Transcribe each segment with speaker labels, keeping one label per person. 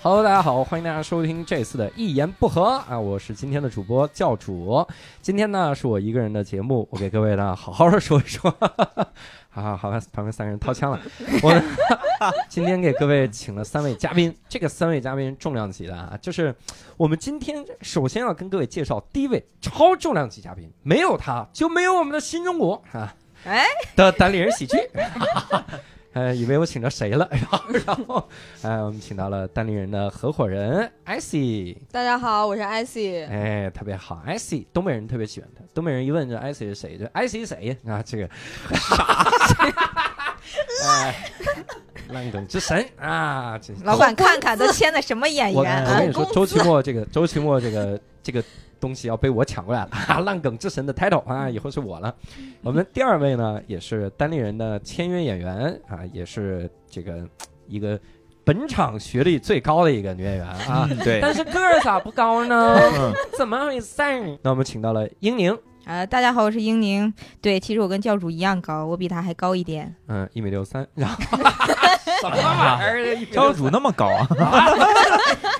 Speaker 1: Hello，大家好，欢迎大家收听这次的一言不合啊，我是今天的主播教主。今天呢是我一个人的节目，我给各位呢好好的说一说。 好好好，旁边三个人掏枪了。我们 今天给各位请了三位嘉宾，这个三位嘉宾重量级的啊，就是我们今天首先要跟各位介绍第一位超重量级嘉宾，没有他就没有我们的新中国啊
Speaker 2: 哎
Speaker 1: 的单立人喜剧。 呃，以为我请着谁了，然后然后，呃，我们请到了单立人的合伙人 IC，
Speaker 2: 大家好，我是艾希。
Speaker 1: 哎，特别好，IC，东北人特别喜欢他，东北人一问这 IC 是谁，就 IC 是谁呀？啊，这个啥？ 哎，烂梗之神啊，这
Speaker 2: 老板看看都签的什么演
Speaker 1: 我
Speaker 2: 员
Speaker 1: 我
Speaker 2: 啊
Speaker 1: 跟？你说，周奇墨这个 周奇墨这个这个东西要被我抢过来了，啊、烂梗之神的 title 啊，以后是我了。我们第二位呢，也是单立人的签约演员啊，也是这个一个本场学历最高的一个女演员 啊，
Speaker 3: 对，
Speaker 1: 但是个儿咋不高呢？
Speaker 3: 嗯，
Speaker 1: 怎么回事儿？那我们请到了英宁，
Speaker 2: 啊，大家好，我是英宁。对，其实我跟教主一样高，我比他还高一点。
Speaker 1: 嗯，一米六 三，然后
Speaker 3: 什么玩意 儿？教主那么高啊？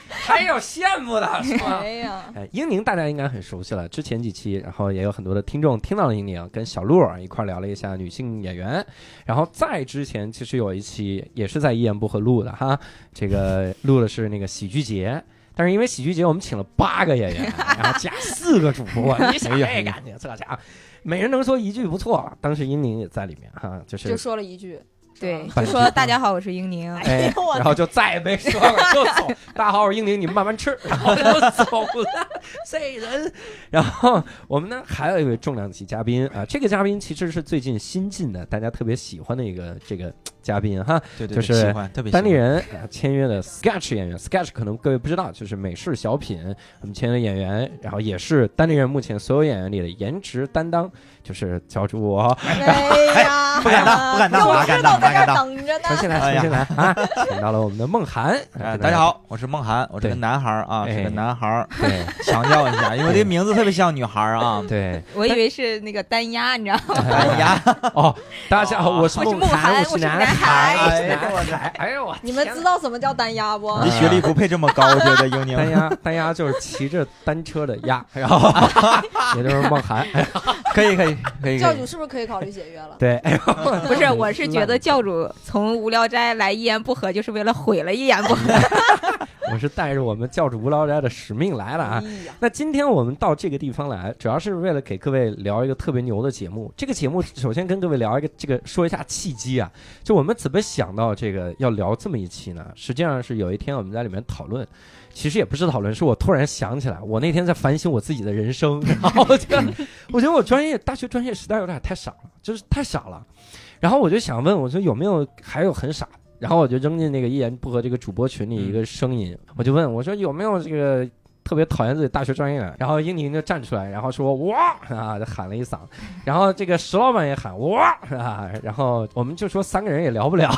Speaker 1: 还有羡慕的是 吗？
Speaker 2: 呀，
Speaker 1: 哎，英宁大家应该很熟悉了，之前几期，然后也有很多的听众听到了英宁，跟小鹿儿一块儿聊了一下女性演员，然后再之前其实有一期也是在 E 一言不合录的哈，这个录的是那个喜剧节。但是因为喜剧节，我们请了八个演员，啊然后加四个主播，哎你想这感觉，这家伙每人能说一句不错了。当时英宁也在里面哈，就是
Speaker 4: 就说了一句，
Speaker 2: 对，
Speaker 1: 本
Speaker 2: 就
Speaker 1: 地
Speaker 2: 说大家好，我是英宁。
Speaker 1: 哎，然后就再也没说了，就走。 大家好，我是英宁，你们慢慢吃，然后就走了。 这人，然后我们呢还有一位重量级嘉宾啊，这个嘉宾其实是最近新进的，大家特别喜欢的一个这个嘉宾哈，
Speaker 3: 对
Speaker 1: 就
Speaker 3: 对，对
Speaker 1: 是
Speaker 3: 喜欢，特别喜
Speaker 1: 单
Speaker 3: 欢
Speaker 1: 立。人啊签约的 Sketch 演员，Sketch 可能各位不知道，就是美式小品我们签约演员，然后也是单立人目前所有演员里的颜值担当，就是教主我。
Speaker 2: 哎呀，
Speaker 3: 不敢当，不敢当，哪敢当，哪敢当？
Speaker 2: 等着
Speaker 1: 重新来，
Speaker 3: 哎
Speaker 1: 重
Speaker 3: 呀
Speaker 1: 新来啊！请到了我们的孟涵，
Speaker 3: 哎，大家，好，我是梦涵，我是个
Speaker 1: 对
Speaker 3: 男孩儿啊，
Speaker 1: 哎
Speaker 3: 是个男孩儿，
Speaker 1: 对
Speaker 3: 强调一 下，因为这名字特别像女孩儿啊。
Speaker 1: 对。
Speaker 2: 我以为是那个单压，你知道吗？
Speaker 3: 哎 呀，
Speaker 1: 哦，大家好，我是
Speaker 2: 我是
Speaker 1: 孟
Speaker 2: 梦
Speaker 1: 涵，
Speaker 2: 涵
Speaker 1: 是
Speaker 2: 我是
Speaker 1: 男
Speaker 2: 男
Speaker 1: 孩，
Speaker 2: 孩
Speaker 1: 我是
Speaker 3: 哎
Speaker 1: 男
Speaker 3: 呦我
Speaker 1: 孩。
Speaker 3: 的
Speaker 1: 哎呦我
Speaker 4: 你们知道什么叫单压不？
Speaker 3: 你学历不配这么高，我 觉得英宁。
Speaker 1: 单 鸭，单鸭就是骑着单车的 鸭，然后也就是孟涵。
Speaker 3: 可以，可以，可以，可
Speaker 4: 教主
Speaker 3: 以。
Speaker 4: 是不是可以考虑解约了？
Speaker 1: 对，哎呦
Speaker 2: 不是，我是觉得教主从无聊斋来一言不合，就是为了毁了一言 不合。
Speaker 1: 我是带着我们教主无聊斋的使命来了啊！
Speaker 2: 嗯
Speaker 4: 哎呀，
Speaker 1: 那今天我们到这个地方来，主要是为了给各位聊一个特别牛的节目。这个节目首先跟各位聊一个这个说一下契机啊，就我们怎么想到这个要聊这么一期呢？实际上是有一天我们在里面讨论，其实也不是讨论，是我突然想起来，我那天在反省我自己的人生，然后我觉得，我觉得我专业大学专业实在有点太傻了，就是太傻了。然后我就想问，我说有没有还有很傻的？然后我就扔进那个一言不合这个主播群里一个声音，我就问我说有没有这个特别讨厌自己大学专业，啊然后英宁就站出来，然后说哇啊，就喊了一嗓，然后这个石老板也喊哇啊，然后我们就说三个人也聊不了，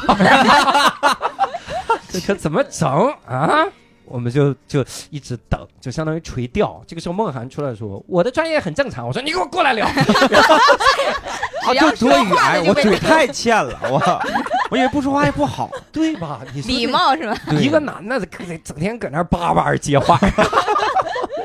Speaker 1: 这可怎么整啊？我们就就一直等，就相当于垂钓。这个时候，梦涵出来说：“我的专业很正常。”我说：“你给我过来聊。
Speaker 3: 啊，
Speaker 2: 只要
Speaker 3: 就
Speaker 2: 说
Speaker 3: 多余，
Speaker 2: 话
Speaker 3: 哎，
Speaker 2: 了就
Speaker 3: 我
Speaker 2: 被
Speaker 3: 嘴太欠了， 我，我以为不说话也不好。”
Speaker 1: 对吧？你说这
Speaker 2: 礼 貌是吧？
Speaker 1: 一个男的整天搁那儿叭叭接话，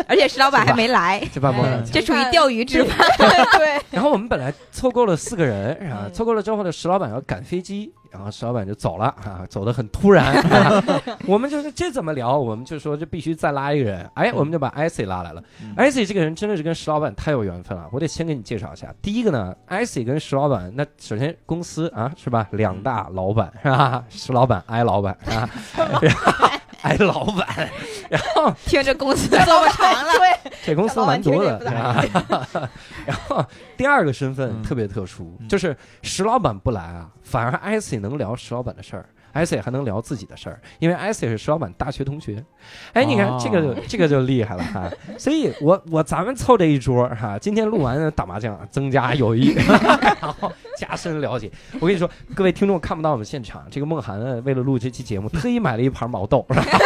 Speaker 2: 而且石老板还没来，
Speaker 1: 这帮梦涵
Speaker 4: 哎
Speaker 2: 这属于钓鱼执法。
Speaker 4: 对，
Speaker 1: 然后我们本来凑够了四个人，然后
Speaker 2: 嗯
Speaker 1: 凑够了之后呢，石老板要赶飞机，然后石老板就走了 啊，走得很突然。 啊我们就是这怎么聊？我们就说这必须再拉一个人，哎，我们就把艾 C 拉来了。艾 C 这个人真的是跟石老板太有缘分了，我得先给你介绍一下。第一个呢，艾 C 跟石老板，那首先公司啊是吧，两大老板是吧？石老板、艾老板啊， 然后艾老板，然后
Speaker 2: 听着公司做不长了，
Speaker 1: 这公司蛮多的
Speaker 2: 这老
Speaker 1: 啊。 然后第二个身份
Speaker 3: 嗯
Speaker 1: 特别特殊，
Speaker 3: 嗯
Speaker 1: 就是石老板不来啊，反而艾 C 能聊石老板的事儿。艾 C 还能聊自己的事儿，因为艾 C 是石老板大学同学。哎，你看、
Speaker 3: 哦
Speaker 1: 这个就这个就厉害了哈。所以我我咱们凑这一桌哈、今天录完打麻将，啊增加友谊， 然后加深了解。我跟你说，各位听众看不到我 们现场，这个梦涵呢为了录这期节目，特意买了一盘毛豆，然后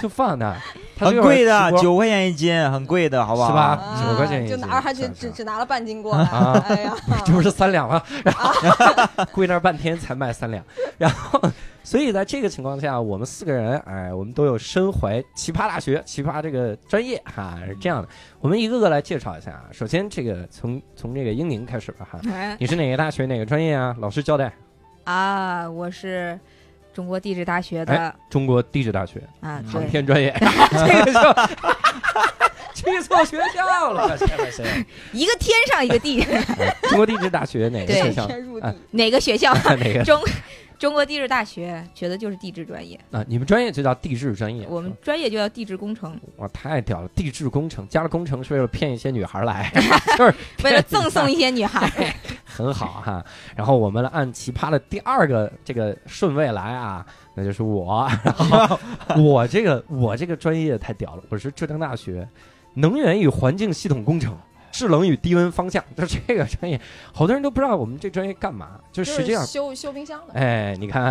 Speaker 1: 就放那儿。它
Speaker 3: 很
Speaker 1: 最后
Speaker 3: 贵的
Speaker 1: 吃，锅
Speaker 3: 九块钱一斤，很贵的，好不好？
Speaker 1: 是吧
Speaker 4: 啊
Speaker 1: 九块钱一
Speaker 4: 就
Speaker 1: 斤
Speaker 4: 拿着还只
Speaker 1: 算
Speaker 4: 只
Speaker 1: 上
Speaker 4: 只拿了半斤过来，
Speaker 1: 啊
Speaker 4: 哎呀，
Speaker 1: 这不是三两 吗？然后 跪那儿半天才卖三两，然后所以在这个情况下，我们四个人，哎，我们都有身怀奇葩大学、奇葩这个专业哈，是这样的，我们一个个来介绍一下啊。首先，这个从从这个英宁开始吧哈，
Speaker 2: 哎
Speaker 1: 你是哪个大学哪个专业啊？老师交代，
Speaker 2: 啊，我是中国地质大学的
Speaker 1: 哎嗯中国地质大学
Speaker 2: 啊，
Speaker 1: 航
Speaker 2: 对，
Speaker 1: 天专业， 这个就去错学校了，天哪谁啊
Speaker 2: 一个天上一个地，
Speaker 1: 哎 中国地质大学哪个
Speaker 2: 对
Speaker 1: 学
Speaker 4: 上
Speaker 1: 校？
Speaker 4: 天入
Speaker 1: 啊
Speaker 4: 地，
Speaker 2: 哪个学校？
Speaker 1: 哪个
Speaker 2: 中中国地质大学学的就是地质专业，
Speaker 1: 啊？你们专业就叫地质专业，
Speaker 2: 我们专业就叫地质工程，
Speaker 1: 哇，太屌了！地质工程加了工程是为了骗一些女孩来，就是
Speaker 2: 为了赠送一些女孩。
Speaker 1: 很好哈。然后我们按奇葩的第二个这个顺位来啊，那就是我。然后我这个我这个专业太屌了，我是浙江大学能源与环境系统工程。制冷与低温方向，就是这个专业，好多人都不知道我们这专业干嘛。就
Speaker 4: 就
Speaker 1: 实际上
Speaker 4: 是，修修冰箱的，
Speaker 1: 哎，你 看，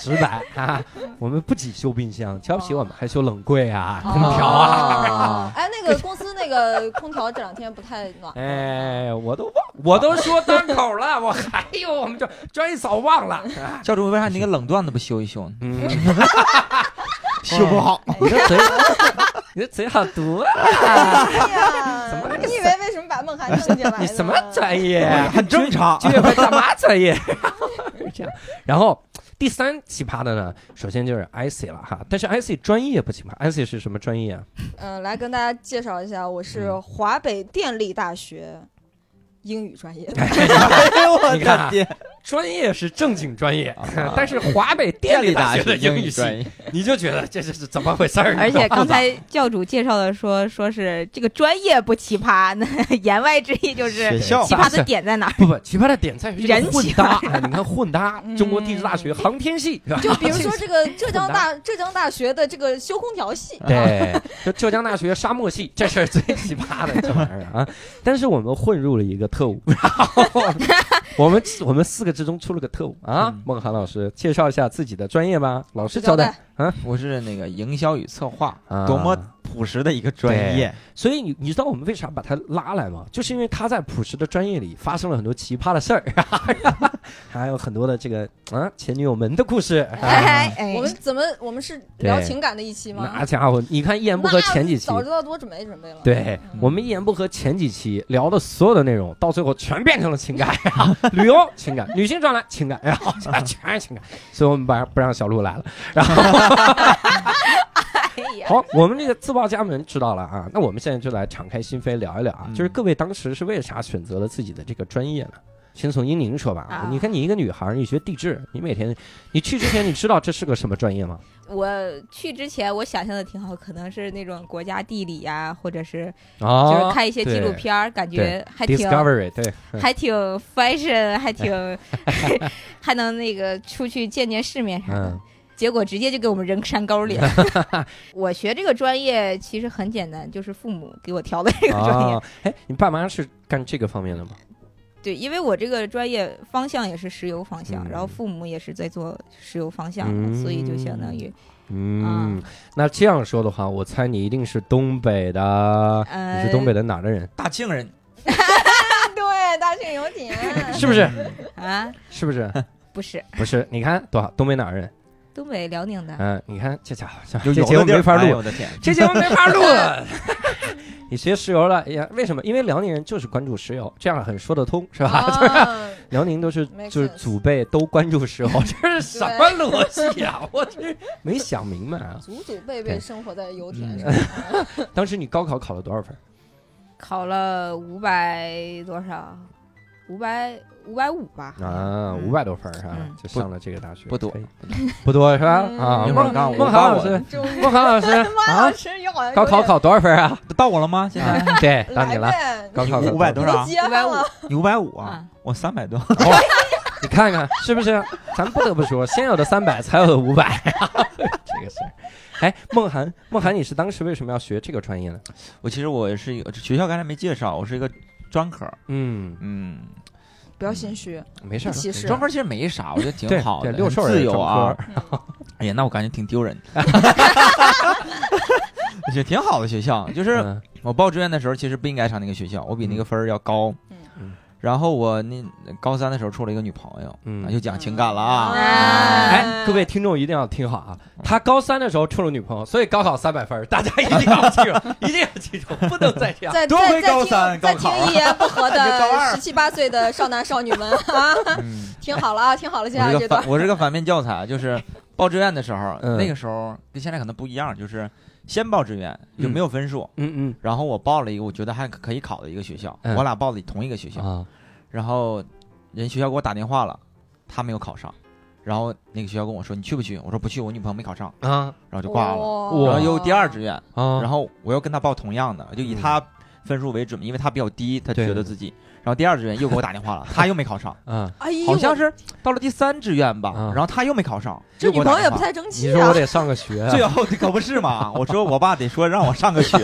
Speaker 1: 直白啊！我们不仅修冰箱，瞧不起我们，还修冷柜啊、空调啊。
Speaker 4: 哦。哎，那个公司那个空调这两天不太 暖，
Speaker 1: 哎，我都忘，我都说单口了，我还有我们这专业早忘了。
Speaker 3: 教主为啥你那个冷段子不修一修呢？
Speaker 1: 嗯，
Speaker 3: 修不好，
Speaker 1: 你这嘴， 你这嘴好毒啊！
Speaker 4: 哎呀，
Speaker 1: 怎么
Speaker 4: 你以为为什么把梦涵弄进来呢？
Speaker 1: 你什么专业？
Speaker 3: 哎 很正常
Speaker 1: 居。委会大妈专业，是这样。然后第三奇葩的呢，首先就是 IC 了哈，但是 IC 专业不奇葩，IC 是什么专业啊？
Speaker 4: 嗯，来跟大家介绍一下，我是
Speaker 1: 嗯
Speaker 4: 华北电力大学英语专业 的。
Speaker 3: 哎呦我
Speaker 1: 你看啊
Speaker 3: 的天！
Speaker 1: 专业是正经专业
Speaker 3: 啊，
Speaker 1: 但是华北电力大学的英语系，
Speaker 3: 专业，
Speaker 1: 你就觉得这是是怎么回事儿？
Speaker 2: 而 且刚才教主介绍的说，说是这个专业不奇葩， 那言外之意就是
Speaker 3: 学校
Speaker 2: 奇葩的点在哪儿？
Speaker 1: 不不，奇葩的点在于这个
Speaker 2: 人
Speaker 1: 混
Speaker 2: 奇
Speaker 1: 搭。哎你看混搭，中国地质大学
Speaker 4: 嗯
Speaker 1: 航天系，是吧
Speaker 4: 就比如说这个浙江大浙江大学的这个修空调系，
Speaker 1: 啊对，就浙江大学沙漠系，这是最奇葩的这玩意儿啊！但是我们混入了一个特务，然后我们我们四个之中出了个特务啊
Speaker 3: 嗯！
Speaker 1: 孟涵老师介绍一下自己的专业吧，老师
Speaker 4: 交
Speaker 1: 交代。，
Speaker 3: 我是那个营销与策划，
Speaker 1: 啊
Speaker 3: 多么朴实的一个专业。
Speaker 1: 所以你你知道我们为啥把他拉来吗？就是因为他在朴实的专业里发生了很多奇葩的事儿， 还有很多的这个啊前女友们的故事。 啊
Speaker 2: 哎哎
Speaker 4: 我们怎么我们是
Speaker 1: 对
Speaker 4: 聊情感的一期吗
Speaker 1: 那？家伙，你看一言不合前几期，
Speaker 4: 早知道多准备准备了。
Speaker 1: 对
Speaker 4: 嗯
Speaker 1: 我们一言不合前几期聊的所有的内容，到最后全变成了情感，旅游情感，女性状态情感，然后全是情感，所以我们把不让小鹿来了。然后
Speaker 2: 哎呀
Speaker 1: 好，我们这个自报家门知道了啊，那我们现在就来敞开心扉聊一聊啊，
Speaker 3: 嗯
Speaker 1: 就是各位当时是为啥选择了自己的这个专业呢？先从英宁说吧，
Speaker 2: 啊
Speaker 1: 你看你一个女孩，你学地质，你每天，你去之前你知道这是个什么专业吗？
Speaker 2: 我去之前我想象的挺好，可能是那种国家地理呀、或者是就
Speaker 1: 啊
Speaker 2: 是看一些纪录片儿，感觉还挺。
Speaker 1: ，Discovery 对，嗯
Speaker 2: 还挺 fashion，还挺，还能那个出去见见世面啥的。
Speaker 1: 嗯
Speaker 2: 结果直接就给我们扔山沟里了。 我学这个专业其实很简单，就是父母给我 挑的这个专业。
Speaker 1: 啊，哎，你爸妈是干这个方面的吗？
Speaker 2: 对，因为我这个专业方向也是石油方向，
Speaker 1: 嗯
Speaker 2: 然后父母也是在做石油方向的，
Speaker 1: 嗯
Speaker 2: 所以就相当于，
Speaker 1: 嗯
Speaker 2: 啊，
Speaker 1: 那这样说的话，我猜你一定是东北的，
Speaker 2: 呃，
Speaker 1: 你是东北的哪儿的人？
Speaker 3: 大庆人
Speaker 4: 啊对，大庆油田，
Speaker 1: 是不是？
Speaker 2: 啊，
Speaker 1: 是不 是？
Speaker 2: 不是
Speaker 1: 不是，你看多好，东北哪儿人？
Speaker 2: 东北辽宁的。
Speaker 1: 嗯，你看这家伙，这
Speaker 3: 啊有
Speaker 1: 这
Speaker 3: 有
Speaker 1: 节
Speaker 3: 的
Speaker 1: 目
Speaker 3: 地儿
Speaker 1: 没法
Speaker 3: 哎呦
Speaker 1: 录，
Speaker 3: 我的天，
Speaker 1: 这节目没法 录。你学石油了，哎呀，为什么？因为辽宁人就是关注石油，这样很说得通，是吧？就是
Speaker 4: 啊
Speaker 1: 辽宁都是
Speaker 4: Makes
Speaker 1: 就是
Speaker 4: sense
Speaker 1: 祖辈都关注 石油，这是什么逻辑啊？我这没想明白啊！
Speaker 4: 祖祖辈辈
Speaker 1: 对啊
Speaker 4: 生活在油田上，嗯
Speaker 1: 当时你高考考了多少分？
Speaker 2: 考了五百多少？五百五百五吧。
Speaker 1: 啊，
Speaker 2: 嗯
Speaker 1: 五百多分儿啊
Speaker 2: 嗯，
Speaker 1: 就上了这个大学，
Speaker 3: 不多
Speaker 1: 可以，不多是吧？啊，
Speaker 4: 嗯
Speaker 3: 一会儿刚我
Speaker 1: 孟涵
Speaker 3: 把
Speaker 1: 老
Speaker 3: 我
Speaker 1: 师，
Speaker 4: 终于
Speaker 1: 孟涵老 师，
Speaker 4: 马老师又好像有
Speaker 1: 高考
Speaker 4: 点
Speaker 1: 考多少分啊？
Speaker 3: 到我了吗？现在
Speaker 1: 啊，对，到你
Speaker 4: 来
Speaker 1: 了，
Speaker 4: 呗，
Speaker 1: 高考考
Speaker 3: 五百多
Speaker 4: 你
Speaker 3: 少
Speaker 4: 都
Speaker 3: 啊？
Speaker 4: 结婚了，
Speaker 3: 你五百五啊
Speaker 2: 啊？
Speaker 3: 我三百 多。
Speaker 1: 你看看是不是？咱不得不说，先有的三百，才有的五百， 这个事儿。哎，孟涵，孟涵，你是当时为什么要学这个专业呢？
Speaker 3: 我其实我是一个学校刚才没介绍，我是一个专科，
Speaker 1: 嗯
Speaker 3: 嗯，
Speaker 4: 不要心虚，
Speaker 1: 没事儿，
Speaker 4: 其实
Speaker 3: 专科其实没啥，我觉得挺
Speaker 1: 对
Speaker 3: 好
Speaker 1: 对
Speaker 3: 的，
Speaker 1: 六
Speaker 3: 很
Speaker 1: 兽也
Speaker 3: 自
Speaker 1: 是
Speaker 3: 由啊
Speaker 1: 专。
Speaker 4: 嗯
Speaker 3: 哎呀，那我感觉挺丢 人。我觉得挺好的学校，就是
Speaker 1: 嗯
Speaker 3: 我报志愿的时候，其实不应该上那个学校，我比那个分儿要高。
Speaker 4: 嗯
Speaker 1: 嗯
Speaker 3: 然后我那高三的时候处了一个女朋友，啊，
Speaker 1: 嗯
Speaker 3: 又，讲情感了啊。
Speaker 1: 哎，
Speaker 4: 呃
Speaker 1: 各位听众一定要听好啊！他高三的时候处了女朋友，所以高考三百分儿，大家一定要记 住，一定要记住，不能再这样。
Speaker 4: 再
Speaker 3: 多
Speaker 4: 再
Speaker 3: 亏
Speaker 4: 再
Speaker 3: 高
Speaker 4: 听
Speaker 3: 三
Speaker 4: 再
Speaker 3: 高考
Speaker 4: 听一言不合
Speaker 3: 感觉高
Speaker 4: 的
Speaker 3: 二
Speaker 4: 十七八岁的少男少女们 啊，
Speaker 3: 嗯
Speaker 4: 听好了啊，听好了，接下
Speaker 3: 我
Speaker 4: 来
Speaker 3: 是
Speaker 4: 这
Speaker 3: 个
Speaker 4: 段
Speaker 3: 反，我是个反面教材， 就是报志愿的时候，
Speaker 1: 嗯
Speaker 3: 那个时候跟现在可能不一样，就是先报志愿就没有分数，
Speaker 1: 嗯
Speaker 3: 然后我报了一个我觉得还可以考的一个学校，
Speaker 1: 嗯
Speaker 3: 我俩报的同一个学校，
Speaker 1: 啊，
Speaker 3: 然后人学校给我打电话了，他没有考上，然后那个学校跟我说你去不去？我说不去，我女朋友没考上，
Speaker 1: 啊
Speaker 3: 然后就挂
Speaker 4: 哦
Speaker 3: 了。
Speaker 2: 哦
Speaker 1: 哇
Speaker 3: 然后又第二志愿，
Speaker 1: 啊，
Speaker 3: 然后我又跟他报同样的，就以他分数为准，因为他比较低，他
Speaker 1: 嗯对
Speaker 3: 觉得自己。然后第二志愿又给我打电话 了，他又没考上，
Speaker 1: 啊，
Speaker 4: 哎呦，
Speaker 3: 好像是到了第三志愿吧，
Speaker 1: 嗯
Speaker 3: 然后他又没考上，
Speaker 4: 这
Speaker 3: 又给我
Speaker 4: 女朋
Speaker 3: 打
Speaker 4: 友也
Speaker 3: 电
Speaker 4: 不
Speaker 3: 话。
Speaker 4: 太争
Speaker 1: 你
Speaker 4: 气
Speaker 1: 说
Speaker 4: 啊
Speaker 1: 我，得上个学啊，
Speaker 3: 最后这可不 是嘛，我说我爸得说让我上个学，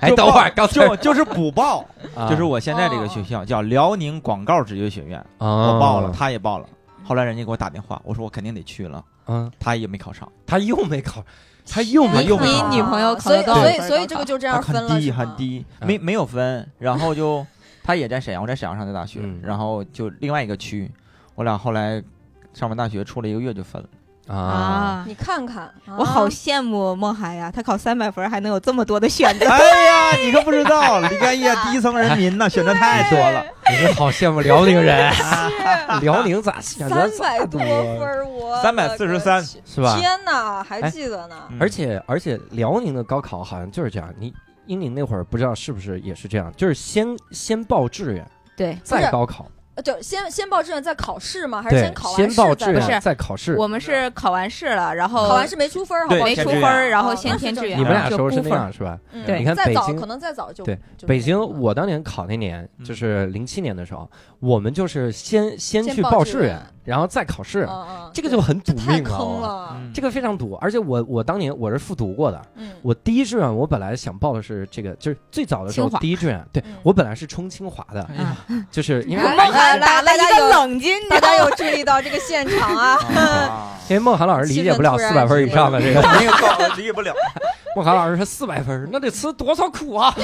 Speaker 1: 哎，
Speaker 3: 就
Speaker 1: 等
Speaker 3: 报
Speaker 1: 会儿，刚才
Speaker 3: 就就是补报，
Speaker 1: 啊
Speaker 3: 就是我现在这个学
Speaker 1: 哦
Speaker 3: 校叫辽宁广告职业学院，我
Speaker 1: 我
Speaker 3: 报了，，他也报了，后来人家给我打电话，我说我肯定得去了，
Speaker 1: 嗯，
Speaker 3: 他也没考上，
Speaker 1: 他又没考，他又没
Speaker 3: 你
Speaker 1: 又没
Speaker 2: 你
Speaker 1: 考
Speaker 2: 女
Speaker 1: 上，
Speaker 2: 朋友考
Speaker 4: 所以
Speaker 2: 得多
Speaker 4: 所以
Speaker 2: 少
Speaker 4: 所以这个就这样
Speaker 3: 啊
Speaker 4: 分
Speaker 3: 很
Speaker 4: 了，
Speaker 3: 低
Speaker 4: 是吗
Speaker 3: 很。低，
Speaker 1: 嗯
Speaker 3: 没没有分，然后就他也在沈阳，我在沈阳上的大学
Speaker 1: 嗯，
Speaker 3: 然后就另外一个区，我俩后来上完大学处了一个月就分
Speaker 1: 啊，
Speaker 3: 了，
Speaker 2: 啊！
Speaker 4: 你看看，
Speaker 2: 我好
Speaker 4: 啊
Speaker 2: 羡慕梦涵呀，她考三百分儿还能有这么多的 选择。
Speaker 3: 哎呀，你可不知道，李干业第一层人民呐，选择太多了，
Speaker 1: 你是好羡慕辽宁 人， 辽宁咋想
Speaker 4: 啊三
Speaker 1: 的
Speaker 4: 百
Speaker 1: 咋啊
Speaker 4: 多分儿，我
Speaker 3: 343
Speaker 4: 的
Speaker 1: 是吧？
Speaker 4: 天哪，还记得呢？
Speaker 3: 嗯
Speaker 1: 而且而且辽宁的高考好像就是这样，你英宁那会儿不知道是不是也是这样，就是先先报志愿，
Speaker 2: 对
Speaker 1: 再高考，
Speaker 4: 呃就先先报志愿再考试吗？还是
Speaker 1: 对
Speaker 4: 先，考完
Speaker 1: 先
Speaker 4: 试
Speaker 1: 报
Speaker 4: 再
Speaker 1: 志
Speaker 2: 不
Speaker 1: 愿
Speaker 2: 是
Speaker 1: 再考试。
Speaker 2: 我们是考完试了，然后
Speaker 4: 嗯考完试没出分儿，好不
Speaker 3: 对
Speaker 4: 好？
Speaker 2: 没
Speaker 3: 填
Speaker 2: 出
Speaker 3: 志
Speaker 2: 分
Speaker 3: 愿
Speaker 2: 儿，然后
Speaker 4: 哦
Speaker 2: 先
Speaker 4: 那是
Speaker 2: 填
Speaker 4: 正
Speaker 2: 志愿。
Speaker 1: 你们俩
Speaker 2: 就
Speaker 1: 时候
Speaker 2: 不
Speaker 1: 是那
Speaker 2: 分儿
Speaker 1: 样是吧？
Speaker 4: 嗯
Speaker 2: 对
Speaker 1: 你看
Speaker 4: 再
Speaker 1: 北
Speaker 4: 早
Speaker 1: 京
Speaker 4: 可能再早就
Speaker 1: 对
Speaker 4: 就
Speaker 1: 北
Speaker 4: 那
Speaker 1: 京，
Speaker 4: 个
Speaker 1: 我当年考那年
Speaker 3: 嗯
Speaker 1: 就是零七年的时候，我们就是先先
Speaker 4: 先
Speaker 1: 去
Speaker 4: 报
Speaker 1: 报
Speaker 4: 志
Speaker 1: 志愿
Speaker 4: 愿，
Speaker 1: 然后再考试
Speaker 4: 嗯，嗯，
Speaker 1: 这个就很
Speaker 4: 这
Speaker 1: 赌
Speaker 4: 太
Speaker 1: 命啊
Speaker 4: 坑
Speaker 1: 我！
Speaker 4: 了，
Speaker 3: 嗯
Speaker 1: 这个非常赌，而且我我当年我是复读过的，
Speaker 4: 嗯，
Speaker 1: 我第一志愿我本来想报的是这个，就是最早的时候
Speaker 2: 清华
Speaker 1: 第一志愿，对
Speaker 4: 嗯
Speaker 1: 我本来是冲清华
Speaker 2: 嗯
Speaker 1: 的，
Speaker 3: 哎呀
Speaker 1: 就是 因为
Speaker 4: 哎
Speaker 2: 梦涵打了一
Speaker 4: 大家有
Speaker 2: 个冷筋，
Speaker 4: 大家有注意到这个现场啊？
Speaker 3: 啊，
Speaker 1: 因为孟涵老师理解不了
Speaker 4: 气氛
Speaker 1: 四
Speaker 4: 突
Speaker 1: 百
Speaker 4: 然
Speaker 1: 分以上的这个，
Speaker 3: 那个考理解不了，
Speaker 1: 孟涵老师说四百分，那得吃多少苦 啊！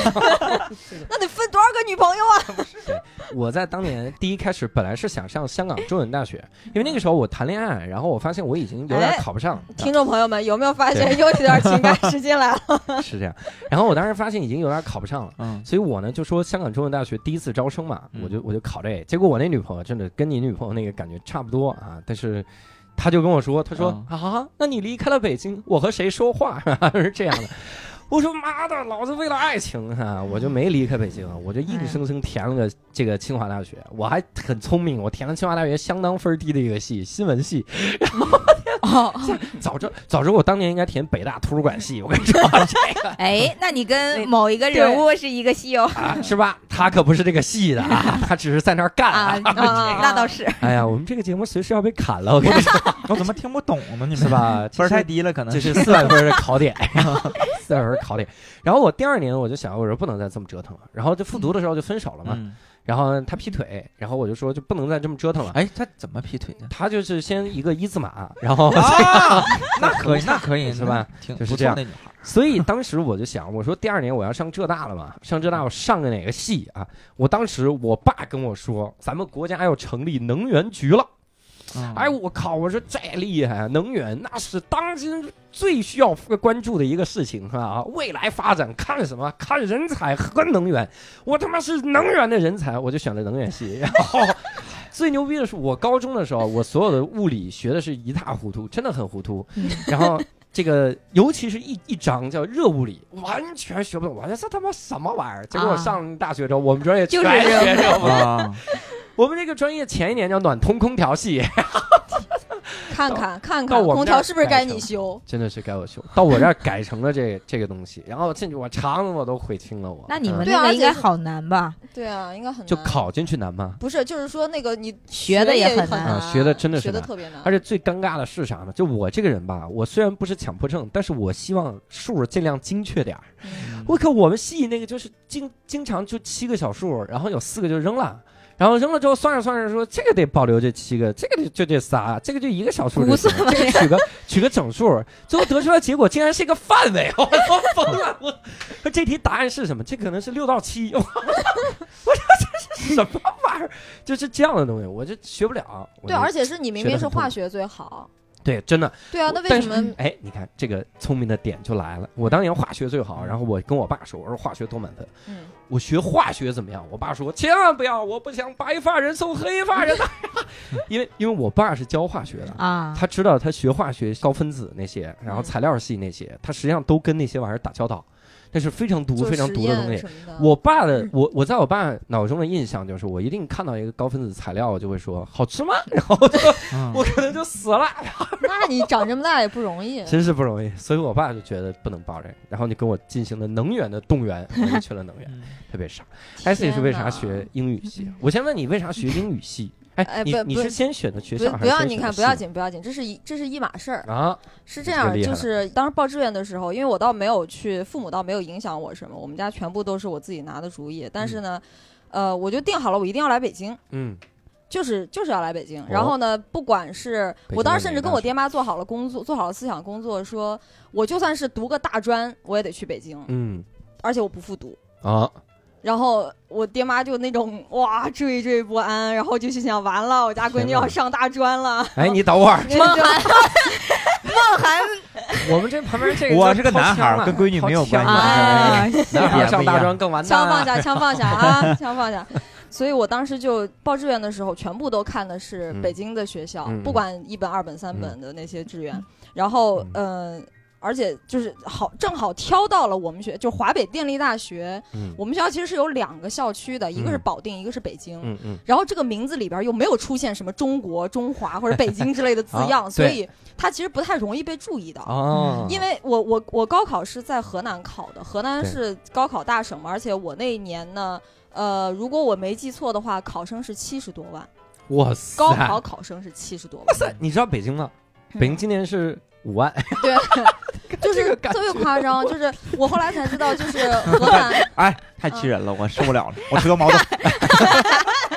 Speaker 4: 那得分多少个女朋友啊？
Speaker 1: 我在当年第一开始本来是想上香港中文大学，因为那个时候我谈恋爱，然后我发现我已经有点
Speaker 4: 哎
Speaker 1: 考不上，
Speaker 4: 听众朋友们有没有发现又有点情感使进来了？
Speaker 1: 是这样，然后我当时发现已经有点考不上了。
Speaker 3: 嗯，
Speaker 1: 所以我呢就说香港中文大学第一次招生嘛，
Speaker 3: 嗯
Speaker 1: 我就我就考这，结果我那女朋友真的跟你女朋友那个感觉差不多啊，但是她就跟我说，她说、啊，那你离开了北京，我和谁说话？ 是这样的。我说妈的，老子为了爱情啊，我就没离开北京，我就硬生生填了个这个清华大学，我还很聪明，我填了清华大学相当分儿低的一个系，新闻系。
Speaker 2: 哦，
Speaker 1: 早知早知我当年应该填北大图书馆系，我跟你说啊
Speaker 2: 哎，那你跟某一个人物是一个戏哦
Speaker 1: 啊，是吧？他可不是这个系的啊，他只是在那儿干
Speaker 2: 啊，
Speaker 4: 啊
Speaker 2: 那倒是。
Speaker 1: 哎呀，我们这个节目随时要被砍了，我跟你说，
Speaker 3: 我怎么听不懂呢？你们
Speaker 1: 是？吧？
Speaker 3: 分儿太
Speaker 1: 低，
Speaker 3: 低了，可能
Speaker 1: 这 是四百分儿的考点，四百分儿考点。然后我第二年我就想，我说不能再这么折腾了。然后就复读的时候就分手了嘛，
Speaker 3: 嗯，
Speaker 1: 然后他劈腿，然后我就说就不能再这么折腾了。
Speaker 3: 哎，他怎么劈腿的？
Speaker 1: 他就是先一个一字马，然后
Speaker 3: 啊，那可以，那可 以
Speaker 1: 是吧？
Speaker 3: 挺
Speaker 1: 就是
Speaker 3: 不
Speaker 1: 这样
Speaker 3: 错那女孩儿，
Speaker 1: 所以当时我就想，我说第二年我要上浙大了嘛，上浙大我上个哪个系啊？我当时我爸跟我说，咱们国家要成立能源局了。
Speaker 3: 嗯
Speaker 1: 哎，我靠！我说再厉害，能源那是当今最需要关注的一个事情啊！未来发展看什么？看人才和能源。我他妈是能源的人才，我就选了能源系。 然后最牛逼的是，我高中的时候，我所有的物理学的是一塌糊涂，真的很糊涂。
Speaker 2: 嗯
Speaker 1: 然后。这个，尤其是一一章叫热物理，完全学不懂。我说这他妈什么玩意儿？结果我
Speaker 2: 啊
Speaker 1: 上大学之后，我们专业
Speaker 2: 就是
Speaker 1: 全
Speaker 2: 热
Speaker 1: 学这个。
Speaker 3: 啊，
Speaker 1: 我们这个专业前一年叫暖通空调系，
Speaker 4: 看看看
Speaker 1: 到
Speaker 4: 看，
Speaker 1: 我们
Speaker 4: 空
Speaker 1: 这
Speaker 4: 调
Speaker 1: 儿
Speaker 4: 是不是
Speaker 1: 改
Speaker 4: 该
Speaker 1: 成
Speaker 4: 你修？
Speaker 1: 真的是该我修，到我这儿改成了这这个 东西，然后进去我肠子我都悔青了我。
Speaker 2: 那你
Speaker 1: 嗯
Speaker 2: 们
Speaker 4: 对啊
Speaker 2: 那个应
Speaker 4: 而
Speaker 2: 该
Speaker 4: 且
Speaker 2: 好难吧？
Speaker 4: 对啊，应该很
Speaker 1: 就
Speaker 4: 难。
Speaker 1: 考进去难吗？
Speaker 4: 不是，就是说那个你
Speaker 2: 学的
Speaker 4: 也
Speaker 2: 也很
Speaker 4: 难，
Speaker 2: 难
Speaker 1: 啊学的真的是
Speaker 4: 学的
Speaker 1: 难
Speaker 4: 特别难，
Speaker 1: 而且最尴尬的是啥呢？就我这个人吧，我虽然不是强迫症，但是我希望数尽量精确点儿。
Speaker 4: 嗯
Speaker 1: 我靠，我们系那个就是经经常就七个小数，然后有四个就扔了。然后扔了之后算着算着说，这个得保留这七个，这个就这仨，这个就一个小数就
Speaker 2: 胡
Speaker 1: 行
Speaker 2: 算
Speaker 1: 了， 这个取个取个整数，最后得出来结果竟然是一个范围，我都疯了！我 说这题答案是什么？这可能是六到七，我说这是什么玩意儿？就是这样的东西，我就学不了。我
Speaker 4: 对，
Speaker 1: 就
Speaker 4: 而且是你明
Speaker 1: 学得
Speaker 4: 明是
Speaker 1: 很痛
Speaker 4: 化
Speaker 1: 苦
Speaker 4: 学最好，
Speaker 1: 对，真的
Speaker 4: 对啊，那为
Speaker 1: 但
Speaker 4: 什
Speaker 1: 是
Speaker 4: 么？
Speaker 1: 哎，你看这个聪明的点就来了。我当年化学最好，然后我跟我爸说，我说化学多满分。
Speaker 4: 嗯，
Speaker 1: 我学化学怎么样？我爸说千万不要，我不想白发人送黑发人的， 因为因为我爸是教化学的。
Speaker 2: 啊，
Speaker 1: 他知道他学化学高分子那些，
Speaker 4: 嗯
Speaker 1: 然后材料系那些，他实际上都跟那些玩意儿打交道，那是非常毒、
Speaker 4: 做
Speaker 1: 非常
Speaker 4: 实
Speaker 1: 毒的东
Speaker 4: 验嗯
Speaker 1: 西。
Speaker 4: 什么的
Speaker 1: 我爸的，我我在我爸脑中的印象就是，我一定看到一个高分子材料，我就会说好吃吗？然后就
Speaker 3: 嗯
Speaker 1: 我可能就死了。。
Speaker 4: 嗯那你长这么大也不容易
Speaker 1: 真是不容易。所以我爸就觉得不能抱人，然后就跟我进行了能源的动员， 我就去了能源，
Speaker 4: 嗯
Speaker 3: 嗯
Speaker 1: 特别傻。艾斯也是为啥学英语系？我先问你为啥学英语系？哎，
Speaker 4: 哎
Speaker 1: 你
Speaker 4: 不
Speaker 1: 你
Speaker 4: 不
Speaker 1: 是先选的学
Speaker 4: 不
Speaker 1: 校还是
Speaker 4: 不要，
Speaker 1: 先
Speaker 4: 你
Speaker 1: 选
Speaker 4: 看
Speaker 1: 的
Speaker 4: 不要
Speaker 1: 系
Speaker 4: 紧不要紧，这是一这是一码事儿。
Speaker 1: 啊？
Speaker 4: 是这
Speaker 1: 这个
Speaker 4: 样，
Speaker 1: 厉害
Speaker 4: 就
Speaker 1: 了
Speaker 4: 是当时报志愿的时候，因为我倒没有去，父母倒没有影响我什么，我们家全部都是我自己拿的主意。但是呢，呃，我就定好了，我一定要来北京，
Speaker 1: 嗯，
Speaker 4: 就是就是要来北京。然后呢，不管是
Speaker 1: 哦北
Speaker 4: 我
Speaker 1: 京
Speaker 4: 当
Speaker 1: 的
Speaker 4: 时甚
Speaker 1: 哪
Speaker 4: 至
Speaker 1: 个
Speaker 4: 跟
Speaker 1: 大
Speaker 4: 我爹妈做好了工作，做好了思想工作，说我就算是读个大专，我也得去北京，
Speaker 1: 嗯
Speaker 4: 而且我不复读。
Speaker 1: 啊，
Speaker 4: 然后我爹妈就那种哇惴惴不安，然后就心想完了，我家闺
Speaker 1: 天
Speaker 4: 女
Speaker 1: 哪
Speaker 4: 要上大 专了。
Speaker 1: 哎，你等会儿，
Speaker 4: 那就
Speaker 2: 梦涵
Speaker 1: 我们这旁边这个
Speaker 3: 我
Speaker 1: 就是
Speaker 3: 个
Speaker 1: 掏
Speaker 3: 男孩
Speaker 1: 枪
Speaker 3: 儿，
Speaker 1: 了
Speaker 3: 跟闺女没有
Speaker 1: 掏枪
Speaker 3: 关系。
Speaker 1: 了男
Speaker 2: 啊，
Speaker 1: 孩儿上大
Speaker 3: 不一
Speaker 1: 专
Speaker 3: 样
Speaker 1: 更完蛋
Speaker 4: 枪放
Speaker 1: 啊。
Speaker 4: 下，枪放下啊，枪放下。所以我当时就报志愿的时候，全部都看的是北京的学校，
Speaker 1: 嗯嗯
Speaker 4: 不管一本、二本、三本的那些志愿。然后，嗯、而且就是好，正好挑到了我们学，就华北电力大学。
Speaker 1: 嗯
Speaker 4: 我们学校其实是有两个校区的，一个是保定，一个是北京。
Speaker 1: 嗯嗯，
Speaker 4: 然后这个名字里边又没有出现什么中国、中华或者北京之类的字样，
Speaker 1: 啊
Speaker 4: 所以它其实不太容易被注意到。
Speaker 1: 哦，
Speaker 4: 嗯因为我我我高考是在河南考的，河南
Speaker 1: 对
Speaker 4: 是高考大省嘛，而且我那一年呢，呃，如果我没记错的话，考生是七十多万，
Speaker 1: 哇塞，
Speaker 4: 高考考嗯生是七十多万，
Speaker 1: 哇塞，你知道北京吗？北京今年是五万，
Speaker 4: 对，就
Speaker 1: 这
Speaker 4: 是
Speaker 1: 个感
Speaker 4: 特别夸张，就是我后来才知道，就是河南，
Speaker 3: 哎，太气人了，我受不了了，我吃多矛盾。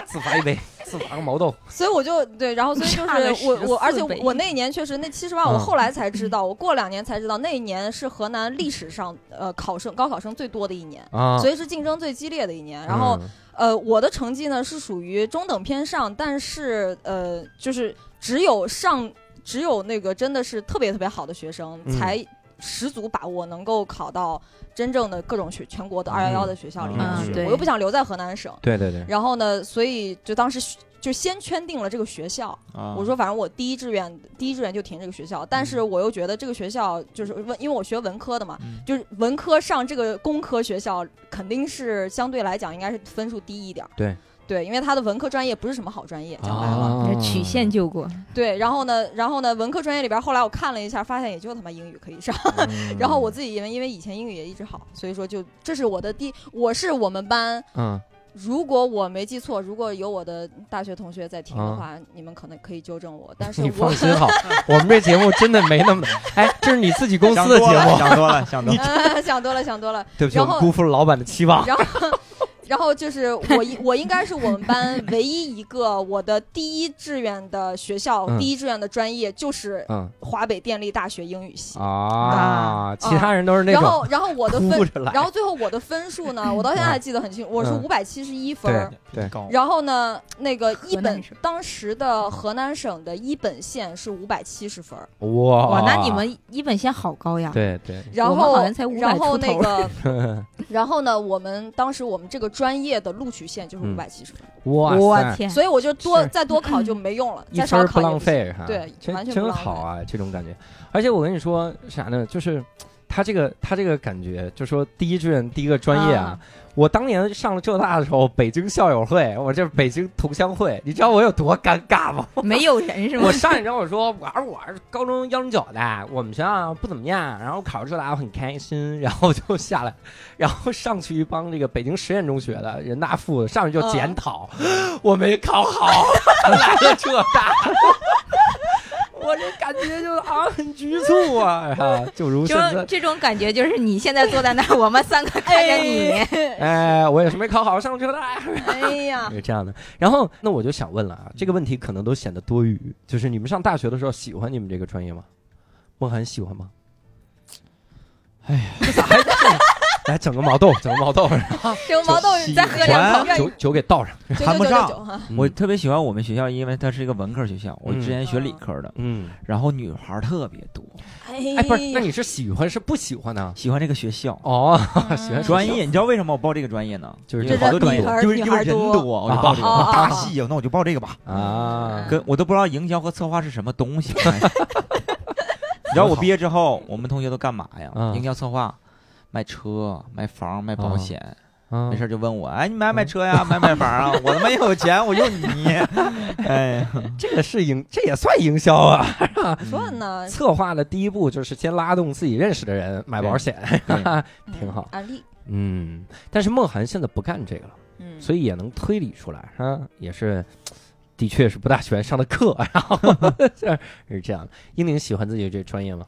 Speaker 1: 自罚一杯，自罚个毛豆。
Speaker 4: 所以我就对，然后所以就
Speaker 2: 差了
Speaker 4: 是我我，
Speaker 2: 14
Speaker 4: 而且
Speaker 2: 倍
Speaker 4: 我那一年确实那七十万，
Speaker 1: 嗯
Speaker 4: 我后来才知道，我过两年才知道，那一年是河南历史上呃考生高考生最多的一年。
Speaker 1: 啊，
Speaker 4: 所以是竞争最激烈的一年，然
Speaker 1: 嗯
Speaker 4: 后呃，我的成绩呢是属于中等偏上，但是呃，就是只有上只有那个真的是特别特别好的学生、
Speaker 1: 嗯
Speaker 4: 才十足把握能够考到真正的各种学全国的二幺幺的学校里面
Speaker 1: 嗯
Speaker 4: 去。
Speaker 2: 对
Speaker 4: 我又不想留在河南省，
Speaker 1: 对对对，
Speaker 4: 然后呢，所以就当时学就先圈定了这个学校。
Speaker 3: 啊
Speaker 4: 我说，反正我第一志愿第一志愿就填这个学校，但是我又觉得这个学校就是文，因为我学文科的嘛，
Speaker 3: 嗯
Speaker 4: 就是文科上这个工科学校肯定是相对来讲应该是分数低一点儿。
Speaker 1: 对
Speaker 4: 对，因为他的文科专业不是什么好专业，讲白了。
Speaker 1: 啊
Speaker 2: 曲线救过，
Speaker 4: 对，然后呢，然后呢，文科专业里边儿后来我看了一下，发现也就他妈英语可以上。
Speaker 1: 嗯
Speaker 4: 然后我自己因为因为以前英语也一直好，所以说就这是我的第，我是我们班。
Speaker 1: 嗯，
Speaker 4: 如果我没记错，如果有我的大学同学在听的
Speaker 1: 啊
Speaker 4: 话，你们可能可以纠 正我。但是
Speaker 1: 你
Speaker 4: 我
Speaker 1: 放心好，我们这节目真的没那么，哎，这是你自己公司
Speaker 3: 想
Speaker 1: 的
Speaker 3: 多
Speaker 1: 节
Speaker 3: 了，
Speaker 1: 目，
Speaker 3: 想多了，想多了。
Speaker 4: 呃 想多了，想多了。
Speaker 1: 对不起，
Speaker 4: 然
Speaker 1: 我
Speaker 4: 后
Speaker 1: 们辜负了老板的期 望。
Speaker 4: 然后，然后就是我一我应该是我们班唯一一个我的第一志愿的学校，
Speaker 1: 嗯
Speaker 4: 第一志愿的专业就是
Speaker 1: 嗯
Speaker 4: 华北电力大学英语系。
Speaker 1: 啊，其他人都是啊那
Speaker 4: 然
Speaker 1: 种
Speaker 4: 后，然后我的
Speaker 1: 哭
Speaker 4: 分，
Speaker 1: 着来，
Speaker 4: 然后最后我的分数呢，我到现在还记得很清楚，我是
Speaker 1: 嗯
Speaker 4: 五百七十一分
Speaker 1: 对
Speaker 4: 儿。
Speaker 1: 对
Speaker 3: 高
Speaker 4: 然后呢，那个一
Speaker 2: 河
Speaker 4: 本
Speaker 2: 南省
Speaker 4: 当时的河南省的一本线是五百七十分儿，
Speaker 1: 哇
Speaker 2: 哇，那你们一本线好高呀，
Speaker 1: 对对，
Speaker 4: 然
Speaker 2: 我们好
Speaker 4: 后
Speaker 2: 像才500
Speaker 4: 然
Speaker 2: 出
Speaker 4: 后那
Speaker 2: 头
Speaker 4: 个， 然后呢，我们当时我们这个专业的录取线就是
Speaker 1: 嗯
Speaker 4: 五百七十分。
Speaker 1: 哇
Speaker 2: 我
Speaker 1: 塞，
Speaker 2: 天，
Speaker 4: 所以我就多
Speaker 1: 哎是嗯
Speaker 4: 再多考就没用了，
Speaker 1: 一
Speaker 4: 再
Speaker 1: 分
Speaker 4: 少
Speaker 1: 儿
Speaker 4: 考
Speaker 1: 不
Speaker 4: 也
Speaker 1: 浪
Speaker 4: 行。
Speaker 1: 费哈，
Speaker 4: 对
Speaker 1: 真
Speaker 4: 完全不
Speaker 1: 真
Speaker 4: 浪费
Speaker 1: 好啊，这种感觉。而且我跟你说啥呢？就是他这个他这个感觉，就说第一志愿第一个专业啊
Speaker 2: 啊，
Speaker 1: 我当年上了浙大的时候，北京校友会，我这北京同乡会，你知道我有多尴尬吗？
Speaker 2: 啊没有人是吗
Speaker 1: 我？上一周我说我是我是高中幺零九的，我们学校不怎么样，然后考出来我很开心，然后就下来，然后上去一帮这个北京实验中学的人大附的上去
Speaker 2: 嗯
Speaker 1: 就检讨，我没考好，来了浙大。 我这感觉就啊很局促啊，啊就如
Speaker 2: 这
Speaker 1: 现在
Speaker 2: 种这种感觉就是你现在坐在那 儿，我们三个看着你，
Speaker 1: 哎，我也是没考好上车的，
Speaker 4: 哎 呀，
Speaker 1: 是这样的。然后那我就想问了啊，这个问题可能都显得多余，就是你们上大学的时候喜欢你们这个专业吗？梦涵喜欢吗？ 哎呀，来整个毛豆，整个毛豆，
Speaker 4: 这个毛豆
Speaker 3: 喜
Speaker 4: 你再喝两口，愿意
Speaker 1: 酒酒给倒上。
Speaker 4: 九
Speaker 3: 谈
Speaker 4: 九
Speaker 3: 不
Speaker 4: 九
Speaker 3: 上
Speaker 4: 九九哈，
Speaker 1: 嗯
Speaker 3: 我特别喜欢我们学校，因为它是一个文科学校，我之前学理
Speaker 4: 嗯
Speaker 3: 科的，
Speaker 1: 嗯，
Speaker 3: 然后女孩儿特别多，
Speaker 4: 哎
Speaker 1: 哎，不是，那
Speaker 4: 呀，
Speaker 1: 你是喜欢是不喜欢呢？
Speaker 3: 喜欢这个学校。
Speaker 1: 哦，
Speaker 2: 嗯
Speaker 1: 喜欢
Speaker 3: 专业，你知道为什么我报这个专业呢？
Speaker 1: 就是
Speaker 3: 因为
Speaker 1: 这
Speaker 3: 好多专业
Speaker 4: 女孩，儿
Speaker 3: 因为
Speaker 4: 女
Speaker 3: 因
Speaker 4: 孩
Speaker 3: 为
Speaker 4: 儿
Speaker 3: 人
Speaker 4: 多
Speaker 3: 多，我就报这个。
Speaker 4: 啊啊啊
Speaker 3: 大戏呀，那我就报这个吧。
Speaker 4: 嗯
Speaker 1: 啊，
Speaker 3: 跟我都不知道营销和策划是什么东 西。哎你知道我毕业之后，我们同学都干嘛呀？
Speaker 1: 嗯
Speaker 3: 营销策划，卖车、卖房、卖保险，
Speaker 1: 啊
Speaker 3: 没事儿就问我，哎，你买不买车呀？买不买房啊？ 我他妈有钱，我用你。哎呀，
Speaker 1: 这个是营，这也算营销啊。
Speaker 4: 算呢，
Speaker 1: 策划的第一步就是先拉动自己认识的人买保险，
Speaker 3: 对对
Speaker 1: 挺好
Speaker 4: 嗯安利，
Speaker 1: 嗯，但是梦涵现在不干这个了，
Speaker 4: 嗯，
Speaker 1: 所以也能推理出来啊，也是，的确是不大喜欢上的课，然后是是这样的。英宁喜欢自己这专业吗？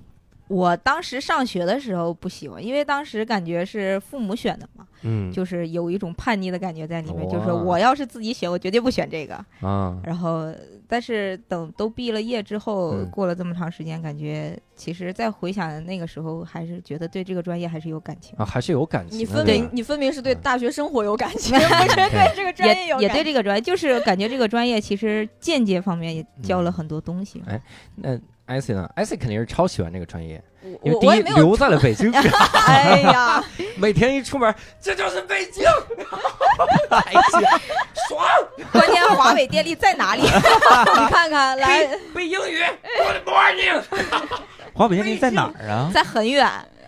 Speaker 2: 我当时上学的时候不喜欢，因为当时感觉是父母选的嘛，
Speaker 1: 嗯
Speaker 2: 就是有一种叛逆的感觉在里面，
Speaker 1: 哇
Speaker 2: 就是我要是自己选，我绝对不选这个。
Speaker 1: 啊，
Speaker 2: 然后，但是等都毕了业之后，
Speaker 1: 嗯
Speaker 2: 过了这么长时间，感觉其实再回想那个时候，还是觉得对这个专业还是有感情，
Speaker 1: 啊，还是有感情
Speaker 4: 你
Speaker 1: 的。
Speaker 4: 分
Speaker 1: 对嗯
Speaker 4: 明
Speaker 1: 吧
Speaker 4: 你分明是对大学生活有感 情，不是对这个专业
Speaker 2: 也
Speaker 4: 有
Speaker 2: 也
Speaker 4: 感
Speaker 2: 对这
Speaker 4: 情。
Speaker 2: 个专业，就是感觉这个专业其实间接方面也教了很多东西。
Speaker 1: 嗯那艾希呢？艾希肯定是超喜欢这个专业，因
Speaker 4: 我
Speaker 1: 为第
Speaker 4: 我
Speaker 1: 一
Speaker 4: 也没有，
Speaker 1: 留在了北 京，
Speaker 4: 哎 呀，
Speaker 1: 每天一出门，这就是北京， 哎呀爽，
Speaker 2: 关键华为电力在哪里？
Speaker 4: 你 看看，来，
Speaker 1: 背英语，Good morning，
Speaker 3: 华北电力在哪儿啊？
Speaker 2: 在很远，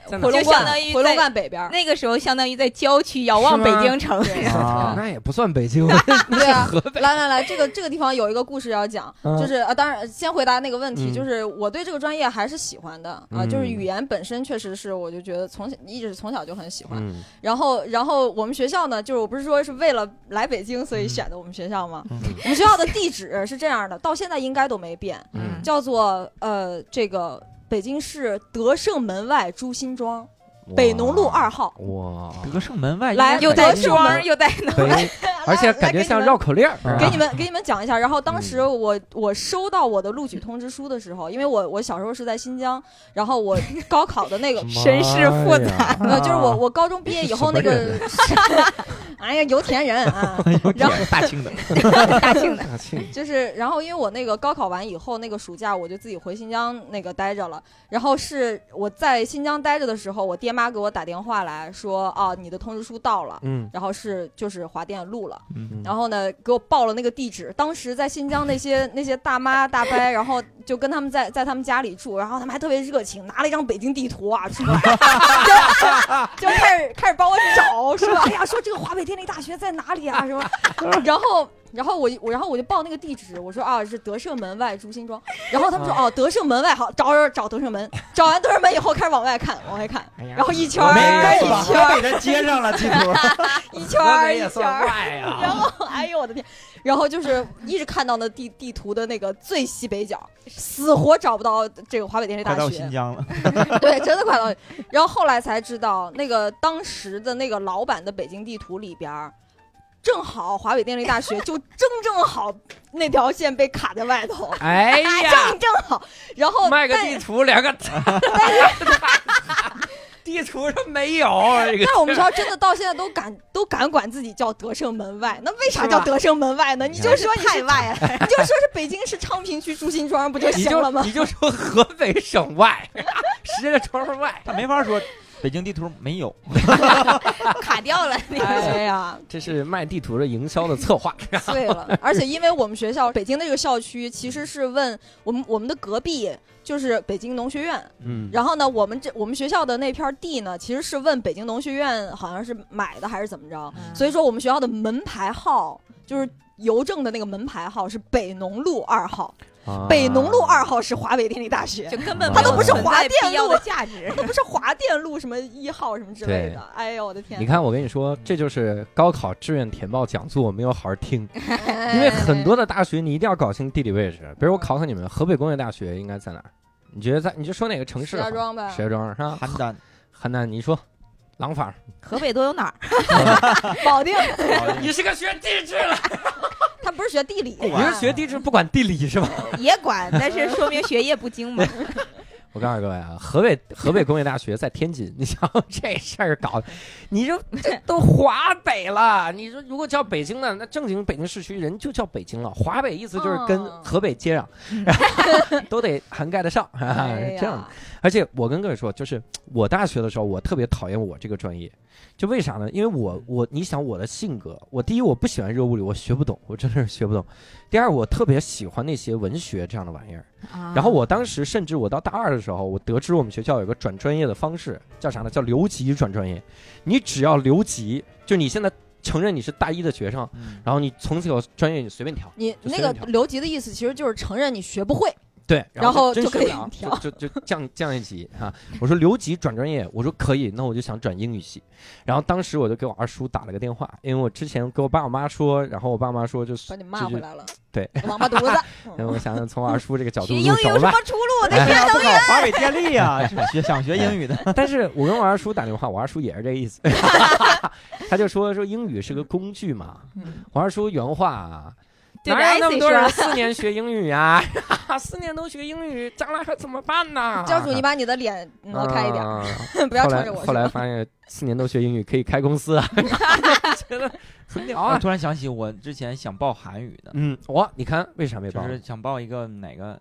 Speaker 1: 在哪
Speaker 4: 回
Speaker 1: 儿
Speaker 4: 龙
Speaker 2: 就相
Speaker 4: 观
Speaker 2: 当于，
Speaker 4: 回龙
Speaker 2: 在
Speaker 4: 观北边儿，
Speaker 2: 那个时候相当于在郊区遥望北京城。
Speaker 3: 啊
Speaker 1: 那也不算北京，
Speaker 4: 对啊， 来来来，这个这个地方有一个故事要讲，
Speaker 1: 嗯
Speaker 4: 就是呃，当然先回答那个问题，
Speaker 1: 嗯
Speaker 4: 就是我对这个专业还是喜欢的啊，就是
Speaker 1: 嗯
Speaker 4: 语言本身确实是，我就觉得从小一直从小就很喜欢。
Speaker 1: 嗯
Speaker 4: 然后然后我们学校呢，就是我不是说是为了来北京所以选的我们学校吗？
Speaker 3: 嗯
Speaker 4: 我们学校的地址是这样的，到现在应该都没变，
Speaker 1: 嗯，
Speaker 4: 叫做呃这个北京市德胜门外朱辛庄北农路 二号。
Speaker 1: 哇，
Speaker 3: 德胜门外
Speaker 4: 来
Speaker 2: 又
Speaker 3: 又
Speaker 2: 在
Speaker 4: 在
Speaker 2: 装，
Speaker 4: 装
Speaker 2: 又在
Speaker 1: 北 而且
Speaker 4: 来
Speaker 1: 感觉像。
Speaker 4: 来给你们
Speaker 1: 绕口令儿，
Speaker 4: 给
Speaker 1: 啊
Speaker 4: 你们给你们讲一下，然后当时我我收到我的录取通知书的时候，因为我我小时候是在新疆，然后我高考 的那个，
Speaker 2: 身世复杂
Speaker 1: 妈呀
Speaker 4: 呃，就是我我高中毕业以后那
Speaker 1: 什么
Speaker 4: 个， 哎呀油田人啊，然后
Speaker 3: 大庆 的，
Speaker 2: 大庆 的。
Speaker 1: 大庆
Speaker 4: 就是然后因为我那个高考完以后那个暑假我就自己回新疆那个待着了，然后是我在新疆待着的时候，我爹妈给我打电话来说啊你的通知书到了，
Speaker 1: 嗯，
Speaker 4: 然后是就是华电路了。
Speaker 3: 嗯
Speaker 4: 然后呢，给我报了那个地址。当时在新疆那些那些大妈大伯，然后就跟他们在在他们家里住，然后他们还特别热情，拿了一张北京地图啊，出来 就就开始开始帮我找，说哎呀，说这个华北电力大学在哪里啊，什么，然后。然后我我然后我就报那个地址，我说啊是德胜门外朱辛庄，然后他们说哦德胜门外好找找找德胜门，找完德胜门以后开始往外看往外看，然后一圈儿
Speaker 1: 哎我没
Speaker 4: 跟
Speaker 1: 有
Speaker 4: 一
Speaker 1: 吧
Speaker 4: 圈儿
Speaker 3: 北的接上了，地图。
Speaker 4: 一圈儿一圈儿，
Speaker 1: 坏呀，
Speaker 4: 然后，哎呦我的天！然后就是一直看到那地地图的那个最西北角，死活找不到这个华北电力
Speaker 3: 快
Speaker 4: 大
Speaker 3: 到新
Speaker 4: 学。
Speaker 3: 疆了，
Speaker 4: 对，真的快到。然后后来才知道，那个当时的那个老版的北京地图里边儿，正好华北电力大学就正正好那条线被卡在外头
Speaker 1: 哎呀，
Speaker 4: 正正好。然后
Speaker 1: 卖个
Speaker 4: 但
Speaker 1: 地图两个， 地图上没有这个
Speaker 4: 但是我们学校真的到现在都敢都敢管自己叫德胜门外，那为啥
Speaker 2: 是吧
Speaker 4: 叫德胜门外呢？你就说你
Speaker 2: 太
Speaker 4: 是
Speaker 2: 外了，
Speaker 4: 你就说是北京市昌平区朱辛庄不就
Speaker 1: 你
Speaker 4: 行了
Speaker 1: 就
Speaker 4: 吗？
Speaker 1: 你就说河北省外，石家庄外，
Speaker 3: 他没法说北京地图没有。
Speaker 2: 卡掉了那个。
Speaker 4: 哎呀，
Speaker 1: 这是卖地图的营销的策 划。
Speaker 4: 碎了！而且因为我们学校北京的这个校区其实是问我们我们的隔壁就是北京农学院，
Speaker 1: 嗯
Speaker 4: 然后呢，我们这我们学校的那片地呢，其实是问北京农学院好像是买的还是怎么着，所以说我们学校的门牌号就是邮政的那个门牌号是北农路二号，
Speaker 1: 啊
Speaker 4: 北农路二号是华北电力大学
Speaker 2: 就，根本
Speaker 1: 它都
Speaker 2: 没有
Speaker 1: 不是
Speaker 2: 存在
Speaker 4: 华电
Speaker 2: 必要
Speaker 4: 路
Speaker 2: 的价值。
Speaker 4: 那不是华电路什么一号什么之类的。哎呦我的天！
Speaker 1: 你看，我跟你说，这就是高考志愿填报讲座没有好好听，因为
Speaker 4: 哎
Speaker 1: 很多的大学你一定要搞清地理位置。比
Speaker 4: 嗯
Speaker 1: 如我考考你们，河北工业大学应该在哪儿？你觉得在？你就说哪个城市？
Speaker 4: 石家，庄呗
Speaker 1: 石，家庄是吧？
Speaker 3: 邯 郸，
Speaker 1: 邯郸，你说，廊坊。
Speaker 2: 河北都有哪儿？
Speaker 4: 保定。
Speaker 1: 你是个学地质的，
Speaker 4: 他不是学地理的，
Speaker 1: 你是学地质不管地理是吧？
Speaker 2: 也管，但是说明学业不精 嘛。
Speaker 1: 我告诉各位啊，河北河北工业大学在天津， 你想这事儿搞的，你 就这都华北了。你说如果叫北京呢，那正经北京市区人就叫北京了。华北意思就是跟
Speaker 4: 哦
Speaker 1: 河北接壤，然后 都得涵盖得上，哈哈
Speaker 4: 哎
Speaker 1: 是
Speaker 4: 呀
Speaker 1: 这样的。而且我跟各位说，就是我大学的时候，我特别讨厌我这个专业，就为啥呢？因为我我你想我的性格，我第一我不喜欢热物理，我学不懂，我真的是学不懂。第二，我特别喜欢那些文学这样的玩意儿。
Speaker 2: 啊
Speaker 1: 然后我当时甚至我到大二的时候，我得知我们学校有个转专业的方式，叫啥呢？叫留级转专业。你只要留级，就你现在承认你是大一的学生，
Speaker 3: 嗯
Speaker 1: 然后你从此有专业你随便调。
Speaker 4: 你
Speaker 1: 就
Speaker 4: 那
Speaker 1: 随
Speaker 4: 个
Speaker 1: 便调
Speaker 4: 留级的意思其实就是承认你学不会，
Speaker 1: 对，
Speaker 4: 然后
Speaker 1: 真
Speaker 4: 就
Speaker 1: 受
Speaker 4: 可
Speaker 1: 不
Speaker 4: 以
Speaker 1: 了
Speaker 4: 调
Speaker 1: 就就就降降一级啊！我说留级转专业，我说可以，那我就想转英语系。然后当时我就给我二叔打了个电话，因为我之前跟我爸我妈说，然后我爸妈说就是
Speaker 4: 把你骂
Speaker 1: 就
Speaker 4: 回
Speaker 1: 是
Speaker 4: 来了。
Speaker 1: 对，
Speaker 4: 王八犊子。
Speaker 1: 然后我想想从我二叔这个角度
Speaker 2: 学
Speaker 1: 入
Speaker 2: 英语有
Speaker 1: 手
Speaker 2: 什
Speaker 1: 吧。
Speaker 2: 么出路？
Speaker 3: 哎
Speaker 2: 得学
Speaker 3: 为啥
Speaker 2: 能
Speaker 3: 不搞华北电力啊？是不是学想学英语的，
Speaker 1: 但是我跟我二叔打电话，我二叔也是这个意思， 他就说说英语是个工具嘛。
Speaker 2: 嗯
Speaker 1: 我二叔原话啊，
Speaker 2: 对着
Speaker 1: 哪有那
Speaker 2: IC
Speaker 1: 么多
Speaker 2: 说
Speaker 1: 人四年学英语啊？ 四年都学英语，将来可怎么办呢？
Speaker 4: 教主，你把你的脸挪开一点儿，
Speaker 1: 啊
Speaker 4: 不要
Speaker 1: 后
Speaker 4: 冲
Speaker 1: 来
Speaker 4: 着我。
Speaker 1: 后来发现四年都学英语可以开公司啊，觉得很屌
Speaker 3: 我
Speaker 1: 啊。
Speaker 3: 突然想起我之前想报韩语的，
Speaker 1: 嗯，我你看为啥没
Speaker 3: 就
Speaker 1: 报？
Speaker 3: 是想报一个哪个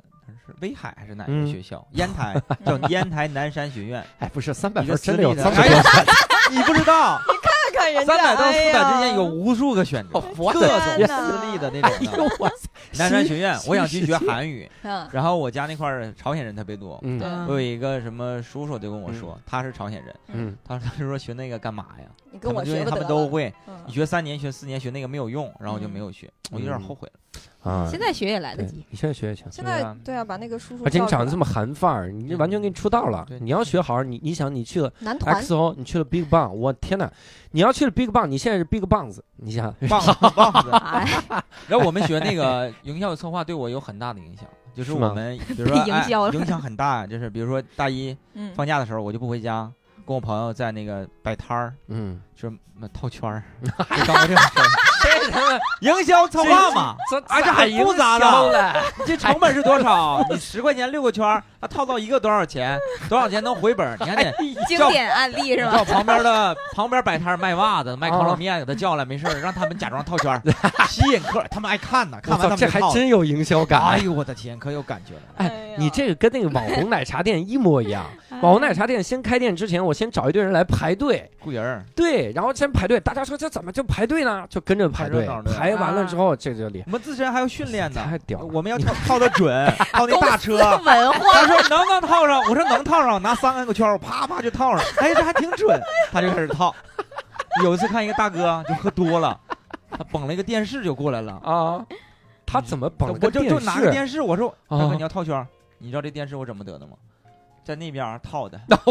Speaker 3: 是威海还是哪
Speaker 1: 嗯
Speaker 3: 个学校？烟台叫烟台南山学院，
Speaker 1: 哎，不是三百
Speaker 3: 一
Speaker 1: 分
Speaker 3: 个
Speaker 1: 真
Speaker 3: 私
Speaker 1: 的有
Speaker 3: 立
Speaker 1: 三
Speaker 3: 的。
Speaker 1: 十多，
Speaker 3: 哎 你不知道，
Speaker 4: 看看人家，
Speaker 3: 三百到四百之
Speaker 4: 哎呀哦
Speaker 3: 间有无数个选择，
Speaker 1: 我
Speaker 3: 各
Speaker 1: 的
Speaker 3: 种
Speaker 1: 天
Speaker 3: 私立的那种
Speaker 1: 哎呦
Speaker 3: 的。
Speaker 1: 我
Speaker 3: 南山学院，我想去学韩语，
Speaker 4: 嗯
Speaker 3: 然后我家那块儿朝鲜人特别多，
Speaker 1: 嗯
Speaker 4: 对
Speaker 3: 我有一个什么叔叔就跟我说，他是朝鲜人，
Speaker 1: 嗯，
Speaker 3: 他他就说学那个干嘛呀？
Speaker 4: 你跟我
Speaker 3: 他们
Speaker 4: 学
Speaker 3: 就
Speaker 4: 不
Speaker 3: 他
Speaker 4: 得
Speaker 3: 们
Speaker 4: 了
Speaker 3: 都会，
Speaker 4: 嗯
Speaker 3: 你学三年学四年学那个没有用，然后我就没有学，我有点后悔了。
Speaker 1: 啊，
Speaker 2: 现在学也来得
Speaker 1: 对
Speaker 2: 及。
Speaker 1: 你现在学也行。
Speaker 4: 现
Speaker 3: 对
Speaker 4: 在
Speaker 3: 啊
Speaker 4: 对啊，把那个叔叔，
Speaker 1: 而且你长得这么
Speaker 4: 么
Speaker 1: 韩范儿，你这完全给你出道了
Speaker 3: 对。
Speaker 1: 你要学好，你你想你去了
Speaker 4: 男团，
Speaker 1: XO，你去了 Big Bang，我天哪！你要去了 Big Bang，你现在是 Big Bang 子，你想
Speaker 3: 棒子棒 子。
Speaker 2: 哎，
Speaker 3: 然后我们学那个营销策划对我有很大的影响，就是
Speaker 1: 是吗
Speaker 3: 我们 比如说
Speaker 2: 被
Speaker 3: 哎
Speaker 2: 营销了
Speaker 3: 影响很大，就是比如说大一
Speaker 4: 嗯，
Speaker 3: 放假的时候我就不回家，跟我朋友在那个摆摊儿，
Speaker 1: 嗯，
Speaker 3: 就是套 圈儿，就干过这种事儿。 营销策划嘛，
Speaker 1: 这
Speaker 3: 而且很复杂的，
Speaker 1: 的，
Speaker 3: 你这成本是多少？你十块钱六个圈儿，那套到一个多少钱？多少钱能回本儿？你还得
Speaker 2: 哎经典案例 是吧？
Speaker 3: 叫旁边的旁边摆摊儿卖袜
Speaker 1: 哦
Speaker 3: 子、卖烤冷面，给他叫来，没事儿让他们假装套 圈儿，吸引客，他们爱看呢，
Speaker 1: 我
Speaker 3: 看完
Speaker 1: 操，
Speaker 3: 他们
Speaker 1: 这
Speaker 3: 就
Speaker 1: 还
Speaker 3: 套了
Speaker 1: 真有营销感。啊
Speaker 3: 哎呦我的天，可有感觉了。
Speaker 4: 哎呀
Speaker 1: 你这个跟那个网红奶茶店一模一样。网红奶茶店先开店之前，我先找一堆人来排队，
Speaker 3: 雇人儿，
Speaker 1: 对，然后先排队。大家说这怎么就排队呢？啊就跟着排队
Speaker 3: 看热闹，的
Speaker 1: 排完了之后，这就厉害。
Speaker 3: 我们自身还要训练呢，
Speaker 1: 太屌了
Speaker 3: 我们要套套的准， 套那大车。
Speaker 1: 哎
Speaker 2: 文 化
Speaker 3: 他说能不能套上？我说能套上，我拿三个圈儿，我啪啪就套上。哎，这还挺准，他就开始套。有一次看一个大哥啊就喝多了，他捧了一个电视就过来了，
Speaker 1: 啊！他怎么绑
Speaker 3: 我
Speaker 1: 个
Speaker 3: 就
Speaker 1: 电
Speaker 3: 就拿个
Speaker 1: 视？
Speaker 3: 电视，我说
Speaker 1: 啊
Speaker 3: 大哥你要套圈儿，你知道这电视我怎么得的吗？在那边儿套的。
Speaker 1: 哇，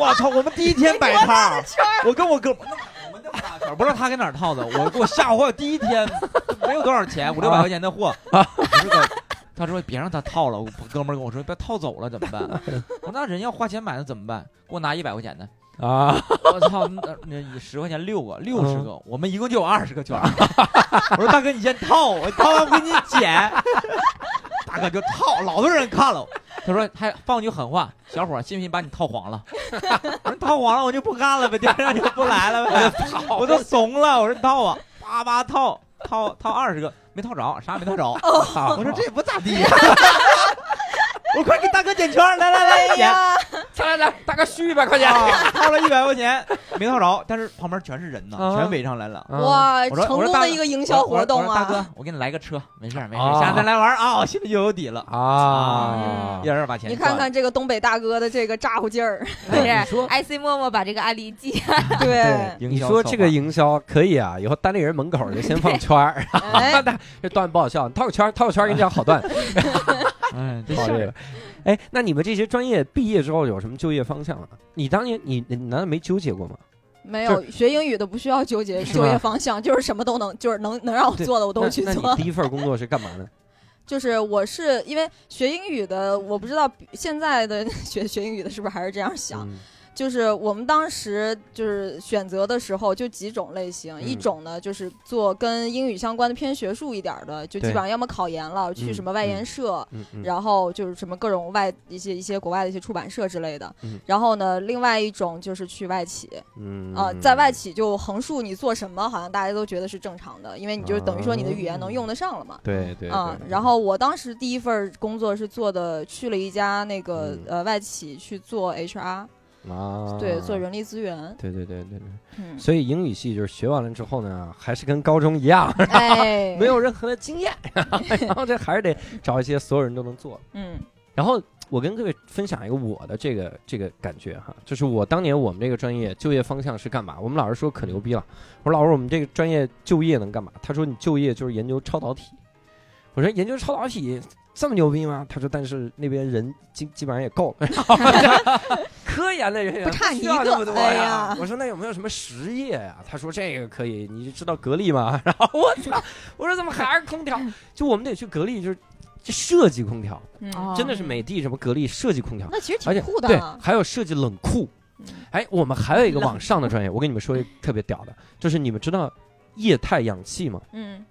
Speaker 3: 我操！我们第一天摆摊儿，我跟我哥，我们那么大圈儿，不知道他给哪儿套的，我给我吓坏。第一天没有多少钱，五六百块钱的货，
Speaker 1: 啊
Speaker 3: 我说哥他说别让他套了，我哥们儿跟我说别套走了怎么办？我说那人要花钱买的怎么办？给我拿一百块钱的，
Speaker 1: 啊，
Speaker 3: 我操，那那十块钱六个，六十个，我们一共就有二十个圈儿。 我说大哥你先套，我套完我给你减。 大哥就套，老多人看了。他说还放句狠话，小伙儿信不信把你套黄了？ 我说套黄了我就不干了呗，第二天就不来了呗。我都怂了，我说套啊，叭叭套套套二十个，没套着，啥也没套着。我说这也不咋地。 我快给大哥点圈儿，来来来，点。
Speaker 1: 来来来，大哥虚一百块钱。
Speaker 3: 啊，掏了一百块钱，没掏着，但是旁边全是人呢，
Speaker 1: 啊
Speaker 3: 全围上来了。
Speaker 4: 哇，
Speaker 3: 嗯我说
Speaker 4: 成
Speaker 3: 我
Speaker 4: 功
Speaker 3: 说大
Speaker 4: 的一个营销活动
Speaker 3: 我说我说大哥
Speaker 4: 啊！，
Speaker 3: 我给你来个车，没事儿没事儿，
Speaker 1: 啊
Speaker 3: 下次再来玩儿啊，我心里就有底了。
Speaker 1: 啊
Speaker 3: 一！点点把钱
Speaker 4: 你
Speaker 3: 赚了，哎
Speaker 4: 看看这个东北大哥的这个咋呼 劲儿，
Speaker 2: 不是
Speaker 1: 你说
Speaker 2: ，IC 默默把这个案例记下
Speaker 4: 对，
Speaker 3: 营
Speaker 1: 你
Speaker 3: 销
Speaker 1: 说
Speaker 3: 策
Speaker 1: 这个
Speaker 3: 划
Speaker 1: 营销可以啊，以后单立人门口就先放圈 儿，
Speaker 4: 哎，
Speaker 1: 这段不好笑，你套个圈儿，套个圈儿给你讲好段，
Speaker 3: 哎，这
Speaker 1: 好
Speaker 3: 事
Speaker 1: 这
Speaker 3: 儿
Speaker 1: 个。哎，那你们这些专业毕业之后有什么就业方向啊？你当年你你难道没纠结过吗？
Speaker 4: 没
Speaker 1: 就
Speaker 4: 有学英语的不需要纠结
Speaker 1: 是
Speaker 4: 就
Speaker 1: 吧
Speaker 4: 业方向，就是什么都能，就是能能让我
Speaker 1: 对
Speaker 4: 做的我都去
Speaker 1: 那那
Speaker 4: 做
Speaker 1: 你。第一份工作是干嘛呢？
Speaker 4: 就是我是因为学英语的，我不知道现在的 学学英语的是不是还是这样 想。
Speaker 1: 嗯
Speaker 4: 就是我们当时就是选择的时候，就几种类型，
Speaker 1: 嗯
Speaker 4: 一种呢就是做跟英语相关的偏学术一点儿的，就基
Speaker 1: 对
Speaker 4: 本上要么考研了，去什么外研社。
Speaker 1: 嗯嗯
Speaker 4: 然后就是什么各种外一些一些国外的一些出版社之类的，
Speaker 1: 嗯
Speaker 4: 然后呢，另外一种就是去外企，
Speaker 1: 嗯
Speaker 4: 啊，在外企就横竖你做什么，好像大家都觉得是正常的，因为你就等于说你的语言能用得上了嘛。
Speaker 1: 对对
Speaker 4: 啊、
Speaker 1: 对
Speaker 4: 然后我当时第一份工作是做的，去了一家那个、
Speaker 1: 嗯
Speaker 4: 呃外企去做 HR，、
Speaker 1: 啊，
Speaker 4: 对，做人力资源。
Speaker 1: 对对对对对，
Speaker 4: 嗯，
Speaker 1: 所以英语系就是学完了之后呢，还是跟高中一样，
Speaker 4: 哎，
Speaker 1: 啊 没，有任何的经验，然后这还是得找一些所有人都能做的。
Speaker 4: 嗯
Speaker 1: 然后我跟各位分享一个我的这个这个感觉哈，就是我当年我们这个专业就业方向是干嘛？我们老师说可牛逼了，我说老师我们这个专业就业能干嘛？他说你就业就是研究超导体。我说研究超导体这么牛逼吗？他说但是那边人基基本上也够了， 科研的人员
Speaker 4: 不差你一
Speaker 1: 需
Speaker 4: 个
Speaker 1: 要那么多
Speaker 4: 哎
Speaker 1: 呀
Speaker 4: 呀。
Speaker 1: 我说那有没有什么实业呀？他说这个可以，你就知道格力吗？ 然后我操，我说怎么还是空调？就我们得去格力，就是就设计空调。
Speaker 4: 嗯、
Speaker 2: 哦
Speaker 1: 真的是美的什么格力设计空调，
Speaker 4: 那其实
Speaker 1: 而且
Speaker 4: 挺酷的
Speaker 1: 对
Speaker 4: 啊，，
Speaker 1: 还有设计冷库
Speaker 4: 嗯。
Speaker 1: 哎，我们还有一个往上的专业，我跟你们说一个特别屌的，就是你们知道液态氧气吗？
Speaker 4: 嗯，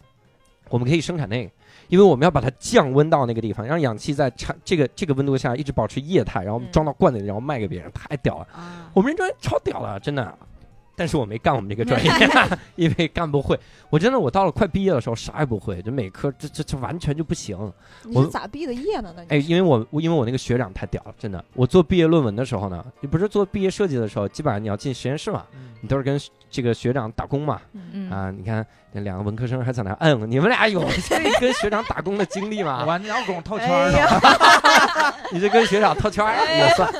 Speaker 1: 我们可以生产那个，因为我们要把它降温到那个地方，让氧气在产这个这个温度下一直保持液态，然后
Speaker 4: 嗯
Speaker 1: 装到罐子里，然后卖给别人，太屌了！
Speaker 2: 啊。
Speaker 1: 我们这专业超屌的，啊真的。但是我没干我们这个 专业，因为干不会。我真的，我到了快毕业的时候啥也不会，这每科这这这完全就不行。
Speaker 4: 你
Speaker 1: 我
Speaker 4: 是咋毕的业呢？那你
Speaker 1: 哎，因为我我因为我那个学长太屌了，真的。我做毕业论文的时候呢，你不是做毕业设计的时候，基本上你要进实验室嘛，
Speaker 3: 嗯
Speaker 1: 你都是跟这个学长打工嘛。
Speaker 2: 嗯
Speaker 1: 啊，你看那两个文科生还在那摁，你们俩有 这跟学长打工的经历 吗？
Speaker 3: 完老拱套圈
Speaker 2: 哎
Speaker 3: 儿了，
Speaker 2: 呀，
Speaker 1: 你这跟学长套圈儿
Speaker 2: 哎
Speaker 1: 也算。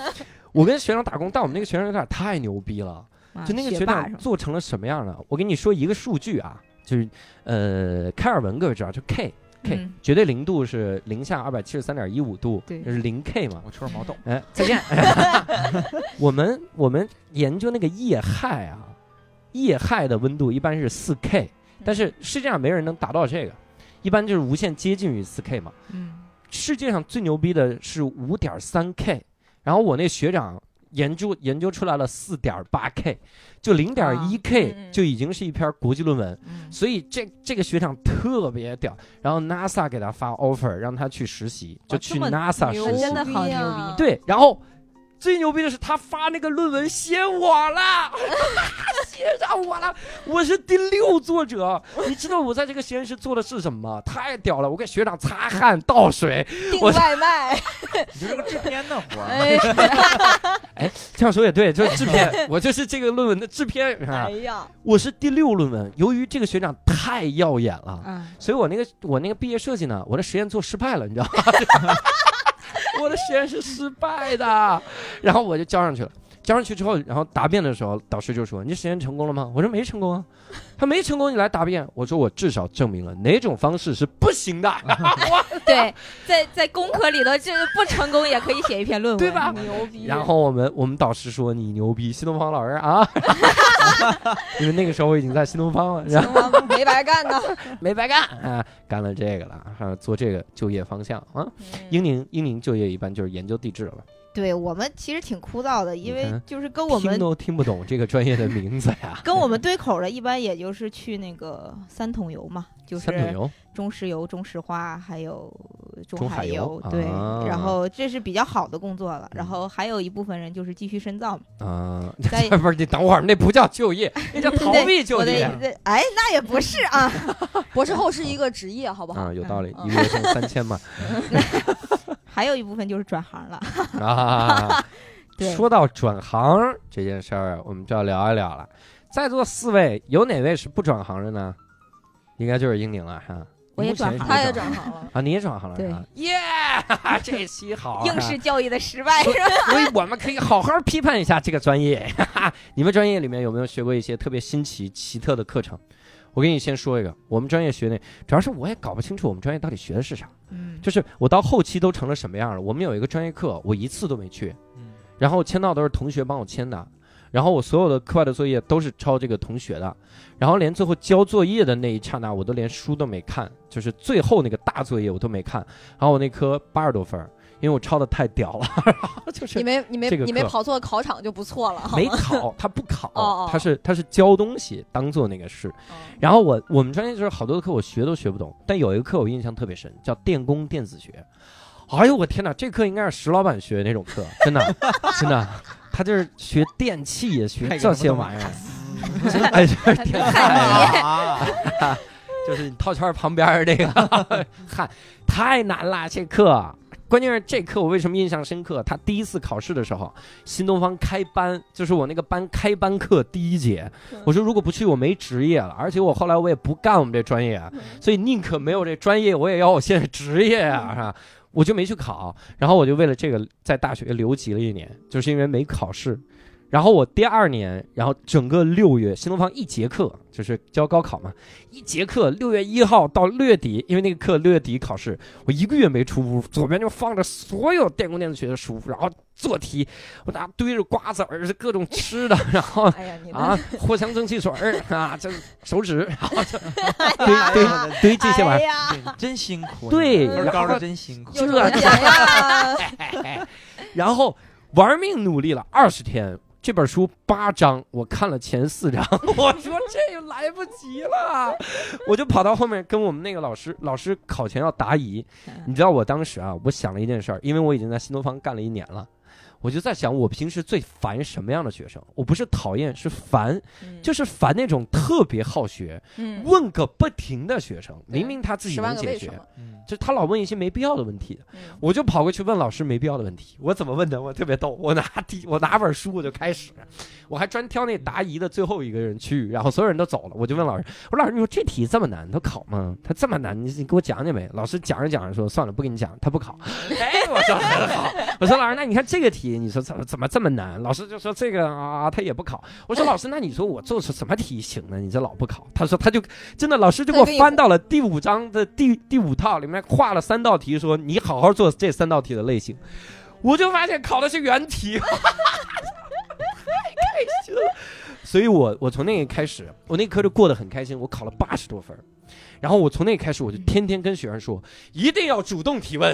Speaker 1: 我跟学长打工，但我们那个学长有点太牛逼了，就那个学
Speaker 2: 啊霸
Speaker 1: 长
Speaker 2: 是 吧
Speaker 1: 做成了什么样呢？我跟你说一个数据啊，就是呃，开尔文各位知道，就 K。K
Speaker 2: 嗯
Speaker 1: 绝对零度是零下二百七十三点一五度，
Speaker 2: 对
Speaker 1: 就是零 K 嘛。
Speaker 3: 我戳毛豆，
Speaker 1: 哎，再见。我们我们研究那个液氦啊，液氦的温度一般是四 K，但
Speaker 2: 嗯
Speaker 1: 是世界上没人能达到这个，一般就是无限接近于四 K 嘛。
Speaker 2: 嗯，
Speaker 1: 世界上最牛逼的是五点三 K，然后我那学长研究研究出来了四点八 K，就零点一
Speaker 2: 啊
Speaker 1: K
Speaker 4: 嗯嗯
Speaker 1: 就已经是一篇国际论文。
Speaker 2: 嗯
Speaker 1: 所以这这个学长特别屌，然后 NASA 给他发 offer 让他去实习，就
Speaker 2: 哇
Speaker 1: 去
Speaker 2: 哦这么
Speaker 1: NASA 实
Speaker 2: 牛
Speaker 1: 习，
Speaker 2: 真的好
Speaker 4: 逼
Speaker 2: 牛
Speaker 4: 啊
Speaker 2: 逼
Speaker 1: 对，然后最牛逼的是他发那个论文写我了， 写上我了，我是第六作者。你知道我在这个实验室做的是什么吗？太屌了！我给学长擦汗倒水。
Speaker 4: 订
Speaker 1: 我
Speaker 4: 外卖，
Speaker 3: 你就是个制片的活儿。啊
Speaker 4: 哎
Speaker 1: 这样说也对，就是制片，我就是这个论文的制片啊
Speaker 4: 哎。呀，
Speaker 1: 我是第六论文，由于这个学长太耀眼了，
Speaker 2: 啊，
Speaker 1: 所以我那个我那个毕业设计呢，我的实验做失败了，你知道吗？ 我的实验是失败的，然后我就交上去了。交上去之后，然后答辩的时候，导师就说：“你实验成功了吗？”我说：“没成功啊。”他没成功，你来答辩。我说：“我至少证明了哪种方式是不行的，
Speaker 2: 对，在在工科里头，就是不成功也可以写一篇论文，
Speaker 1: 对吧？”
Speaker 4: 牛逼！
Speaker 1: 然后我们我们导师说：“你牛逼，新东方老师啊！” 因为那个时候我已经在新东方了，然后。
Speaker 4: 行没白干呢，
Speaker 1: 没白干啊，干了这个了，啊，做这个就业方向啊。英宁英宁就业一般就是研究地质了，
Speaker 2: 对我们其实挺枯燥的，
Speaker 1: 你
Speaker 2: 因为
Speaker 1: 看
Speaker 2: 就是跟我们。
Speaker 1: 听都听不懂这个专业的名字呀
Speaker 2: 跟我们对口的，一般也就是去那个三桶油嘛， 就
Speaker 1: 三桶
Speaker 2: 是
Speaker 1: 油，
Speaker 2: 中石油、中石化还有
Speaker 1: 中
Speaker 2: 中
Speaker 1: 海
Speaker 2: 海
Speaker 1: 油
Speaker 2: 对，
Speaker 1: 啊嗯
Speaker 2: 然后这是比较好的工作了。然后还有一部分人就是继续深造 嘛，
Speaker 1: 啊，
Speaker 2: 在
Speaker 1: 不是你等会儿，那不叫就业，那叫逃避就
Speaker 2: 我的
Speaker 1: 业
Speaker 2: 这哎，那也不是啊，
Speaker 4: 博士后是一个职业，好不好？
Speaker 1: 啊啊，有道理，
Speaker 4: 嗯
Speaker 1: 一个月挣三千嘛。
Speaker 2: 还有一部分就是转行了。
Speaker 1: 啊。
Speaker 2: 对
Speaker 1: 说到转行这件事儿，我们就要聊一聊了。在座四位有哪位是不转行的呢？应该就是英宁了哈。
Speaker 2: 我也转行
Speaker 1: 目前是
Speaker 4: 他也
Speaker 1: 转
Speaker 4: 转行了。
Speaker 1: 啊，你也转行了是
Speaker 2: 对
Speaker 1: 吧？耶， 这期好啊，
Speaker 2: 应试教育的失 败是吧？
Speaker 1: 所以我们可以好好批判一下这个专业。哈哈，你们专业里面有没有学过一些特别新奇、奇特的课程？我给你先说一个，我们专业学那，主要是我也搞不清楚我们专业到底学的是啥，
Speaker 2: 嗯，
Speaker 1: 就是我到后期都成了什么样了。我们有一个专业课，我一次都没去，
Speaker 3: 嗯
Speaker 1: 然后签到都是同学帮我签的，然后我所有的课外的作业都是抄这个同学的，然后连最后交作业的那一刹那，我都连书都没看，就是最后那个大作业我都没看，然后我那科八十多分儿，因为我抄的太屌了，然后就是
Speaker 4: 你没你没
Speaker 1: 这个
Speaker 4: 你没
Speaker 1: 课
Speaker 4: 跑错考场就不错了，好
Speaker 1: 没
Speaker 4: 吗？
Speaker 1: 考，他不考，
Speaker 4: 哦哦
Speaker 1: 他是他是教东西当做那个事。然后我我们专业就是好多的课我学都学不懂，但有一个课我印象特别深，叫电工电子学。哎呦我天哪，这课应该是石老板学的那种课，真的真的， 他就是学电器也学这些玩意儿，真的哎， 这是天才啊！
Speaker 3: 啊，
Speaker 1: 就是你套圈儿旁边儿这个，嗨，太难了这课。关键是这课我为什么印象深刻？他第一次考试的时候，新东方开班，就是我那个班开班课第一节
Speaker 4: 嗯。
Speaker 1: 我说如果不去我没职业了，而且我后来我也不干我们这专业，所以宁可没有这专业，我也要我现在职业啊，是吧？我就没去考，然后我就为了这个在大学留级了一年，就是因为没考试。然后我第二年，然后整个六月，新东方一节课就是教高考嘛，一节课六月一号到六月底，因为那个课六月底考试，我一个月没出屋，左边就放着所有电工电子学的书，然后做题，我拿堆着瓜子儿，各种吃的，然后
Speaker 4: 哎呀，你的
Speaker 1: 啊藿香正气水儿啊，这手指，然后就
Speaker 3: 对对
Speaker 1: 堆这些玩意儿
Speaker 2: 哎。呀，
Speaker 3: 啊对，真辛苦，啊
Speaker 1: 对
Speaker 3: 分儿高的真辛苦，
Speaker 4: 有什么呀？
Speaker 1: 然后玩命努力了二十天。这本书八章，我看了前四 章，我说这也来不及了，我就跑到后面跟我们那个老师，老师考前要答疑，
Speaker 4: 嗯
Speaker 1: 你知道我当时啊，我想了一件事儿，因为我已经在新东方干了一年了，我就在想我平时最烦什么样的学生，我不是讨厌，是烦，就是烦那种特别好学、
Speaker 4: 嗯
Speaker 1: 问个不停的学生，
Speaker 4: 对
Speaker 1: 明明他自己
Speaker 4: 十万
Speaker 1: 能
Speaker 4: 个
Speaker 1: 解
Speaker 4: 为
Speaker 1: 决
Speaker 4: 什，么，
Speaker 3: 嗯
Speaker 1: 就是他老问一些没必要的问题，
Speaker 4: 嗯
Speaker 1: 我就跑过去问老师没必要的问题，我怎么问的？我特别逗，我拿第我拿本书我就开始，我还专挑那答疑的最后一个人去，然后所有人都走了，我就问老师，我说老师你说这题这么难，他考吗？他这么难，你你给我讲讲呗。老师讲着讲着说算了，不跟你讲，他不考。哎，我说很好，我说老师那你看这个题，你说怎么怎么这么难？老师就说这个啊他也不考。我说老师那你说我做出什么题型呢？你这老不考。他说他就真的老师就给我翻到了第五章的第第五套里面，画了三道题，说你好好做这三道题的类型。我就发现考的是原题， 太开心了。所以我我从那开始，我那科就过得很开心，我考了八十多分儿。然后我从那开始，我就天天跟学生说，一定要主动提问，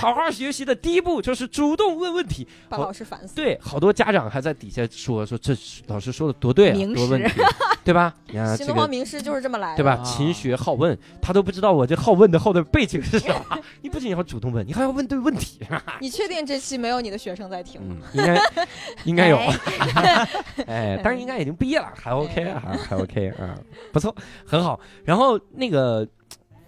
Speaker 1: 好好学习的第一步就是主动问问题。
Speaker 4: 把老师烦死。
Speaker 1: 对，好多家长还在底下说说这是老师说的多对啊，
Speaker 2: 明
Speaker 1: 多
Speaker 2: 示
Speaker 1: 问题，对吧？你看
Speaker 4: 新
Speaker 1: 啊这
Speaker 4: 东方
Speaker 1: 个。
Speaker 4: 名师就是这么来的，
Speaker 1: 对吧？
Speaker 3: 啊
Speaker 1: 勤学好问，他都不知道我这好问的后的背景是啥。 你不仅要主动问，你还要问对问题。
Speaker 4: 你确定这期没有你的学生在听吗？
Speaker 1: 嗯，应该应该有，
Speaker 2: 哎
Speaker 1: 哎，但是应该已经毕业了，还 OK 啊，还还 OK 啊，不错，很好。然后那个，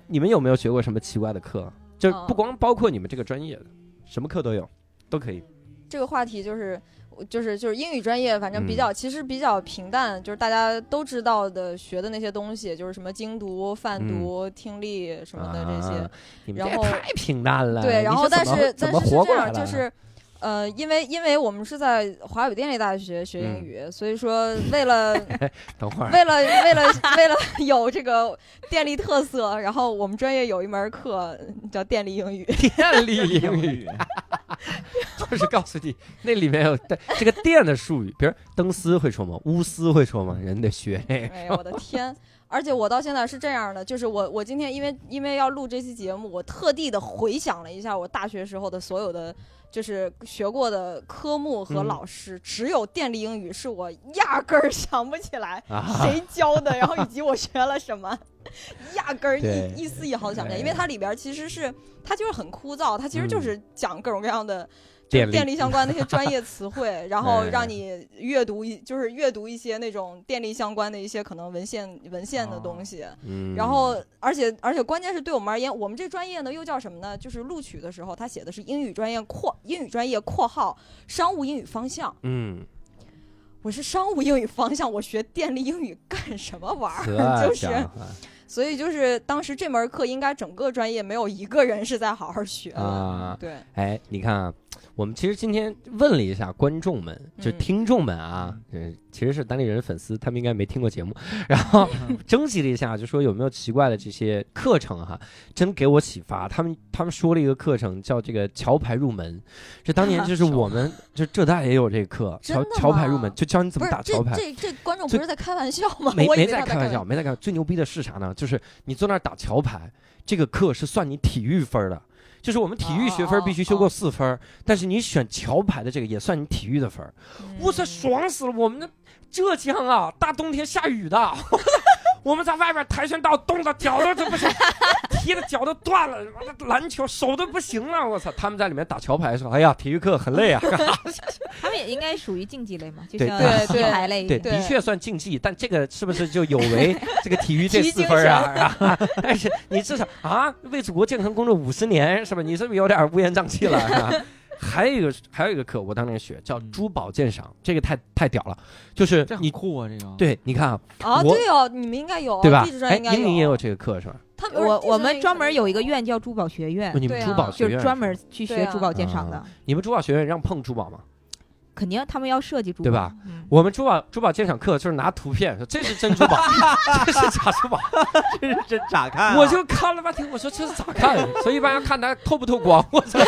Speaker 1: 你们有没有学过什么奇怪的课？就
Speaker 4: 哦
Speaker 1: 不光包括你们这个专业的，什么课都有，都可以。
Speaker 4: 这个话题就是，我就是就是英语专业，反正
Speaker 1: 嗯
Speaker 4: 比较、其实比较平淡，就是大家都知道的学的那些东西，就是什么精读、泛读、听力什么的这些。
Speaker 1: 嗯啊，你们这也
Speaker 4: 然后
Speaker 1: 太平淡了。
Speaker 4: 对，然后
Speaker 1: 你
Speaker 4: 但
Speaker 1: 怎么
Speaker 4: 是
Speaker 1: 怎
Speaker 4: 但
Speaker 1: 么
Speaker 4: 是是
Speaker 1: 活
Speaker 4: 这
Speaker 1: 过来
Speaker 4: 样，
Speaker 1: 的？
Speaker 4: 就是。呃，因为因为我们是在华北电力大学学
Speaker 1: 嗯
Speaker 4: 英语，所以说为 了
Speaker 1: 哎等 会儿，
Speaker 4: 为了为了为了有这个电力特色，然后我们专业有一门课叫电力英语，
Speaker 1: 电力英语，就是告诉你那里面有带这个电的术语，比如灯丝会说吗？钨丝会说吗？人得 学那个。
Speaker 4: 哎呀，我的天！而且我到现在是这样的，就是我我今天因为因为要录这期节目，我特地的回想了一下我大学时候的所有的就是学过的科目和
Speaker 1: 嗯
Speaker 4: 老师，只有电力英语是我压根儿想不起来
Speaker 1: 啊
Speaker 4: 谁教的，然后以及我学了什么，压根儿
Speaker 1: 对嗯
Speaker 4: 一一丝一毫都想不起
Speaker 1: 哎
Speaker 4: 来，因为它里边儿其实是它就是很枯燥，它其实就是讲各种各样的。
Speaker 1: 电
Speaker 4: 电
Speaker 1: 力
Speaker 4: 力相关的那些专业 词汇，然后
Speaker 1: 哎
Speaker 4: 让你阅读一，就是阅读一些那种电力相关的一些可能文献文献的东西。
Speaker 1: 嗯，
Speaker 4: 然后，而且而且，关键是对我们而言，我们这专业呢又叫什么呢？就是录取的时候，他写的是英语专业括英语专业括号商务英语方向。
Speaker 1: 嗯，
Speaker 4: 我是商务英语方向，我学电力英语干什么玩
Speaker 1: 此
Speaker 4: 儿？
Speaker 1: 啊
Speaker 4: 就是，
Speaker 1: 讲啊
Speaker 4: 所以就是当时这门课应该整个专业没有一个人是在好好学的。
Speaker 1: 啊
Speaker 4: 对，
Speaker 1: 哎，你看啊，我们其实今天问了一下观众们，就
Speaker 4: 嗯
Speaker 1: 听众们啊，嗯，其实是单立人粉丝，他们应该没听过节目，然后
Speaker 4: 嗯
Speaker 1: 征集了一下，就说有没有奇怪的这些课程哈、真给我启发。他们他们说了一个课程叫这个桥牌入门，这当年就是 我们就浙大也有这课，
Speaker 4: 真的
Speaker 1: 桥
Speaker 4: 吗
Speaker 1: 桥牌入门就教你怎
Speaker 4: 不
Speaker 1: 么
Speaker 4: 是
Speaker 1: 打
Speaker 4: 这
Speaker 1: 桥牌。
Speaker 4: 这这观众
Speaker 1: 这
Speaker 4: 不是在开玩笑 吗？
Speaker 1: 没
Speaker 4: 我以
Speaker 1: 没
Speaker 4: 为
Speaker 1: 在
Speaker 4: 他
Speaker 1: 开玩笑，，没在开玩笑。最牛逼的是啥呢？就是你坐那儿打桥牌，这个课是算你体育分儿的，就是我们体育学分儿必须修够四分儿，但是你选桥牌的这个也算你体育的分儿。我操，爽死了！我们那浙江啊，大冬天下雨的， 我们在外边跆拳道冻的脚都都不行， 踢的脚都断了，妈的篮球手都不行了。我操，他们在里面打桥牌说：“哎呀，体育课很累啊。”
Speaker 2: 他们也应该属于竞技类嘛，就
Speaker 1: 对
Speaker 2: 像
Speaker 4: 对
Speaker 2: 棋
Speaker 4: 对
Speaker 2: 牌类一
Speaker 1: 对，
Speaker 2: 样。
Speaker 1: 的
Speaker 4: 对
Speaker 1: 确算竞技，但这个是不是就有 违这个体育这
Speaker 4: 体育
Speaker 1: 四
Speaker 4: 精
Speaker 1: 分儿啊？啊 但是你至少啊，为祖国健康工作五十年，是吧？你是不是有点乌烟瘴气了？啊 还有一个还有一个课，我当年学叫
Speaker 3: 嗯
Speaker 1: 珠宝鉴赏，这个太太屌了，就是
Speaker 3: 这很
Speaker 1: 你
Speaker 3: 酷啊，这 个。
Speaker 1: 对，你看啊，
Speaker 4: 啊！
Speaker 1: 我
Speaker 4: 对哦，你们应该有
Speaker 1: 对吧
Speaker 4: 地质？专
Speaker 1: 哎，
Speaker 4: 业应该
Speaker 1: 英宁也有这个课是吧？
Speaker 4: 他们
Speaker 2: 我我们专门有一
Speaker 4: 哦
Speaker 2: 个，院叫珠宝学院
Speaker 1: 你，们
Speaker 4: 对啊
Speaker 1: 珠宝学
Speaker 2: 就
Speaker 1: 院
Speaker 2: 是专门去
Speaker 4: 对
Speaker 2: 学
Speaker 4: 啊
Speaker 2: 珠宝鉴赏的
Speaker 1: 啊，你们珠宝学院让碰珠宝吗？
Speaker 2: 肯定他们要设计珠宝，
Speaker 1: 对吧？
Speaker 2: 嗯，
Speaker 1: 我们珠宝珠宝鉴赏课就是拿图片说这是真 珠宝，这是假珠宝，
Speaker 3: 这是这咋看啊
Speaker 1: 我就看了半天，我说这是咋看？ 所以一般要看它透不透光， 我操。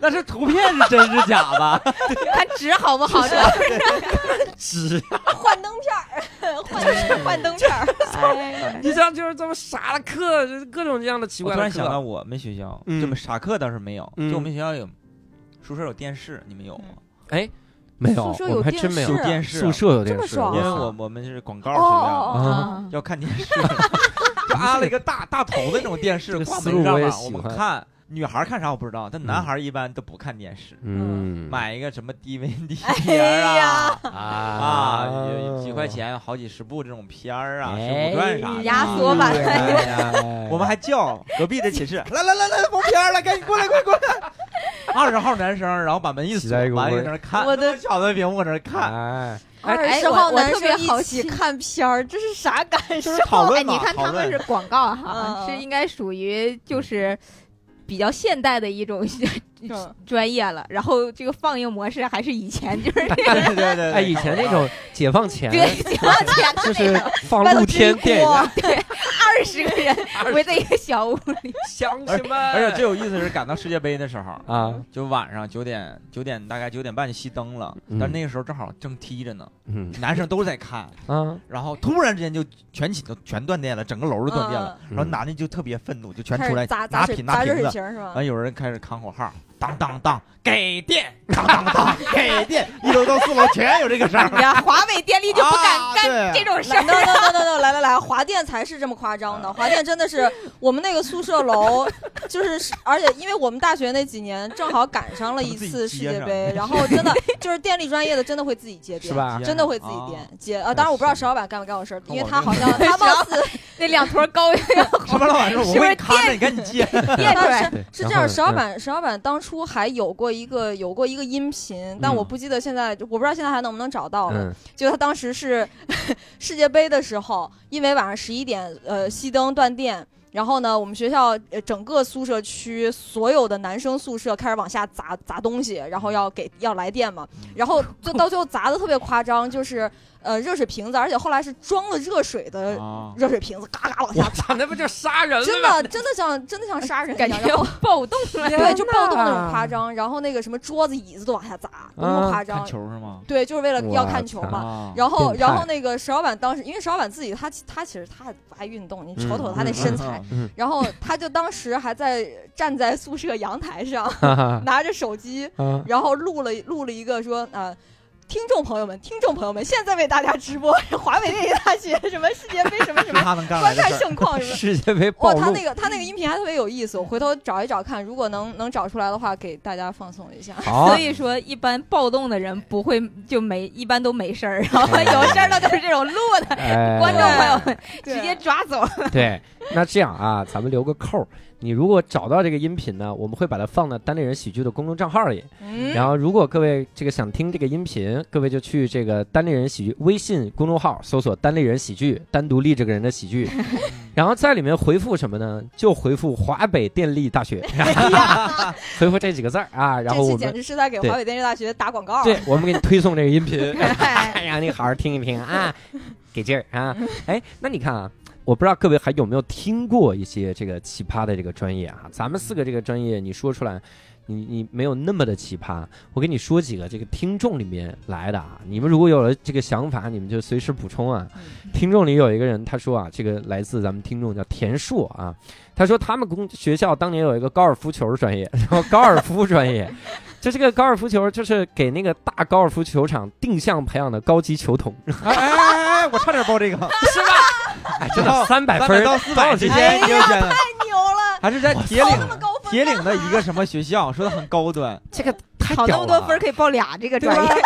Speaker 3: 那是图片是真是假吧？
Speaker 2: 看纸好不好？主
Speaker 1: 啊
Speaker 2: 要是
Speaker 1: 纸，
Speaker 4: 换灯片儿，换换灯片儿，
Speaker 2: 哎
Speaker 1: 你知道就是这么傻的课，就是各种各样的奇
Speaker 3: 我
Speaker 1: 怪
Speaker 3: 突
Speaker 1: 的
Speaker 3: 然想到
Speaker 1: 课。
Speaker 3: 我们学校，
Speaker 1: 嗯
Speaker 3: 这么啥课倒是没有，
Speaker 1: 嗯
Speaker 3: 就我们学校有宿舍有电视，你们有吗？
Speaker 1: 没有，
Speaker 2: 宿舍
Speaker 1: 我们还
Speaker 2: 有
Speaker 1: 真没有
Speaker 4: 电。
Speaker 3: 有电视，
Speaker 1: 宿舍有电
Speaker 4: 这么
Speaker 1: 视，
Speaker 4: 爽
Speaker 3: 因为
Speaker 4: 啊
Speaker 3: 我我们是广告
Speaker 4: 哦
Speaker 3: 学校
Speaker 4: 哦
Speaker 3: 嘛，
Speaker 1: 啊
Speaker 4: 哦
Speaker 3: 要看电视， 就安了一个大大头的那种电视
Speaker 1: 这个
Speaker 3: 挂
Speaker 1: 思路
Speaker 3: 门上
Speaker 1: 我也
Speaker 3: 嘛。
Speaker 1: 喜
Speaker 3: 我们
Speaker 1: 欢
Speaker 3: 看女孩看啥我不知道，但男孩一般都不看电视，
Speaker 1: 嗯，
Speaker 3: 买一个什么 DVD
Speaker 4: 哎
Speaker 3: 片儿啊
Speaker 4: 呀
Speaker 1: 啊
Speaker 3: 啊，有几块， 钱好几十部这种片儿啊，十
Speaker 1: 哎
Speaker 3: 五段啥的。
Speaker 2: 压缩版
Speaker 3: 对哎 呀我
Speaker 1: 我
Speaker 3: 们还叫隔壁的寝室，来来来来，封片儿了，赶紧过来，快过来！二十号男生，然后把门一
Speaker 1: 起
Speaker 3: 锁，
Speaker 1: 来一
Speaker 3: 完
Speaker 1: 个
Speaker 3: 了
Speaker 1: 屋
Speaker 3: 在那儿看，
Speaker 4: 我的
Speaker 3: 那么小的屏幕搁那儿看，
Speaker 1: 哎，
Speaker 4: 二
Speaker 2: 哎
Speaker 4: 十
Speaker 2: 我
Speaker 4: 号
Speaker 2: 我
Speaker 4: 男
Speaker 2: 特别
Speaker 4: 生
Speaker 2: 好
Speaker 4: 一起
Speaker 2: 奇
Speaker 4: 看片儿，这是啥感受
Speaker 3: 就？是讨
Speaker 2: 哎，
Speaker 3: 论嘛，
Speaker 2: 你看
Speaker 3: 讨
Speaker 2: 他们是
Speaker 3: 论。
Speaker 2: 广告哈，
Speaker 4: 嗯
Speaker 2: 是应该属于
Speaker 1: 嗯
Speaker 2: 就是比较现代的一 种
Speaker 4: 嗯
Speaker 2: 专业了。然后这个放映模式还是以前就是
Speaker 3: 对 对对对，
Speaker 1: 哎，以前那种解放前
Speaker 2: 对解放 前的
Speaker 1: 就是
Speaker 2: 那种，
Speaker 1: 放露天电影，
Speaker 2: 对，二十个人围在一个小屋里，
Speaker 1: 乡亲们，
Speaker 3: 而且最有意思是赶到世界杯的时候，
Speaker 1: 啊，
Speaker 3: 就晚上九点九点大概九点半就熄灯了，
Speaker 1: 嗯
Speaker 3: 但那个时候正好正踢着呢，
Speaker 1: 嗯
Speaker 3: 男生都在看，
Speaker 1: 啊，
Speaker 3: 然后突然之间就全寝都全断电了，整个楼都断电了，
Speaker 1: 嗯
Speaker 3: 然后男的就特别愤怒，就全
Speaker 4: 开
Speaker 3: 出
Speaker 4: 始
Speaker 3: 来
Speaker 4: 砸
Speaker 3: 拿
Speaker 4: 砸水
Speaker 3: 瓶拿
Speaker 4: 砸热
Speaker 3: 瓶
Speaker 4: 水
Speaker 3: 子，哎
Speaker 4: 瓶儿是吧？
Speaker 3: 完有人开始喊口号，当当当， 给电，当当当，给电，一楼到四楼全有这个声儿，
Speaker 2: 然后华北电力就不敢干
Speaker 3: 啊对
Speaker 2: 这种事
Speaker 4: 来
Speaker 2: 儿。
Speaker 4: ，no no no no no，来来来，华电才是这么夸张的。华电真的 是我们那个宿舍楼，就是而且因为我们大学那几年正好赶上了一次世界杯，然后真的就是电力专业的真的会自己接电，
Speaker 1: 是吧？
Speaker 4: 真的会自己电
Speaker 3: 啊
Speaker 4: 接啊。当然我不知道石老板干不干我事儿，因为他好像
Speaker 3: 我
Speaker 4: 他貌似
Speaker 2: 那两坨高 原
Speaker 3: 什么老板说，我
Speaker 2: 是不
Speaker 3: 给
Speaker 2: 是
Speaker 3: 你看着，你赶紧 接，
Speaker 2: 电出来，
Speaker 1: 对
Speaker 4: 是
Speaker 1: 然后嗯
Speaker 4: 这样，
Speaker 1: 呢
Speaker 4: 石老板，石老板当初还有过一个有过一个音频，但
Speaker 1: 嗯
Speaker 4: 我不记得现在，我不知道现在还能不能找到了。
Speaker 1: 嗯
Speaker 4: 就他当时是世界杯的时候，因为晚上十一点，呃，熄灯断电。然后呢，我们学校呃整个宿舍区所有的男生宿舍开始往下砸砸东西，然后要给要来电嘛，然后就 到最后砸的特别夸张，就是呃热水瓶子，而且后来是装了热水的
Speaker 3: 啊
Speaker 4: 热水瓶子，嘎嘎往
Speaker 1: 我
Speaker 4: 下，
Speaker 1: 操，那不就杀人了？
Speaker 4: 真的真的像真的像杀人一
Speaker 2: 感
Speaker 4: 样，
Speaker 2: 觉
Speaker 4: 然后
Speaker 2: 要 暴动了。
Speaker 4: 对，就暴动那
Speaker 1: 呐
Speaker 4: 种夸张，然后那个什么桌子椅子都往下砸，都那么夸
Speaker 3: 看
Speaker 4: 张。
Speaker 3: 球是吗？
Speaker 4: 对，就是为了要看
Speaker 1: 我
Speaker 4: 球
Speaker 1: 操
Speaker 4: 嘛。
Speaker 3: 啊，
Speaker 4: 然后，
Speaker 1: 变态
Speaker 4: 然后那个石老板当时，因为石老板自己他其他其实他不爱运动，你瞅瞅他那
Speaker 1: 嗯
Speaker 4: 身材。然后他就当时还在站在宿舍阳台上，
Speaker 1: 哈哈
Speaker 4: 拿着手机，
Speaker 1: 啊
Speaker 4: 然后录了录了一个说啊、呃听众朋友们，听众朋友们，现在为大家直播华北电力大学什么世界杯什么什
Speaker 3: 是
Speaker 4: 么
Speaker 3: 他能干来
Speaker 4: 观
Speaker 3: 的
Speaker 4: 看
Speaker 3: 事儿。
Speaker 4: 盛况什么。
Speaker 1: 世界杯暴
Speaker 4: 哇，他
Speaker 1: 露
Speaker 4: 那。个他那个音频还特别有意思，我回头找一找看，如果能能找出来的话，给大家放松一下。
Speaker 1: 好
Speaker 2: 所，以说，一般暴动的人不会就没，一般都没事儿，然后有事儿的都是这种录的，
Speaker 1: 哎
Speaker 2: 观众朋友们
Speaker 4: 对
Speaker 2: 直接抓走。
Speaker 1: 对，那这样啊，咱们留个扣儿。你如果找到这个音频呢，我们会把它放到单立人喜剧的公众账号里。
Speaker 4: 嗯，
Speaker 1: 然后，如果各位这个想听这个音频，各位就去这个单立人喜剧微信公众号搜索“单立人喜剧”，单独立这个人的喜 剧，然后在里面回复什么呢？就回复华北电力大学， 回复这几个字儿啊。然后
Speaker 4: 哎
Speaker 1: 我
Speaker 4: 这期简
Speaker 1: 们
Speaker 4: 直是在给
Speaker 1: 对
Speaker 4: 华北电力大学打广告。
Speaker 1: 对，我们给你推送这个 音频。
Speaker 2: 哎
Speaker 1: 让你好好听一听啊，给劲儿啊！哎，那你看啊，我不知道各位还有没有听过一些这个奇葩的这个专业啊？咱们四个这个专业，你说出来，你你没有那么的奇葩。我给你说几个这个听众里面来的啊，你们如果有了这个想法，你们就随时补充啊。
Speaker 4: 嗯
Speaker 1: 听众里有一个人，他说啊，这个来自咱们听众叫田硕啊，他说他们公学校当年有一个高尔夫球专业，然后高尔夫专业。就这个高尔夫球，就是给那个大高尔夫球场定向培养的高级球童，
Speaker 3: 哎哎哎哎，我差点报这个，
Speaker 1: 哎，真的三百
Speaker 3: 三
Speaker 1: 分儿
Speaker 3: 百到四百之
Speaker 4: 哎
Speaker 3: 间，
Speaker 4: 呀
Speaker 3: 你有觉得
Speaker 4: 太牛了，
Speaker 3: 还是在铁
Speaker 4: 那么
Speaker 3: 岭
Speaker 4: 高分，
Speaker 3: 铁岭的一个什么学校，说的很高端，
Speaker 1: 这个太
Speaker 2: 考那
Speaker 1: 屌
Speaker 2: 么多
Speaker 1: 了啊
Speaker 2: 分儿，可以报俩这个
Speaker 3: 对
Speaker 2: 专
Speaker 3: 吧
Speaker 2: 业，？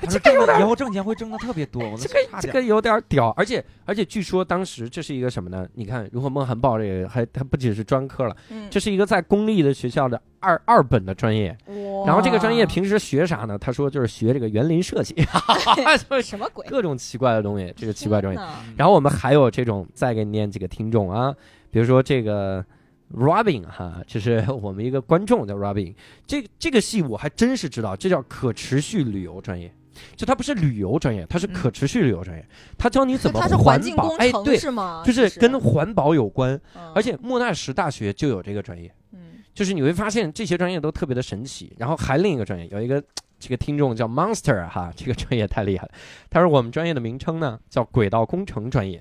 Speaker 3: 他说挣的以后挣钱会挣的特别多，我都
Speaker 1: 这个
Speaker 3: 差
Speaker 1: 这
Speaker 3: 点
Speaker 1: 个有点屌，而且而且据说当时这是一个什么呢？你看《如何梦涵报》这个还它不仅是专科了，
Speaker 4: 嗯
Speaker 1: 这是一个在公立的学校的二二本的专业。
Speaker 4: 哇
Speaker 1: 然后这个专业平时学啥呢？他说就是学这个园林设 计， 就是
Speaker 4: 什么鬼？
Speaker 1: 各种奇怪的东西，这个奇怪专业。
Speaker 4: 业，
Speaker 1: 然后我们还有这种，再给你念几个听众啊，比如说这个 Robin 哈，这是我们一个观众叫 Robin，这这个系我还真是知道，这叫可持续旅游专业。就它不是旅游专业，它是可持续旅游专业，它教你怎么
Speaker 4: 嗯它是环境
Speaker 1: 保
Speaker 4: 工。
Speaker 1: 哎，
Speaker 4: 程
Speaker 1: 对，
Speaker 4: 是吗？
Speaker 1: 就是
Speaker 4: 其实
Speaker 1: 跟环保有关，
Speaker 4: 嗯
Speaker 1: 而且莫纳什大学就有这个专业。
Speaker 4: 嗯
Speaker 1: 就是你会发现这些专业都特别的神奇。然后还另一个专业有一个这个听众叫 Monster 哈，这个专业太厉害了。他说我们专业的名称呢叫轨道工程专业，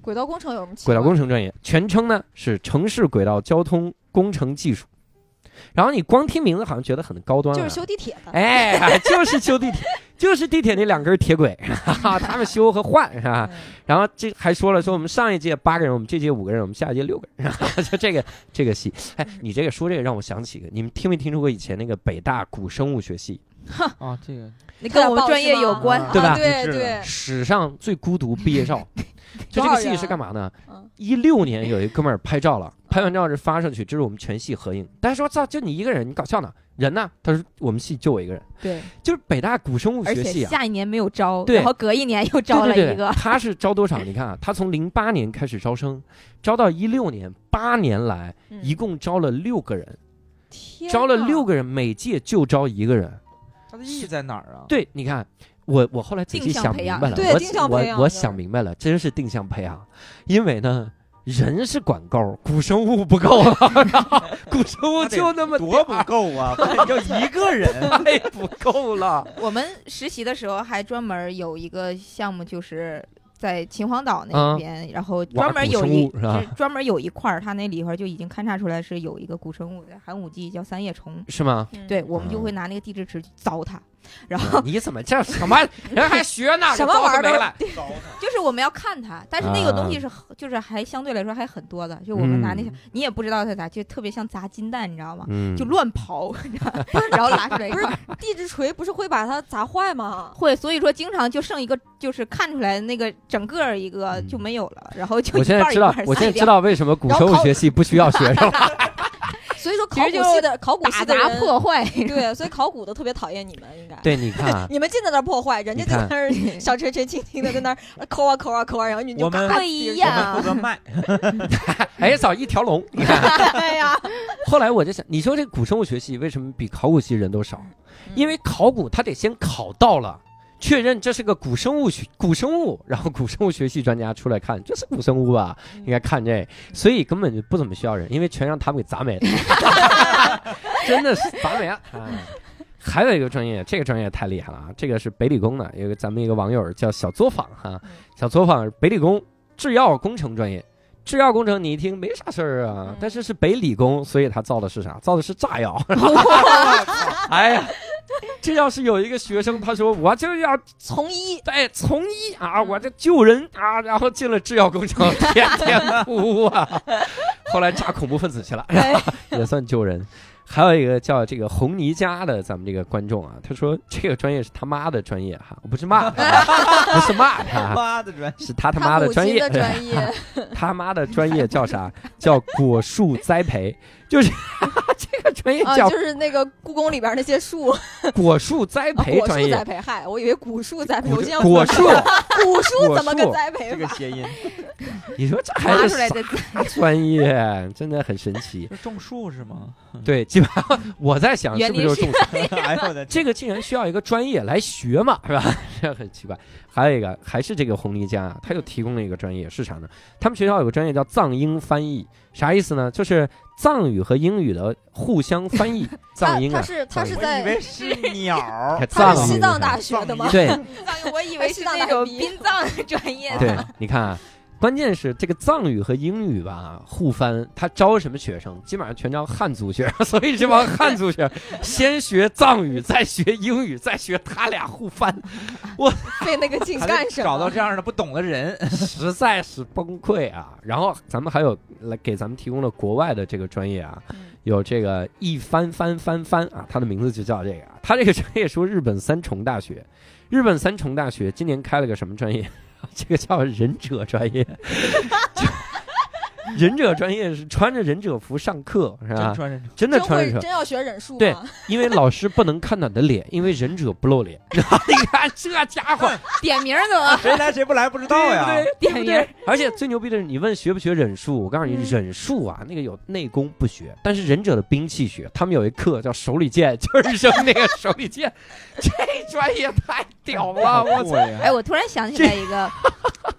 Speaker 4: 轨道工程有什么奇怪？
Speaker 1: 轨道工程专业全称呢是城市轨道交通工程技术。然后你光听名字好像觉得很高端、啊，
Speaker 4: 就是修地铁的。
Speaker 1: 哎，就是修地铁， 就是地铁那两根铁轨， 哈哈，他们修和换是吧？
Speaker 4: 嗯
Speaker 1: 然后这还说了，说我们上一届八个人，我们这届五个人，我们下一届六个人， 就这个这个戏。哎，你这个说这个让我想起一个，你们听没听说过以前那个北大古生物学系
Speaker 3: 啊，这个
Speaker 2: 你跟我们专业有关。
Speaker 3: 啊
Speaker 1: 对吧
Speaker 4: 啊对
Speaker 3: 励志的
Speaker 4: 对，
Speaker 1: 史上最孤独毕业 照？就这个戏是干嘛呢
Speaker 4: 啊嗯？
Speaker 1: 一六年有一哥们儿拍照了，拍完照就发上去，这是我们全系合影。大家说操，就你一个人，你搞笑呢？人呢？他说我们系就我一个人，
Speaker 2: 对，
Speaker 1: 就是北大古生物
Speaker 2: 而
Speaker 1: 学系
Speaker 2: 且
Speaker 1: 啊。
Speaker 2: 下一年没有招，
Speaker 1: 对
Speaker 2: 然后隔一年又招了
Speaker 1: 对对
Speaker 2: 一
Speaker 1: 对
Speaker 2: 个，
Speaker 1: 他是招多少？你看啊，他从零八年开始招生，招到一六年，八年来
Speaker 4: 嗯
Speaker 1: 一共招了六个人，
Speaker 4: 天
Speaker 1: 招了
Speaker 4: 哪
Speaker 1: 六个人，每届就招一个人。
Speaker 3: 它的意义在哪儿啊？
Speaker 1: 对，你看。我我后来仔细
Speaker 2: 定向
Speaker 1: 想
Speaker 2: 培
Speaker 1: 明
Speaker 2: 养
Speaker 1: 白了，
Speaker 4: 对定向
Speaker 1: 我
Speaker 4: 培
Speaker 1: 我
Speaker 4: 养
Speaker 1: 我
Speaker 4: 的
Speaker 1: 想明白了，真是定向培养，因为呢，人是管够，古生物不够了，然后 古生物
Speaker 3: 那得
Speaker 1: 就那么点
Speaker 3: 多不 够啊！你就一个人，
Speaker 1: 儿太不够 了，
Speaker 2: 我们实习的时候还专门有一个项目，就是在秦皇岛
Speaker 1: 啊
Speaker 2: 那边，然后
Speaker 1: 玩
Speaker 2: 专门有
Speaker 1: 古
Speaker 2: 一
Speaker 1: 生物是吧
Speaker 2: 是专门有一块儿，它那里边儿就已经勘察出来是有一个古生物的寒武纪，叫三叶虫。
Speaker 1: 是吗？
Speaker 4: 嗯
Speaker 2: 对，我们就会拿那个地质尺去凿它，然后
Speaker 1: 你怎么这什么人还学呢？
Speaker 4: 什么
Speaker 1: 这糟
Speaker 4: 玩
Speaker 1: 蹋
Speaker 4: 意儿
Speaker 1: 没
Speaker 4: 都
Speaker 1: 了？
Speaker 2: 就是我们要看它，但是那个东西是很就是还相对来说还很多的，就我们拿那个
Speaker 1: 嗯
Speaker 2: 你也不知道它咋，就特别像砸金蛋，你知道吗？
Speaker 1: 嗯
Speaker 2: 就乱刨， 你知 道吗然后拉出来一块儿，
Speaker 4: 地质锤不是会把它砸 坏吗？
Speaker 2: 会，所以说经常就剩一个，就是看出来那个整个儿一个就没有了，然后就
Speaker 1: 嗯我
Speaker 2: 一
Speaker 1: 现
Speaker 2: 半
Speaker 1: 在
Speaker 2: 儿一
Speaker 1: 知
Speaker 2: 半
Speaker 1: 道
Speaker 2: 儿，
Speaker 1: 我现在
Speaker 2: 碎
Speaker 1: 知
Speaker 2: 掉，
Speaker 1: 道为什么古
Speaker 4: 然后
Speaker 1: 生物
Speaker 4: 考
Speaker 1: 学系不需要学生 了。
Speaker 4: 所以说
Speaker 2: 其
Speaker 4: 考
Speaker 2: 实
Speaker 4: 古
Speaker 2: 就
Speaker 4: 系的考古
Speaker 2: 打
Speaker 4: 系的
Speaker 2: 砸
Speaker 4: 人，
Speaker 2: 破坏，
Speaker 4: 对，啊所以考古的特别讨厌你们，应该。
Speaker 1: 对，你看 啊，
Speaker 4: 你们尽在那儿破坏，人家
Speaker 1: 你
Speaker 4: 就在
Speaker 1: 看
Speaker 4: 那儿 小锤锤轻轻的在那儿抠啊抠啊抠啊，然后你就
Speaker 3: 我们
Speaker 4: 咔
Speaker 2: 不一
Speaker 3: 我
Speaker 2: 样
Speaker 3: 们负责卖，
Speaker 1: 哎，操，一条龙。你看，
Speaker 4: 哎 呀，
Speaker 1: 后来我就想，你说这古生物学系为什么比考古系人都少？
Speaker 4: 嗯
Speaker 1: 因为考古他得先考到了。确认这是个古生物学古生物， 然后古生物学系专家出来看，这是古生物吧？
Speaker 4: 嗯
Speaker 1: 应该看这，所以根本就不怎么需要人，因为全让他们给砸没了，真的是砸没了。哎还有一个专业，这个专业太厉害了啊！这个是北理工的，有一个咱们一个网友叫小作坊哈、
Speaker 4: 嗯
Speaker 1: 小作坊是北理工制药工程专业。制药工程你一听没啥事儿啊
Speaker 4: 嗯，
Speaker 1: 但是是北理工，所以他造的是啥？造的是炸药。
Speaker 3: 哎呀，
Speaker 1: 这要是有一个学生，他说我就要
Speaker 4: 从医，
Speaker 1: 哎从医啊，我这救人啊，然后进了制药工 厂，天天哭啊，后来炸恐怖分子去了，
Speaker 4: 哎，
Speaker 1: 也算救人。还有一个叫这个红泥家的咱们这个观众啊，他说这个专业是他妈的专业哈，我不是骂他 啊，不是骂他啊，
Speaker 3: 妈的专
Speaker 1: 是他他妈的
Speaker 4: 哎母
Speaker 1: 专
Speaker 4: 亲
Speaker 1: 业
Speaker 4: 的，专业，
Speaker 1: 他妈的专业叫啥？叫果树栽培，就是 这个专业
Speaker 4: 啊，
Speaker 1: 叫
Speaker 4: 就是那个故宫里边那 些树，
Speaker 1: 果树栽
Speaker 4: 啊
Speaker 1: 培
Speaker 4: 果
Speaker 1: 专
Speaker 4: 树
Speaker 1: 业
Speaker 4: 栽。培，嗨，我以为古树栽培，
Speaker 1: 果
Speaker 4: 我现在
Speaker 1: 果树，
Speaker 4: 古树怎么
Speaker 1: 果
Speaker 4: 个
Speaker 1: 树
Speaker 4: 栽
Speaker 3: 这
Speaker 4: 培
Speaker 3: 个
Speaker 4: 法？
Speaker 3: 谐音，
Speaker 1: 你说这孩
Speaker 2: 拿
Speaker 1: 子
Speaker 2: 出来
Speaker 1: 啥
Speaker 2: 的字，
Speaker 1: 专业，真的很神奇。
Speaker 3: 是种树是 吗？
Speaker 4: 嗯
Speaker 1: 对，基本上我在想是
Speaker 2: 园
Speaker 1: 不是就
Speaker 2: 林
Speaker 1: 是种树？
Speaker 3: 哎呦我的
Speaker 1: 这个竟然需要一个专业来学嘛，是吧？ 这很奇怪。还有一个还是这个红泥家啊，他又提供了一个专业是啥呢？他们学校有个专业叫藏英翻译，啥意思呢？就是藏语和英语的互相翻 译。藏英
Speaker 4: 他
Speaker 1: 啊
Speaker 4: 他，是他是
Speaker 1: 藏
Speaker 3: 我以
Speaker 4: 在
Speaker 3: 为是鸟儿，
Speaker 4: 他
Speaker 1: 藏
Speaker 4: 是
Speaker 1: 语
Speaker 4: 西
Speaker 1: 是
Speaker 4: 藏
Speaker 1: 啥
Speaker 4: 大学的吗？
Speaker 1: 对，
Speaker 2: 我以为是那种殡葬的专业
Speaker 1: 对
Speaker 2: 的。，
Speaker 1: 你看啊，关键是这个藏语和英语吧，互翻，他招什么学生？基本上全招汉族学生，所以这帮汉族学生先学藏语，再学英语，再学他俩互翻，
Speaker 4: 费那个劲
Speaker 3: 还
Speaker 4: 干
Speaker 3: 得
Speaker 4: 什么？
Speaker 3: 找到这样的不懂 的人，
Speaker 1: 实在是崩溃啊！然后咱们还有来给咱们提供了国外的这个专业啊，
Speaker 4: 嗯
Speaker 1: 有这个一翻翻翻翻啊，他的名字就叫这个啊，他这个专业说日本三重大学，日本三重大学今年开了个什么专业？ 这个叫忍者专业， 忍者专业是穿着忍者服上课是吧
Speaker 3: 真？穿忍者
Speaker 1: 真的
Speaker 4: 真
Speaker 1: 穿
Speaker 4: 会
Speaker 1: 着
Speaker 4: 真要学忍术啊吗？
Speaker 1: 对因为老师不能看到你的脸，因为忍者不露脸。 你看这家伙，
Speaker 2: 点名儿怎么？
Speaker 3: 谁来谁不来不知道呀。
Speaker 1: 对不
Speaker 2: 点名
Speaker 1: 对
Speaker 2: 儿？
Speaker 1: 而且最牛逼的是，你问学不学忍术，我告诉
Speaker 2: 嗯
Speaker 1: 你，忍术啊，那个有内功不学，但是忍者的兵器学。他们有一课叫手里剑，就是扔那个手里剑，这专业太屌 了！我操，
Speaker 2: 哎，
Speaker 3: 操！
Speaker 2: 我突然想起来一 个，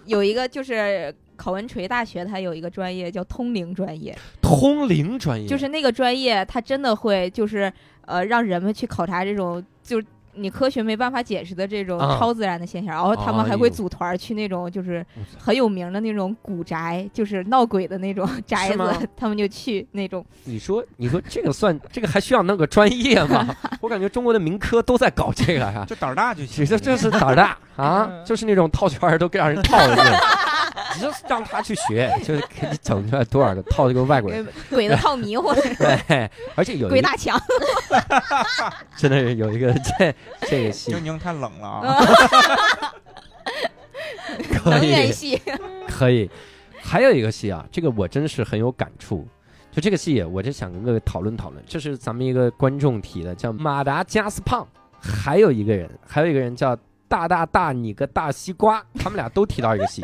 Speaker 2: 有一个就是考文垂大学，它有一个专业叫通灵专业，
Speaker 1: 通灵专业
Speaker 2: 就是那个专业，它真的会就是呃让人们去考察这种就是。你科学没办法解释的这种
Speaker 1: 啊
Speaker 2: 超自然的现象，然后他们
Speaker 1: 哎
Speaker 2: 还
Speaker 1: 呦
Speaker 2: 会组团儿去那种就是
Speaker 1: 我操
Speaker 2: 很有名的那种古宅，就是闹鬼的那种宅
Speaker 1: 是吗
Speaker 2: 子，他们就去那种。
Speaker 1: 你说，你说这个算这个还需要弄个专业 吗？我感觉中国的民科都在搞这个呀、
Speaker 3: 就胆儿大就
Speaker 1: 只
Speaker 3: 行。
Speaker 1: 是这是胆儿大
Speaker 2: 嗯
Speaker 1: 啊，就是那种套圈儿都给让人套进 去，你就让他去学，就是给你整出来多少个套这个外 国人。
Speaker 2: 鬼子套迷糊，
Speaker 1: 对， 而且有一
Speaker 2: 鬼
Speaker 1: 个
Speaker 2: 打墙，
Speaker 1: 真的是有一个这这个 戏
Speaker 3: 宁宁太冷了啊！
Speaker 1: 可
Speaker 2: 能源
Speaker 1: 以
Speaker 2: 系。
Speaker 1: 可以，还有一个戏啊，这个我真是很有感触。就这个戏，我就想跟各位讨论讨论。这是咱们一个观众提的，叫马达加斯胖，还有一个人，还有一个人叫大大大你个大西瓜，他们俩都提到一个戏，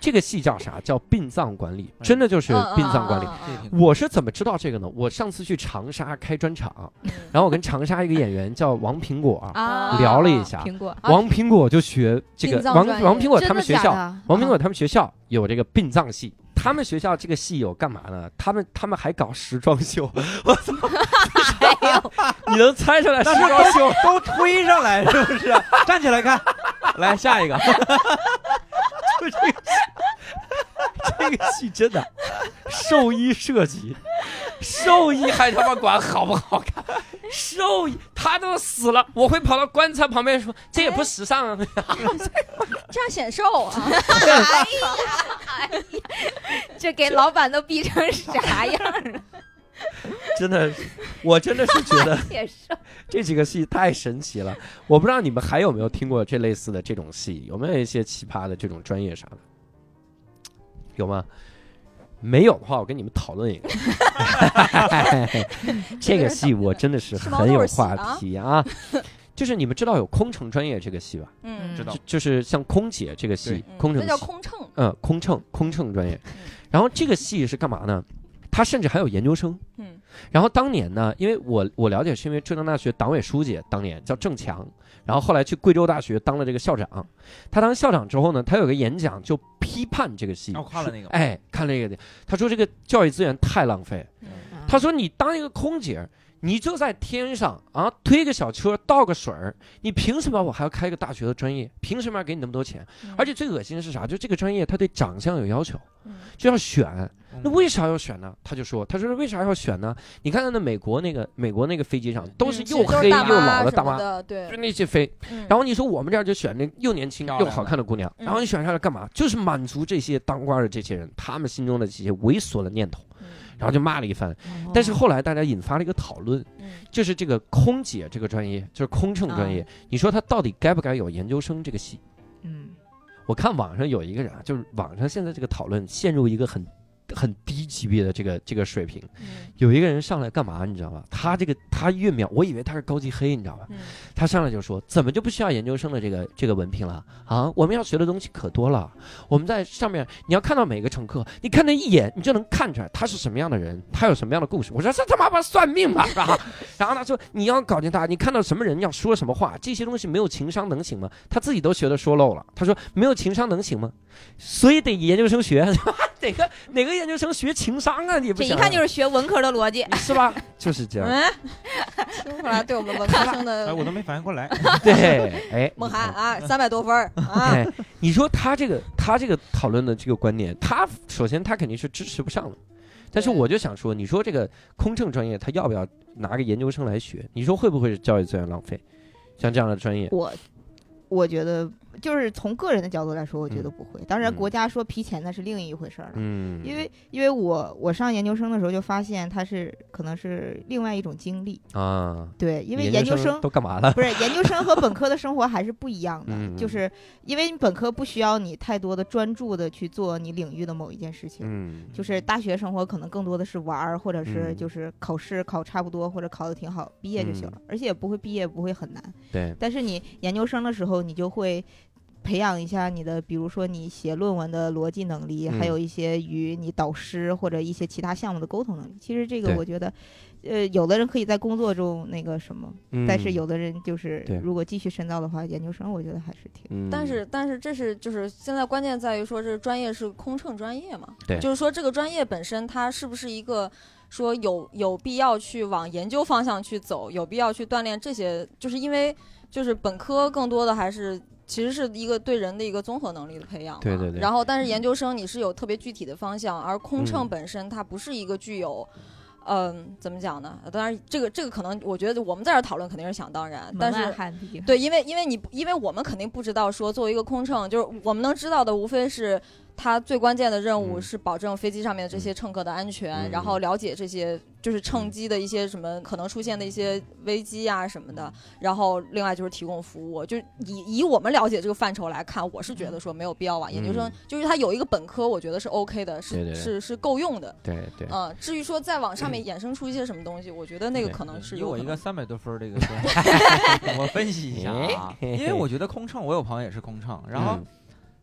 Speaker 1: 这个戏叫啥？叫殡葬管理，真的就是
Speaker 4: 嗯，
Speaker 1: 殡葬管理。
Speaker 4: 嗯嗯嗯
Speaker 1: 我是怎么知道这个呢？我上次去长沙开专场，
Speaker 4: 嗯
Speaker 1: 然后我跟长沙一个演员叫王苹果啊，
Speaker 2: 啊
Speaker 1: 聊了一下
Speaker 2: 苹果
Speaker 4: 啊
Speaker 1: 王苹果就学这个
Speaker 4: 殡葬
Speaker 1: 王
Speaker 4: 专业
Speaker 1: 王苹果他们
Speaker 2: 真的
Speaker 1: 学
Speaker 2: 假
Speaker 1: 校，
Speaker 2: 的
Speaker 1: 王苹果
Speaker 2: 啊
Speaker 1: 他们学校有这个殡葬系，他们学校这个系有干嘛呢？他们他们还搞时装秀， 我操！你能猜出来时装
Speaker 3: 那是都都推上来是不是？站起来看，来下 一个。
Speaker 1: 秀这个戏， 这个戏真的寿衣设计，寿衣还他妈管好不好看？寿衣他都死了，我会跑到棺材旁边说这也不时尚啊。
Speaker 4: 这样显瘦啊！
Speaker 2: 这给老板都逼成啥样 了？
Speaker 1: 真的是，我真的是觉得。
Speaker 2: 也是，
Speaker 1: 这几个戏太神奇了，我不知道你们还有没有听过这类似的这种戏，有没有一些奇葩的这种专业啥的？有吗？没有的话，我跟你们讨论一个。 这个戏我真的是很有话题啊，就是你们知道有空乘专业这个戏吧？
Speaker 4: 嗯，
Speaker 3: 知道
Speaker 1: 就就是像空姐这个戏
Speaker 3: 对，
Speaker 1: 空乘
Speaker 4: 那叫
Speaker 1: 戏
Speaker 4: 空嗯乘，
Speaker 1: 嗯，空乘空乘专业。然后这个戏是干嘛呢？他甚至还有研究生。
Speaker 4: 嗯，
Speaker 1: 然后当年呢，因为我我了解是因为浙江大学党委书记当年叫郑强，然后后来去贵州大学当了这个校长。他当校长之后呢，他有个演讲就批判这个戏，
Speaker 3: 哦看了那个
Speaker 1: 说哎，看了一个，他说这个教育资源太浪费。
Speaker 3: 嗯
Speaker 4: 嗯
Speaker 1: 他说你当一个空姐。你就在天上啊，推个小车倒个水儿，你凭什么我还要开个大学的专业？凭什么
Speaker 3: 嗯
Speaker 1: 要给你那么多钱？而且最恶心的是啥？就这个专业，它对长相有要求，
Speaker 4: 嗯
Speaker 1: 就要选。那
Speaker 3: 嗯
Speaker 1: 为啥要选呢？他就说，他说为啥要选呢？你看看那美国那个美国那个飞机上都是
Speaker 4: 嗯
Speaker 1: 又
Speaker 4: 都
Speaker 1: 黑
Speaker 4: 大
Speaker 1: 又老
Speaker 4: 妈
Speaker 1: 的
Speaker 4: 什
Speaker 1: 大
Speaker 4: 么
Speaker 1: 妈，
Speaker 4: 的，
Speaker 1: 就
Speaker 4: 对。
Speaker 1: 那些飞。
Speaker 4: 嗯
Speaker 1: 然后你说我们这儿就选那又年轻
Speaker 3: 漂
Speaker 1: 又
Speaker 3: 亮
Speaker 1: 好
Speaker 3: 的
Speaker 1: 看的姑娘，
Speaker 4: 嗯
Speaker 1: 然后你选下来干嘛？就是满足这些当官的这些人他们心中的这些猥琐的念头，
Speaker 4: 嗯
Speaker 1: 然后就骂了一番。
Speaker 4: 哦
Speaker 2: 哦
Speaker 1: 但是后来大家引发了一个讨论，
Speaker 4: 嗯
Speaker 1: 就是这个空姐这个专业，就是空乘专
Speaker 4: 啊
Speaker 1: 业，你说他到底该不该有研究生这个系？
Speaker 2: 嗯，
Speaker 1: 我看网上有一个人啊，就是网上现在这个讨论陷入一个很很低级别的这个这个水平。
Speaker 4: 嗯
Speaker 1: 有一个人上来干嘛，你知道吗？他这个他越描，我以为他是高级黑，你知道吧？
Speaker 4: 嗯
Speaker 1: 他上来就说，怎么就不需要研究生的这个这个文凭了啊？我们要学的东西可多了。我们在上面，你要看到每个乘客，你看他一眼，你就能看出来他是什么样的人，他有什么样的故事。我说这他妈不是算命吧，是吧？ 然后他说你要搞定他，你看到什么人要说什么话，这些东西没有情商能行吗？他自己都学的说漏了。他说没有情商能行吗？所以得研究生学， 哪个哪个研究生学情商啊？你不
Speaker 2: 这一
Speaker 1: 行啊
Speaker 2: 看就是学文科的逻辑。
Speaker 1: 是吧？ 就是这样。
Speaker 4: 嗯，听出来对我们文科生
Speaker 3: 哎，
Speaker 4: 的
Speaker 3: 我都没反应过来。
Speaker 1: 对，哎，
Speaker 4: 孟
Speaker 1: 你
Speaker 4: 涵
Speaker 1: 看。
Speaker 4: 啊，三百多 分儿啊，
Speaker 1: 哎，你说他这个他这个讨论的这个观点，他首先他肯定是支持不上的，但是
Speaker 4: 对
Speaker 1: 我就想说，你说这个空乘专业，他要不要拿个研究生来学？你说会不会是教育资源浪费？像这样的专业，
Speaker 2: 我我觉得就是从个人的角度来说，我觉得不会。当然，
Speaker 1: 嗯
Speaker 2: 国家说批钱那是另一回事儿了。
Speaker 1: 嗯，
Speaker 2: 因为因为我我上研究生的时候就发现它是可能是另外一种经历，
Speaker 1: 啊，
Speaker 2: 对，因为研究生
Speaker 1: 都干嘛了？
Speaker 2: 不是研究生和本科的生活还是不一样的，
Speaker 1: 嗯嗯
Speaker 2: 就是因为你本科不需要你太多的专注的去做你领域的某一件事情。
Speaker 1: 嗯
Speaker 2: 就是大学生活可能更多的是玩儿，或者是
Speaker 1: 嗯
Speaker 2: 就是考试考差不多，或者考得挺好，毕业就行了，而且也不会毕业不会很难。
Speaker 1: 对，
Speaker 2: 但是你研究生的时候，你就会培养一下你的，比如说你写论文的逻辑能力，
Speaker 1: 嗯
Speaker 2: 还有一些与你导师或者一些其他项目的沟通能力。其实这个
Speaker 1: 对
Speaker 2: 我觉得，呃，有的人可以在工作中那个什么，
Speaker 1: 嗯
Speaker 2: 但是，有的人就是
Speaker 1: 对
Speaker 2: 如果继续深造的话，研究生我觉得还是挺。
Speaker 1: 嗯
Speaker 4: 但是但是这是就是现在关键在于说这专业是空乘专业嘛，
Speaker 1: 对
Speaker 4: 就是说这个专业本身它是不是一个说有有必要去往研究方向去走，有必要去锻炼这些，就是因为就是本科更多的还是。其实是一个对人的一个综合能力的培养嘛，
Speaker 1: 对对对
Speaker 4: 然后，但是研究生你是有特别具体的方向，而空乘
Speaker 1: 嗯
Speaker 4: 本身它不是一个具有，嗯、怎么讲呢？当然，这个这个可能我觉得我们在这儿讨论肯定是想当然，但是
Speaker 2: 汉毕
Speaker 4: 对，因为因为你不因为我们肯定不知道说作为一个空乘，就是我们能知道的无非是他最关键的任务
Speaker 1: 嗯
Speaker 4: 是保证飞机上面这些乘客的安全，
Speaker 1: 嗯
Speaker 4: 然后了解这些就是乘机的一些什么可能出现的一些危机啊什么的，然后另外就是提供服务。就以以我们了解这个范畴来看，我是觉得说没有必要往研究生，
Speaker 1: 嗯
Speaker 4: 就是他有一个本科，我觉得是 OK 的，是
Speaker 1: 对对对
Speaker 4: 是是够用的。
Speaker 1: 对对，嗯
Speaker 4: 嗯，至于说再往上面衍生出一些什么东西，我觉得那个
Speaker 1: 对
Speaker 4: 可能是
Speaker 3: 以
Speaker 4: 有
Speaker 3: 我
Speaker 4: 可
Speaker 3: 一个
Speaker 4: 能
Speaker 3: 三百多分儿 的一个分， 我分析一下啊，
Speaker 1: 哎嗯
Speaker 3: 因为我觉得空乘，我有朋友也是空乘，然后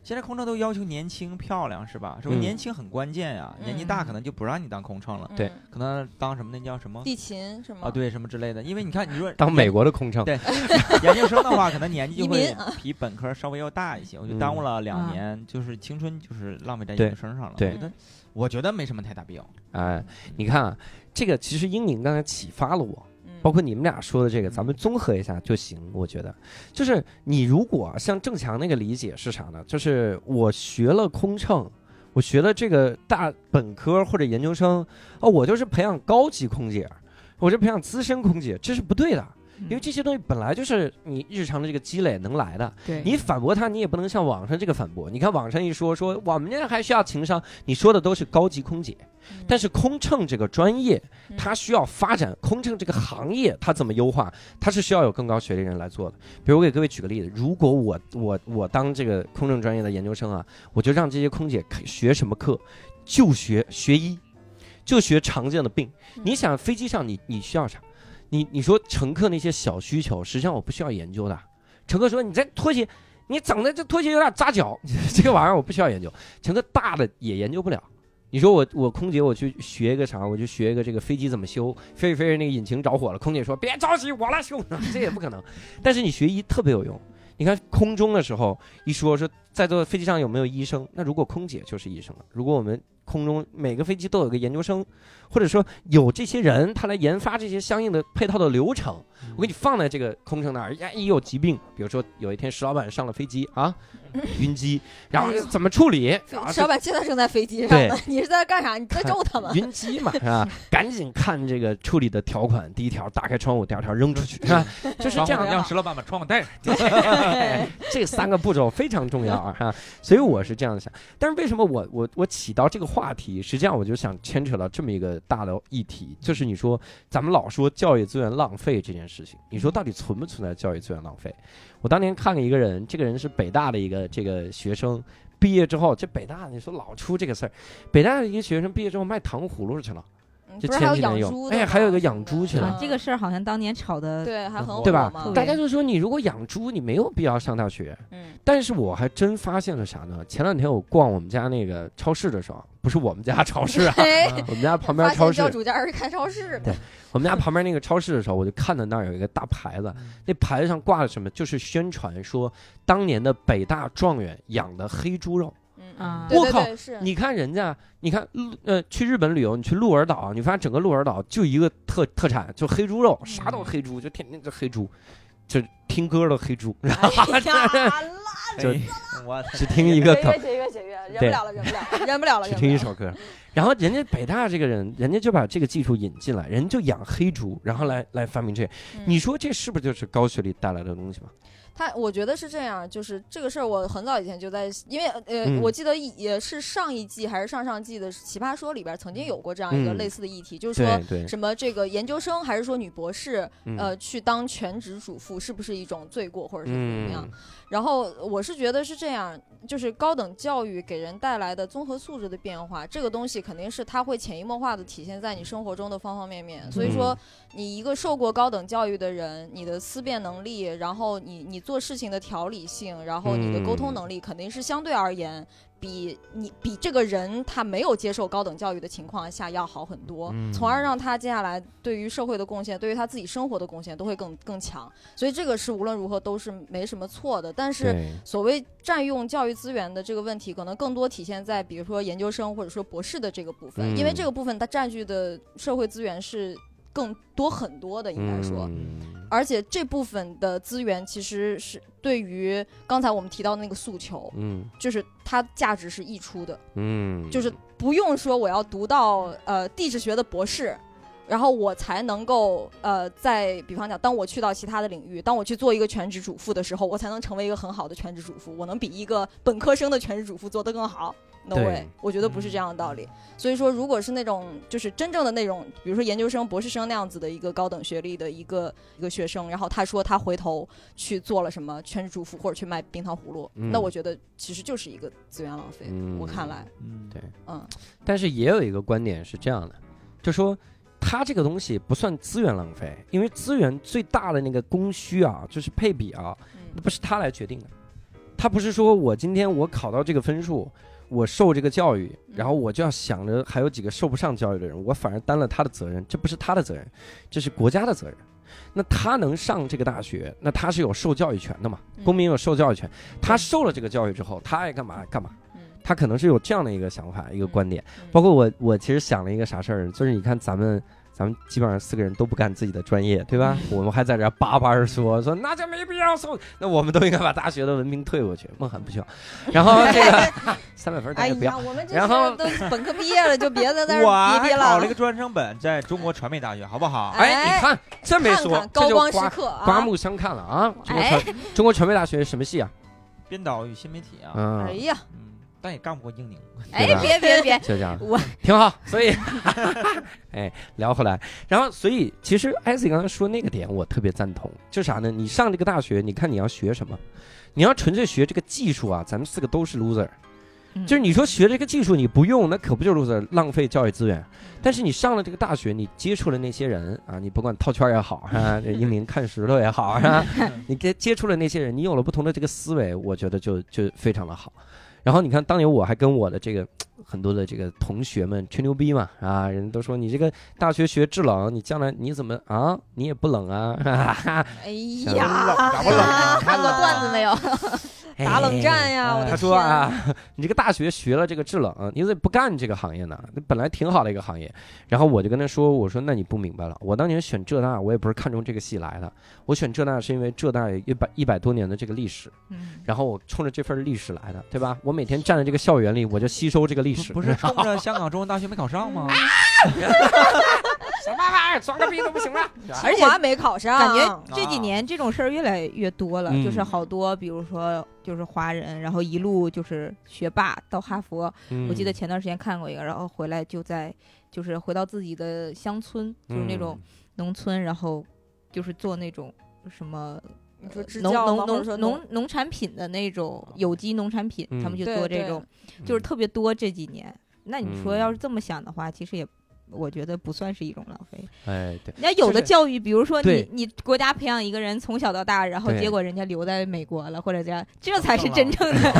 Speaker 3: 现在空乘都要求年轻漂亮是吧？说
Speaker 1: 嗯
Speaker 3: 年轻很关键呀，年纪大可能就不让你当空乘了，
Speaker 1: 对
Speaker 4: 嗯
Speaker 3: 可能当什么那叫什么
Speaker 4: 地勤是吗？
Speaker 3: 啊？对，什么之类的，因为你看你说
Speaker 1: 当美国的空乘，
Speaker 3: 对 研究生的话，可能年纪就
Speaker 4: 移
Speaker 3: 会
Speaker 4: 民啊
Speaker 3: 比本科稍微要大一些，我就
Speaker 1: 嗯
Speaker 3: 耽误了两
Speaker 2: 啊
Speaker 3: 年，就是青春就是浪费在
Speaker 1: 对
Speaker 3: 研究生上了。
Speaker 1: 对
Speaker 3: 我觉得我觉得没什么太大必要。
Speaker 1: 哎，你看啊，这个其实英宁刚才启发了我，
Speaker 4: 嗯，
Speaker 1: 包括你们俩说的这个，咱们综合一下就行。我觉得，就是你如果像郑强那个理解是啥呢？就是我学了空乘，我学了这个大本科或者研究生，哦，我就是培养高级空姐，我就培养资深空姐，这是不对的，
Speaker 2: 嗯
Speaker 1: 因为这些东西本来就是你日常的这个积累能来的。
Speaker 2: 对
Speaker 1: 你反驳他，你也不能像网上这个反驳。你看网上一说说我们这还需要情商，你说的都是高级空姐，
Speaker 4: 嗯
Speaker 1: 但是空乘这个专业，
Speaker 4: 嗯
Speaker 1: 它需要发展，空乘这个行业它怎么优化，它是需要有更高学历人来做的。比如我给各位举个例子，如果我我我当这个空乘专业的研究生啊，我就让这些空姐学什么课，就学学医，就学常见的病。
Speaker 4: 嗯
Speaker 1: 你想飞机上你你需要啥？你你说乘客那些小需求，实际上我不需要研究的。乘客说你这拖鞋，你整的这拖鞋有点扎脚， 这个玩意儿我不需要研究。乘客大的也研究不了。你说我我空姐我去学一个啥？我就学一个这个飞机怎么修，飞着飞着那个引擎着火了，空姐说别着急，我 来修呢，这也不可能。但是你学医特别有用。你看空中的时候一说说在座飞机上有没有医生？那如果空姐就是医生了。如果我们空中每个飞机都有个研究生，或者说有这些人，他来研发这些相应的配套的流程，
Speaker 4: 嗯
Speaker 1: 我给你放在这个空乘那儿，呀，一有疾病，比如说有一天石老板上了飞机啊，晕机，然后怎么处理？然后
Speaker 4: 石老板现在正在飞机上呢
Speaker 1: 啊对，
Speaker 4: 你是在干啥？你在咒他们？
Speaker 1: 晕机嘛，是吧？赶紧看这个处理的条款，第一条打开窗户，第二条扔出去，是 吧？就是这样
Speaker 3: 让让石老板把窗户带上。
Speaker 4: 哎
Speaker 1: 这三个步骤非常重要啊，哈所以我是这样想。但是为什么我我我起到这个话题，实际上我就想牵扯到这么一个大的议题，就是你说咱们老说教育资源浪费这件事情，你说到底存不存在教育资源浪费？我当年看了一个人，这个人是北大的一个这个学生。毕业之后，这北大你说老出这个事儿，北大的一个学生毕业之后卖糖葫芦去了，
Speaker 4: 嗯
Speaker 1: 就
Speaker 4: 不是还
Speaker 1: 前
Speaker 4: 有
Speaker 1: 几年
Speaker 4: 养
Speaker 1: 有
Speaker 4: 猪的吗？
Speaker 1: 哎还有一个养猪去
Speaker 4: 对
Speaker 1: 了
Speaker 2: 啊，这个事儿好像当年吵的，
Speaker 4: 哦对，还很火
Speaker 1: 对吧
Speaker 4: 嘛
Speaker 1: 大家就说你如果养猪，你没有必要上大学。
Speaker 4: 嗯，
Speaker 1: 但是我还真发现了啥呢？前两天我逛我们家那个超市的时候，不是我们家超市啊
Speaker 4: 哎，
Speaker 1: 我们家旁边
Speaker 4: 发
Speaker 1: 超
Speaker 4: 现
Speaker 1: 市
Speaker 4: 教，主家是开超市的，
Speaker 1: 我们家旁边那个超市的时候，我就看到那儿有一个大牌子，那牌子上挂了什么？就是宣传说当年的北大状元养的黑猪肉。
Speaker 4: 嗯
Speaker 2: 啊
Speaker 4: 对
Speaker 1: 我
Speaker 4: 对
Speaker 1: 靠
Speaker 4: 对是
Speaker 1: 你 看人家，你看，嗯呃，去日本旅游，你去鹿儿岛，你发现整个鹿儿岛就一个特特产，就黑猪肉，
Speaker 4: 嗯
Speaker 1: 啥都是黑猪，就天天就黑猪，就听歌的黑猪，
Speaker 4: 哎呀
Speaker 1: 就
Speaker 3: 哎我
Speaker 1: 只听一个梗。
Speaker 4: 解约解约，忍不
Speaker 1: 对
Speaker 4: 了了，忍不了了，忍不了了，
Speaker 1: 只
Speaker 4: 忍不
Speaker 1: 听一
Speaker 4: 了了。
Speaker 1: 首歌。 然后人家北大这个人，人家就把这个技术引进来，人就养黑猪，然后来来发明这个。
Speaker 4: 嗯
Speaker 1: 你说这是不是就是高学历带来的东西嘛？
Speaker 4: 他，我觉得是这样，就是这个事儿，我很早以前就在，因为呃，
Speaker 1: 嗯
Speaker 4: 我记得也是上一季还是上上季的《奇葩说》里边曾经有过这样一个
Speaker 1: 嗯
Speaker 4: 类似的议题，就是说
Speaker 1: 对对，
Speaker 4: 什么这个研究生还是说女博士，
Speaker 1: 嗯
Speaker 4: 呃，去当全职主妇是不是一种罪过，或者是怎么样
Speaker 1: 嗯？，
Speaker 4: 然后我是觉得是这样，就是高等教育给人带来的综合素质的变化，这个东西肯定是它会潜移默化的体现在你生活中的方方面面。所以说，你一个受过高等教育的人，你的思辨能力，然后你你做事情的条理性，然后你的沟通能力，肯定是相对而言。比你比这个人他没有接受高等教育的情况下要好很多，
Speaker 1: 嗯
Speaker 4: 从而让他接下来对于社会的贡献，对于他自己生活的贡献都会更更强。所以这个是无论如何都是没什么错的。但是
Speaker 1: 对
Speaker 4: 所谓占用教育资源的这个问题，可能更多体现在比如说研究生或者说博士的这个部分，
Speaker 1: 嗯
Speaker 4: 因为这个部分它占据的社会资源是更多很多的，应该说。
Speaker 1: 嗯
Speaker 4: 而且这部分的资源其实是对于刚才我们提到的那个诉求，
Speaker 1: 嗯
Speaker 4: 就是它价值是溢出的，
Speaker 1: 嗯，
Speaker 4: 就是不用说我要读到呃地质学的博士，然后我才能够呃在比方讲，当我去到其他的领域，当我去做一个全职主妇的时候，我才能成为一个很好的全职主妇，我能比一个本科生的全职主妇做得更好。No
Speaker 1: 对嗯
Speaker 4: way，我觉得不是这样的道理。所以说，如果是那种就是真正的那种，比如说研究生、博士生那样子的一个高等学历的一个一个学生，然后他说他回头去做了什么全职主妇或者去卖冰糖葫芦，
Speaker 1: 嗯
Speaker 4: 那我觉得其实就是一个资源浪费。
Speaker 1: 嗯
Speaker 4: 我看来，
Speaker 3: 嗯
Speaker 1: 对
Speaker 4: 嗯，
Speaker 1: 但是也有一个观点是这样的，就说它这个东西不算资源浪费，因为资源最大的那个供需啊，就是配比啊，
Speaker 4: 嗯
Speaker 1: 不是他来决定的，他不是说我今天我考到这个分数，我受这个教育，
Speaker 4: 嗯
Speaker 1: 然后我就要想着还有几个受不上教育的人，我反而担了他的责任，这不是他的责任，这是国家的责任。那他能上这个大学，那他是有受教育权的嘛？
Speaker 4: 嗯
Speaker 1: 公民有受教育权，他受了这个教育之后，他爱干嘛干嘛，
Speaker 4: 嗯
Speaker 1: 他可能是有这样的一个想法、一个观点。
Speaker 4: 嗯
Speaker 1: 包括我，我其实想了一个啥事儿，就是你看咱们。咱们基本上四个人都不干自己的专业，对吧？
Speaker 4: 嗯
Speaker 1: 我们还在这儿叭叭儿说说，那就没必要送，那我们都应该把大学的文凭退回去。梦涵不需要，然 后哦这个三百分儿 大
Speaker 4: 哎
Speaker 1: 家不要
Speaker 4: 呀，，我们这
Speaker 1: 然后
Speaker 4: 是都本科毕业了，就别在那
Speaker 3: 我
Speaker 4: 儿
Speaker 3: 还
Speaker 4: 逼逼
Speaker 3: 考了一
Speaker 4: 了
Speaker 3: 个。专升本，在中国传媒大学，好不好？
Speaker 1: 哎，
Speaker 4: 哎
Speaker 1: 你看这没
Speaker 4: 看
Speaker 1: 说，
Speaker 4: 看
Speaker 1: 这
Speaker 4: 高
Speaker 1: 就
Speaker 4: 光时
Speaker 1: 刮
Speaker 4: 刻啊！
Speaker 1: 刮目相看了啊！中国
Speaker 2: 哎
Speaker 1: 传中国传媒大学什么系啊？
Speaker 3: 编导与新媒体啊，
Speaker 4: 哎
Speaker 1: 嗯，
Speaker 4: 呀，
Speaker 3: 嗯，但也干不过 英宁。
Speaker 2: 哎
Speaker 1: 对，吧
Speaker 2: 别别别，
Speaker 1: 就这样，
Speaker 2: 我
Speaker 1: 挺好。所以， 哎，聊回来，然后所以其实艾斯刚才说那个点，我特别赞同，就啥呢？你上这个大学，你看你要学什么？你要纯粹学这个技术啊，咱们四个都是 loser。
Speaker 2: 嗯
Speaker 1: 就是你说学这个技术你不用，那可不就是 loser 浪费教育资源？但是你上了这个大学，你接触了那些人啊，你不管套圈儿也好啊， 这英明看石头也好啊，你接接触了那些人，你有了不同的这个思维，我觉得就就非常的好。然后你看，当年我还跟我的这个很多的这个同学们吹牛逼嘛，啊，人都说你这个大学学制冷，你将来你怎么啊，你也不冷啊，哈哈哈
Speaker 4: 哎
Speaker 1: 想
Speaker 4: 呀，
Speaker 3: 咋不冷 啊？
Speaker 2: 看过段子没有？
Speaker 4: 打冷战呀，我的
Speaker 1: 哎他
Speaker 4: 天！
Speaker 1: 说啊， 你这个大学学了这个制冷，你怎么不干这个行业呢？那本来挺好的一个行业。然后我就跟他说，我说那你不明白了，我当年选浙大，我也不是看中这个系来的，我选浙大是因为浙大有一百一百多年的这个历史，
Speaker 2: 嗯，
Speaker 1: 然后我冲着这份历史来的，对吧？我每天站在这个校园里，我就吸收这个历史。
Speaker 3: 不是冲着香港中文大学没考上吗？
Speaker 1: 什么玩意儿，装个逼都不行了。
Speaker 2: 而且
Speaker 4: 清华没考上，
Speaker 2: 感觉 这几年这种事儿越来越多了，
Speaker 1: 啊嗯
Speaker 2: 就是好多，比如说就是华人，然后一路就是学霸到哈佛。
Speaker 1: 嗯
Speaker 2: 我记得前段时间看过一个，然后回来就在就是回到自己的乡村，就是那
Speaker 1: 嗯
Speaker 2: 种农村，然后就是做那种什么
Speaker 4: 你说支
Speaker 2: 农
Speaker 4: 教
Speaker 2: 农
Speaker 4: 吗或者说
Speaker 2: 农农农产品的那种有机农产品，他们
Speaker 1: 哦嗯
Speaker 2: 就
Speaker 4: 对
Speaker 2: 做这
Speaker 4: 对
Speaker 2: 种，就是特别多这几年。那你
Speaker 1: 嗯
Speaker 2: 说要是这么想的话，其实也。我觉得不算是一种浪费。
Speaker 1: 哎， 对，
Speaker 2: 人家有的
Speaker 1: 就是
Speaker 2: 教育，比如说你
Speaker 1: 对
Speaker 2: 你国家培养一个人从小到大，然后
Speaker 1: 对
Speaker 2: 结果人家留在美国了，或者这样，这才是真正的，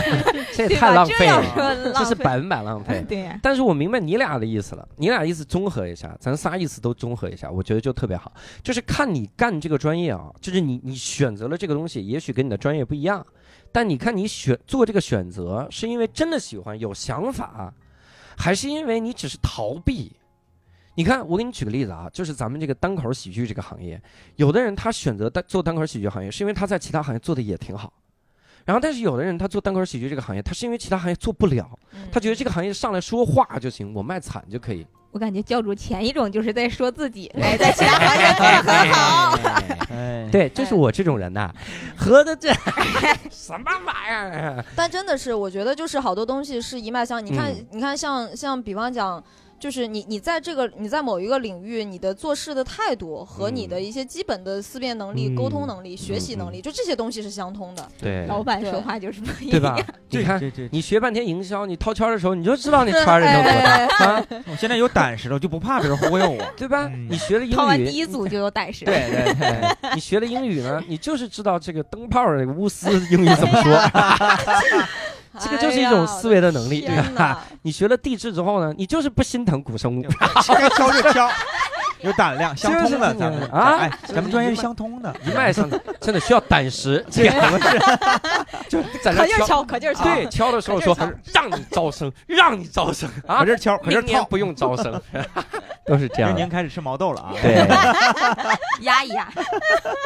Speaker 1: 这也
Speaker 2: 对
Speaker 1: 太
Speaker 2: 吧？
Speaker 1: 浪
Speaker 2: 这
Speaker 1: 费
Speaker 2: 要
Speaker 1: 了，
Speaker 2: 说浪
Speaker 1: 这
Speaker 2: 费，。
Speaker 1: 是百分百浪费
Speaker 2: 对呀、
Speaker 1: 但是我明白你俩的意思了，你俩意思综合一下，咱仨意思都综合一下，我觉得就特别好。就是看你干这个专业啊，就是你你选择了这个东西，也许跟你的专业不一样，但你看你选做这个选择，是因为真的喜欢有想法，还是因为你只是逃避？你看，我给你举个例子啊，就是咱们这个单口喜剧这个行业，有的人他选择单做单口喜剧行业，是因为他在其他行业做的也挺好，然后但是有的人他做单口喜剧这个行业，他是因为其他行业做不了，
Speaker 4: 嗯
Speaker 1: 他觉得这个行业上来说话就行，我卖惨就可以。
Speaker 2: 我感觉教主前一种就是在说自己，哎，在其他行 业做的很好，
Speaker 3: 哎，
Speaker 1: 对，就是我这种人呐，合着这 什么玩意儿啊？
Speaker 4: 但真的是，我觉得就是好多东西是一脉相，你看，
Speaker 1: 嗯
Speaker 4: 你看像，像比方讲。就是你，你在这个，你在某一个领域，你的做事的态度和你的
Speaker 1: 嗯
Speaker 4: 一些基本的思辨能力、
Speaker 1: 嗯
Speaker 4: 沟通能力、学习
Speaker 1: 嗯
Speaker 4: 能力，就这些东西是相通的。
Speaker 1: 对
Speaker 2: 老板说话就是不一
Speaker 1: 对
Speaker 2: 样。
Speaker 1: 吧？你
Speaker 3: 这
Speaker 1: 看，
Speaker 3: 这这，
Speaker 1: 你学半天营销，你掏圈儿的时候，你就知道那圈儿人有多 大，啊，
Speaker 3: 我现在有胆识了，我就不怕别人忽悠我。
Speaker 1: 对吧？
Speaker 3: 嗯
Speaker 1: 你学了英
Speaker 2: 套完
Speaker 1: 语，
Speaker 2: 第一组就有胆识，
Speaker 1: 对对对，你学了英语呢，你 就是知道这个灯泡儿的钨丝英语怎么 说，这个就是一种思维的能力。
Speaker 4: 哎哎呀我的 天哪
Speaker 1: 你学了地质之后呢，你就是不心疼古生物。
Speaker 3: 该敲就敲， 有胆量，相通的，
Speaker 1: 就是
Speaker 3: 咱们
Speaker 1: 啊
Speaker 3: 哎，咱们专业是相通的，
Speaker 1: 一脉相承，真的需要胆识，这个不是， 就在那
Speaker 4: 可劲儿敲，可劲儿敲。
Speaker 1: 对，敲的时候说
Speaker 4: 可劲
Speaker 1: 让你招生，让你招生啊
Speaker 3: 可，劲儿敲，可劲
Speaker 1: 明
Speaker 3: 儿
Speaker 1: 年
Speaker 3: 套。
Speaker 1: 不用招生，都是这
Speaker 3: 明
Speaker 1: 样
Speaker 3: 年
Speaker 1: 的。
Speaker 3: 开始吃毛豆了啊！
Speaker 1: 对，
Speaker 2: 压 一压，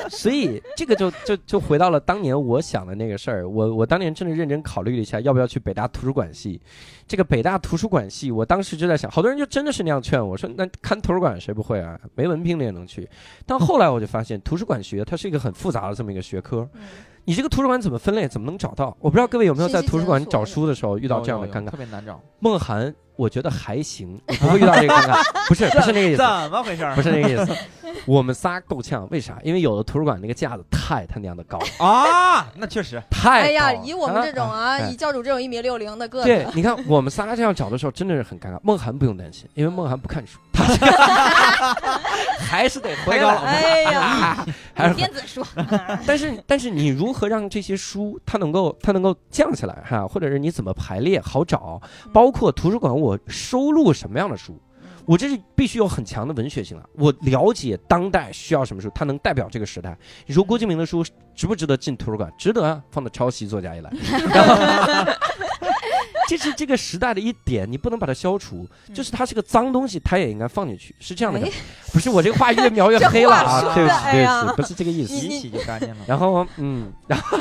Speaker 1: 所以这个就就就回到了当年我想的那个事儿。我我当年真的认真考虑了一下，要不要去北大图书馆系。这个北大图书馆系，我当时就在想，好多人就真的是那样劝我说，那看图书馆谁不会啊？没文凭的也能去。但后来我就发现，图书馆学它是一个很复杂的这么一个学科。
Speaker 4: 嗯
Speaker 1: 你这个图书馆怎么分类？怎么能找到？我不知道各位有没有在图书馆找书的时候遇
Speaker 3: 遇
Speaker 1: 到这样的尴尬
Speaker 3: 特。别难找，
Speaker 1: 梦涵，我觉得还行，你不会遇到这个尴尬，不是不是那个意
Speaker 3: 怎
Speaker 1: 思，
Speaker 3: 么回事
Speaker 4: 啊
Speaker 3: 儿？
Speaker 1: 不是那个 意思。我们仨够呛，为啥？因为有的图书馆那个架子太他娘的 高，
Speaker 3: 啊，那确实，
Speaker 1: 太
Speaker 4: 哎呀，
Speaker 1: 高了
Speaker 4: 以我们这种啊，
Speaker 1: 哎
Speaker 4: 以教主这种一米六零的个子，
Speaker 1: 对，你看我们仨这样找的时候，真的是很尴尬。梦涵不用担心，因为梦涵不 看书，还是得回
Speaker 3: 太高
Speaker 1: 来
Speaker 3: 了。
Speaker 4: 哎呀，
Speaker 1: 还是回
Speaker 2: 电子书，
Speaker 1: 但是，但是你如何让这些书它能够它能够降下来哈、或者是你怎么排列好找，
Speaker 4: 嗯
Speaker 1: 包括图书馆我收录什么样的书，我这是必须有很强的文学性啊。我了解当代需要什么书，它能代表这个时代。你说郭敬明的书值不值得进图书馆？值得啊，放到抄袭作 家一栏。然后 这是这个时代的一点，你不能把它消除。
Speaker 4: 嗯
Speaker 1: 就是它是个脏东西，它也应该放进去，是这样的感觉。不是我这个话越描越
Speaker 4: 哎这
Speaker 1: 黑了
Speaker 4: 话
Speaker 1: 啊！
Speaker 4: 说
Speaker 1: 对不
Speaker 4: 的
Speaker 1: 起，
Speaker 4: 哎
Speaker 1: 对
Speaker 4: 呀
Speaker 1: 不起，不是这个意思。
Speaker 3: 洗一洗就干净了。
Speaker 1: 然后，嗯， 然后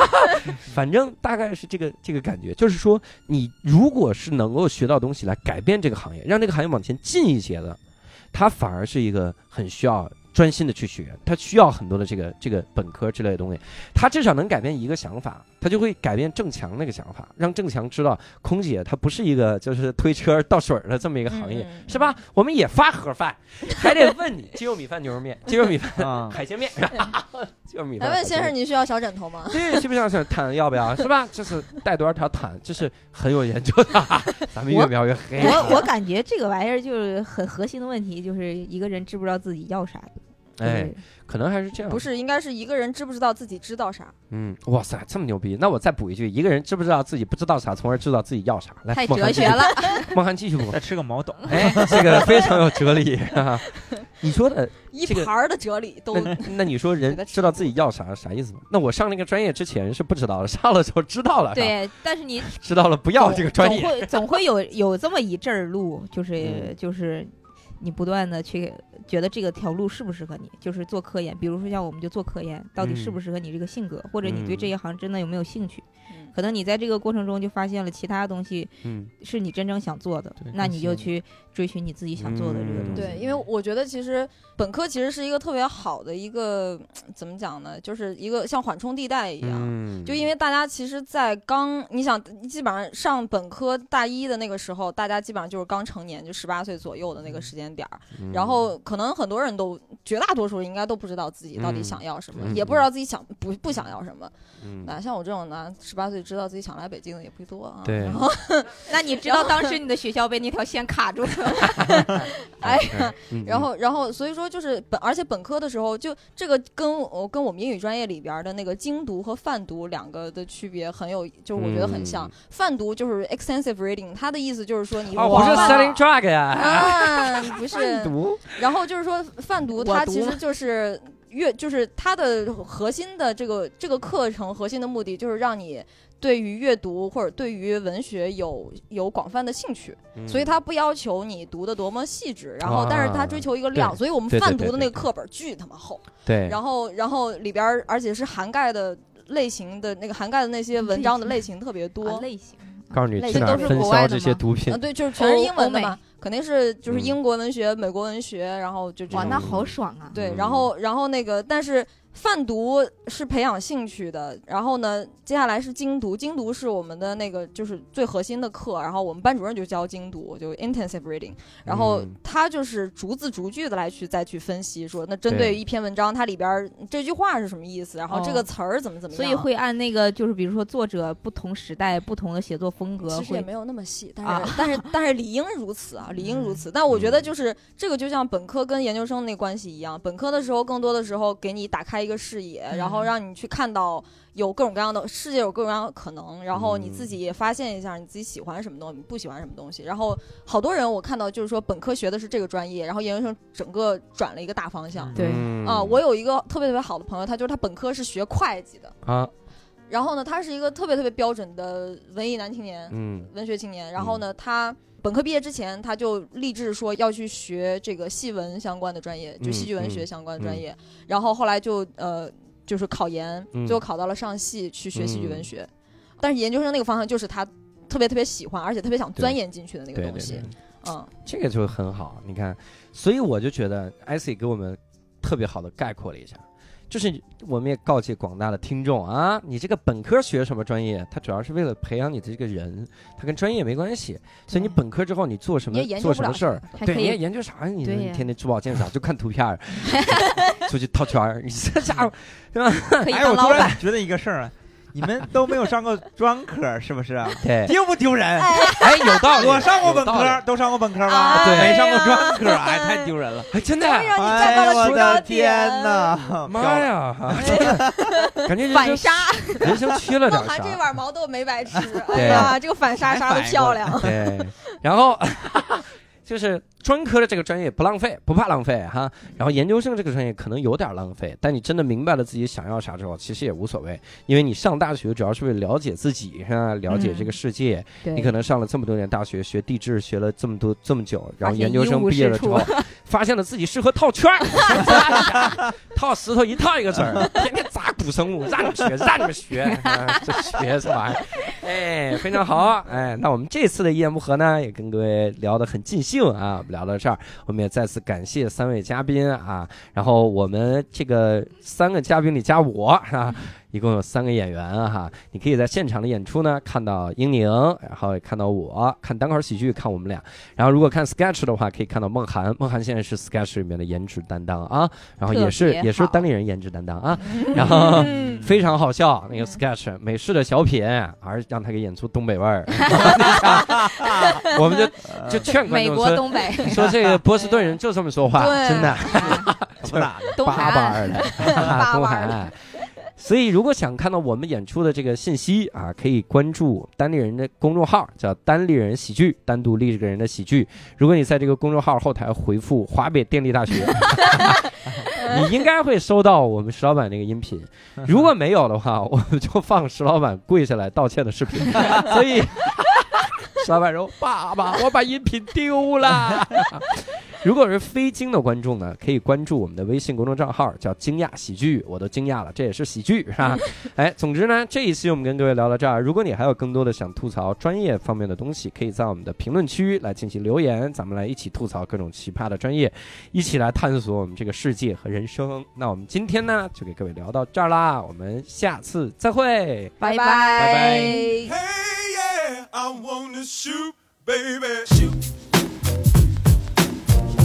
Speaker 1: 反正大概是这个这个感觉，就是说，你如果是能够学到东西来改变这个行业，让这个行业往前进一些的，它反而是一个很需要专心的去学，它需要很多的这个这个本科之类的东西，它至少能改变一个想法，它就会改变郑强那个想法，让郑强知道空姐她不是一个就是推车倒水儿的这么一个行业，
Speaker 4: 嗯嗯
Speaker 1: 是吧？我们也发盒饭，还得问你 鸡肉米饭、牛肉面、鸡肉米饭、
Speaker 3: 啊，
Speaker 1: 海鲜面、 鸡肉米饭。
Speaker 4: 来
Speaker 1: 海
Speaker 4: 哎问
Speaker 1: 鲜
Speaker 4: 先
Speaker 1: 面
Speaker 4: 生，你需要小枕头吗？
Speaker 1: 对，需不需要想毯要不要？是 吧？就是带多少条毯，这是很有研究 的啊。咱们越描越黑。
Speaker 2: 我我感觉这个玩意儿就是很核心的问题，就是一个人知不知道自己要啥。就是
Speaker 1: 哎，可能还是这样。
Speaker 4: 不，是，应该是一个人知不知道自己知道啥。
Speaker 1: 嗯，哇塞，这么牛逼！那我再补一句：一个人知不知道自己不知道啥，从而知道自己要啥？来，
Speaker 2: 太
Speaker 1: 孟
Speaker 2: 哲
Speaker 1: 涵继
Speaker 2: 学
Speaker 1: 续
Speaker 2: 了，
Speaker 1: 孟涵继续补。
Speaker 3: 再吃个毛豆，
Speaker 1: 哎，这个非常有哲理啊！你说的
Speaker 4: 一
Speaker 1: 这个
Speaker 4: 盘儿的哲理 都
Speaker 1: 那那你说人
Speaker 4: 给他吃
Speaker 1: 知道自己要啥啥意思吗？那我上那个专业之前是不知道的， 上了之后知道了，
Speaker 2: 对，但是你
Speaker 1: 知道了不要这个专
Speaker 2: 总
Speaker 1: 业，
Speaker 2: 会总会有有这么一阵儿路，就是、
Speaker 1: 嗯
Speaker 2: 就是你不断的去觉得这个条路适不适合你，就是做科研，比如说像我们就做科研，到底适不
Speaker 1: 嗯
Speaker 2: 适合你这个性格，或者你
Speaker 1: 嗯
Speaker 2: 对这一行真的有没有兴趣？
Speaker 4: 嗯
Speaker 2: 可能你在这个过程中就发现了其他东西
Speaker 1: 嗯
Speaker 2: 是你真正想做的
Speaker 3: 对，
Speaker 2: 那
Speaker 3: 更
Speaker 2: 你
Speaker 3: 喜
Speaker 2: 就
Speaker 3: 欢
Speaker 2: 去追寻你自己想做的这个
Speaker 1: 嗯
Speaker 2: 东西。
Speaker 4: 对，因为我觉得其实本科其实是一个特别好的一个怎么讲呢，就是一个像缓冲地带一样。
Speaker 1: 嗯
Speaker 4: 就因为大家其实，在刚你想基本上上本科大一的那个时候，大家基本上就是刚成年，就十八岁左右的
Speaker 1: 嗯
Speaker 4: 那个时间点儿。然后可能很多人都，绝大多数人应该都不知道自己到底想要什么，
Speaker 1: 嗯
Speaker 4: 也不知道自己想不不想要什么。
Speaker 1: 嗯
Speaker 4: 那、像我这种呢，十八岁知道自己想来北京的也不多啊。
Speaker 1: 对
Speaker 4: 然后
Speaker 2: 那你知道当时你的学校被那条线卡住了，
Speaker 4: 哎呀，
Speaker 1: 嗯
Speaker 4: 然后，然后，所以说就是本，而且本科的时候，就这个跟我跟我们英语专业里边儿的那个精读和泛读两个的区别很有，就是我觉得很像。
Speaker 1: 嗯
Speaker 4: 泛读就是 extensive reading，它的意思就是说你
Speaker 1: 哦，我
Speaker 4: 往
Speaker 1: 是
Speaker 4: 泛
Speaker 1: selling drug 呀，
Speaker 4: 啊，不是。
Speaker 1: 毒，
Speaker 4: 然后就是说泛读，
Speaker 2: 我
Speaker 4: 它
Speaker 2: 读
Speaker 4: 其实
Speaker 2: 了
Speaker 4: 就是越就是它的核心的这个这个课程核心的目的就是让你对于阅读或者对于文学有有广泛的兴趣。
Speaker 1: 嗯
Speaker 4: 所以他不要求你读的多么细致，然后但是他追求一个量，
Speaker 1: 啊对
Speaker 4: 所以我们
Speaker 1: 对对
Speaker 4: 泛
Speaker 1: 对
Speaker 4: 读的那
Speaker 1: 对
Speaker 4: 个课本巨他妈厚，
Speaker 1: 对，
Speaker 4: 然后然后里边儿而且是涵盖的类型的那个涵盖的那些文章的类型特别多，
Speaker 2: 啊类型
Speaker 1: 告诉你
Speaker 2: 类
Speaker 1: 去
Speaker 2: 似
Speaker 1: 哪儿
Speaker 2: 都是
Speaker 1: 分
Speaker 2: 国
Speaker 1: 销
Speaker 2: 外的
Speaker 1: 这些
Speaker 2: 吗
Speaker 1: 毒品
Speaker 4: 啊，对，就是全是
Speaker 2: 欧
Speaker 4: 英文的
Speaker 2: 欧美
Speaker 4: 嘛，肯定是就是
Speaker 1: 嗯
Speaker 4: 英国文学、美国文学，然后就这
Speaker 2: 哇，
Speaker 4: 种
Speaker 2: 那好爽啊！
Speaker 4: 对
Speaker 1: 嗯，
Speaker 4: 然后然后那个，但是泛读是培养兴趣的，然后呢，接下来是精读，精读是我们的那个就是最核心的课，然后我们班主任就教精读，就 intensive reading，然后
Speaker 1: 嗯
Speaker 4: 他就是逐字逐句的来去再去分析，说那针
Speaker 1: 对
Speaker 4: 对一篇文章，它里边儿这句话是什么意思，然后这
Speaker 2: 哦
Speaker 4: 个词儿怎么怎么
Speaker 2: 所
Speaker 4: 样，
Speaker 2: 以会按那个，就是比如说作者不同时代、不同的写作风格，
Speaker 4: 其实也
Speaker 2: 会
Speaker 4: 没有那么细，但是、
Speaker 2: 啊嗯
Speaker 4: 但是但是理应如此啊，理应如此。但我觉得就是这个，就像本科跟研究生那关系一样，本科的时候更多的时候给你打开一个视野，
Speaker 2: 嗯
Speaker 4: 然后让你去看到有各种各样的世界，有各种各样的可能，然后你
Speaker 2: 嗯
Speaker 4: 自己也发现一下你自己喜欢什么东西，不喜欢什么东西。然后好多人我看到就是说本科学的是这个专业，然后研究生整个转了一个大方向。
Speaker 2: 对
Speaker 1: 嗯
Speaker 4: 啊、我有一个特别特别好的朋友，他就是他本科是学会计的，
Speaker 1: 啊，
Speaker 4: 然后呢，他是一个特别特别标准的文艺男青年，
Speaker 1: 嗯
Speaker 4: 文学青年。然后呢，他本科毕业之前，他就立志说要去学这个戏文相关的专业，
Speaker 1: 嗯
Speaker 4: 就戏剧文学相关的专业。然后后来就呃，就是考研，
Speaker 1: 嗯
Speaker 4: 最后考到了上戏去学戏剧文学。但是研究生那个方向就是他特别特别喜欢，而且特别想
Speaker 1: 对
Speaker 4: 钻研进去的那个
Speaker 1: 对
Speaker 4: 东
Speaker 1: 对
Speaker 4: 西。
Speaker 1: 对，
Speaker 4: 嗯，
Speaker 1: 这个就很好，你看，所以我就觉得 IC 给我们特别好的概括了一下，就是我们也告诫广大的听众啊，你这个本科学什么专业，它主要是为了培养你的这个人，它跟专业没关系。所以你本科之后你做什
Speaker 4: 嗯你
Speaker 1: 么
Speaker 4: 也研究
Speaker 1: 做
Speaker 4: 不
Speaker 1: 什么
Speaker 4: 了
Speaker 1: 事儿，
Speaker 2: 还
Speaker 1: 对，
Speaker 2: 可
Speaker 1: 你也
Speaker 2: 以
Speaker 1: 研究啥呀？你
Speaker 2: 对
Speaker 1: 你
Speaker 2: 呀
Speaker 1: 天天珠宝鉴赏就看图片 儿，出去套圈儿，你这家伙
Speaker 2: 可以
Speaker 3: 哎，
Speaker 2: 当
Speaker 3: 我
Speaker 2: 老
Speaker 3: 突
Speaker 2: 板。
Speaker 3: 然觉得一个事儿啊，你们都没有上过专科，是不是 啊？
Speaker 1: 对，
Speaker 3: 丢不丢人？
Speaker 1: 哎，有道理，
Speaker 3: 我上过
Speaker 1: 有
Speaker 3: 本
Speaker 1: 道理
Speaker 3: 科，，都上过本科吗？
Speaker 1: 对
Speaker 3: 没上过专科，哎，太丢人了！
Speaker 1: 哎，真的，
Speaker 4: 让你站到
Speaker 3: 哎，
Speaker 4: 了
Speaker 3: 我
Speaker 4: 主导
Speaker 3: 的
Speaker 4: 点。
Speaker 3: 天哪！
Speaker 1: 妈呀， 感觉人
Speaker 2: 反
Speaker 1: 生
Speaker 2: 杀，
Speaker 1: 人生缺了点
Speaker 4: 梦
Speaker 1: 啥
Speaker 4: 涵。这碗毛豆没白吃，哎
Speaker 1: 对
Speaker 4: 呀，这个反杀杀的漂亮。
Speaker 1: 对，然后 就是专科的这个专业不浪费，不怕浪费哈。然后研究生这个专业可能有点浪费，但你真的明白了自己想要啥之后，其实也无所谓，因为你上大学主要是为了了解自己，哈，了解这个世界。你可能上了这么多年大学，学地质学了这么多这么久，然后
Speaker 2: 发现
Speaker 1: 研究生毕业了之后
Speaker 2: 一无，
Speaker 1: 发现了自己适合套圈儿， 套石头一套一个准儿，天天砸古生物，让你学，让你们学，啊、这学什么玩意儿？哎，非常好，哎，那我们这次的一言不合呢，也跟各位聊得很尽兴啊，我们聊到这儿，我们也再次感谢三位嘉宾啊，然后我们这个三个嘉宾里加我啊，一共有三个演员啊哈，你可以在现场的演出呢看到英宁，然后也看到我，看单口喜剧看我们俩，然后如果看 sketch 的话，可以看到梦涵，梦涵现在是 sketch 里面的颜值担当啊，然后也
Speaker 2: 特
Speaker 1: 是
Speaker 2: 别好
Speaker 1: 也是单立人颜值担当 啊，然后非常好笑那个 sketch 美式的小品，而让他给演出东北味 儿，我们就就劝观
Speaker 2: 美
Speaker 1: 众
Speaker 2: 国
Speaker 1: 说
Speaker 2: 东北，
Speaker 1: 说这个波士顿人就这么说话，
Speaker 4: 对
Speaker 1: 真的。
Speaker 2: 啊
Speaker 3: 不打的，
Speaker 2: 哎东海
Speaker 1: 八
Speaker 2: 岸，
Speaker 1: 瓣儿的，
Speaker 4: 八
Speaker 1: 东
Speaker 4: 瓣
Speaker 1: 海
Speaker 4: 儿的
Speaker 1: 岸。所以如果想看到我们演出的这个信息啊，可以关注单立人的公众号，叫单立人喜剧，单独立这个人的喜剧。如果你在这个公众号后台回复华北电力大 学。你应该会收到我们石老板那个音频，如果没有的话，我们就放石老板跪下来道歉的视频。所以，石老板说：“爸爸，我把音频丢了。”如果是非京的观众呢，可以关注我们的微信公众账号，叫“惊讶喜剧”，我都惊讶了，这也是喜剧，是吧？ 哎，总之呢，这一期我们跟各位聊到这儿。如果你还有更多的想吐槽专业方面的东西，可以在我们的评论区来进行留言，咱们来一起吐槽各种奇葩的专业。一起来探索我们这个世界和人生。那我们今天呢，就给各位聊到这儿啦，我们下次再会。
Speaker 2: 拜
Speaker 3: 拜
Speaker 5: Hey, yeah, I wanna shoot, baby. Shoot.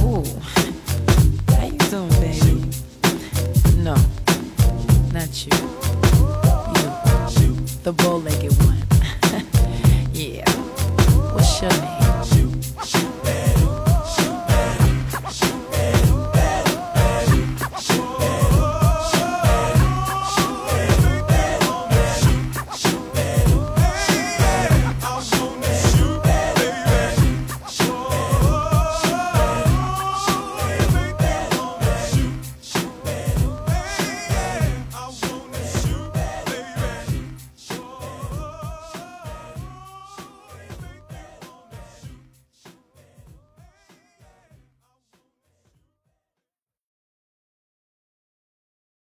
Speaker 6: Ooh, how you doing, baby? No, not you. You, the bow-legged one. yeah. What's your name?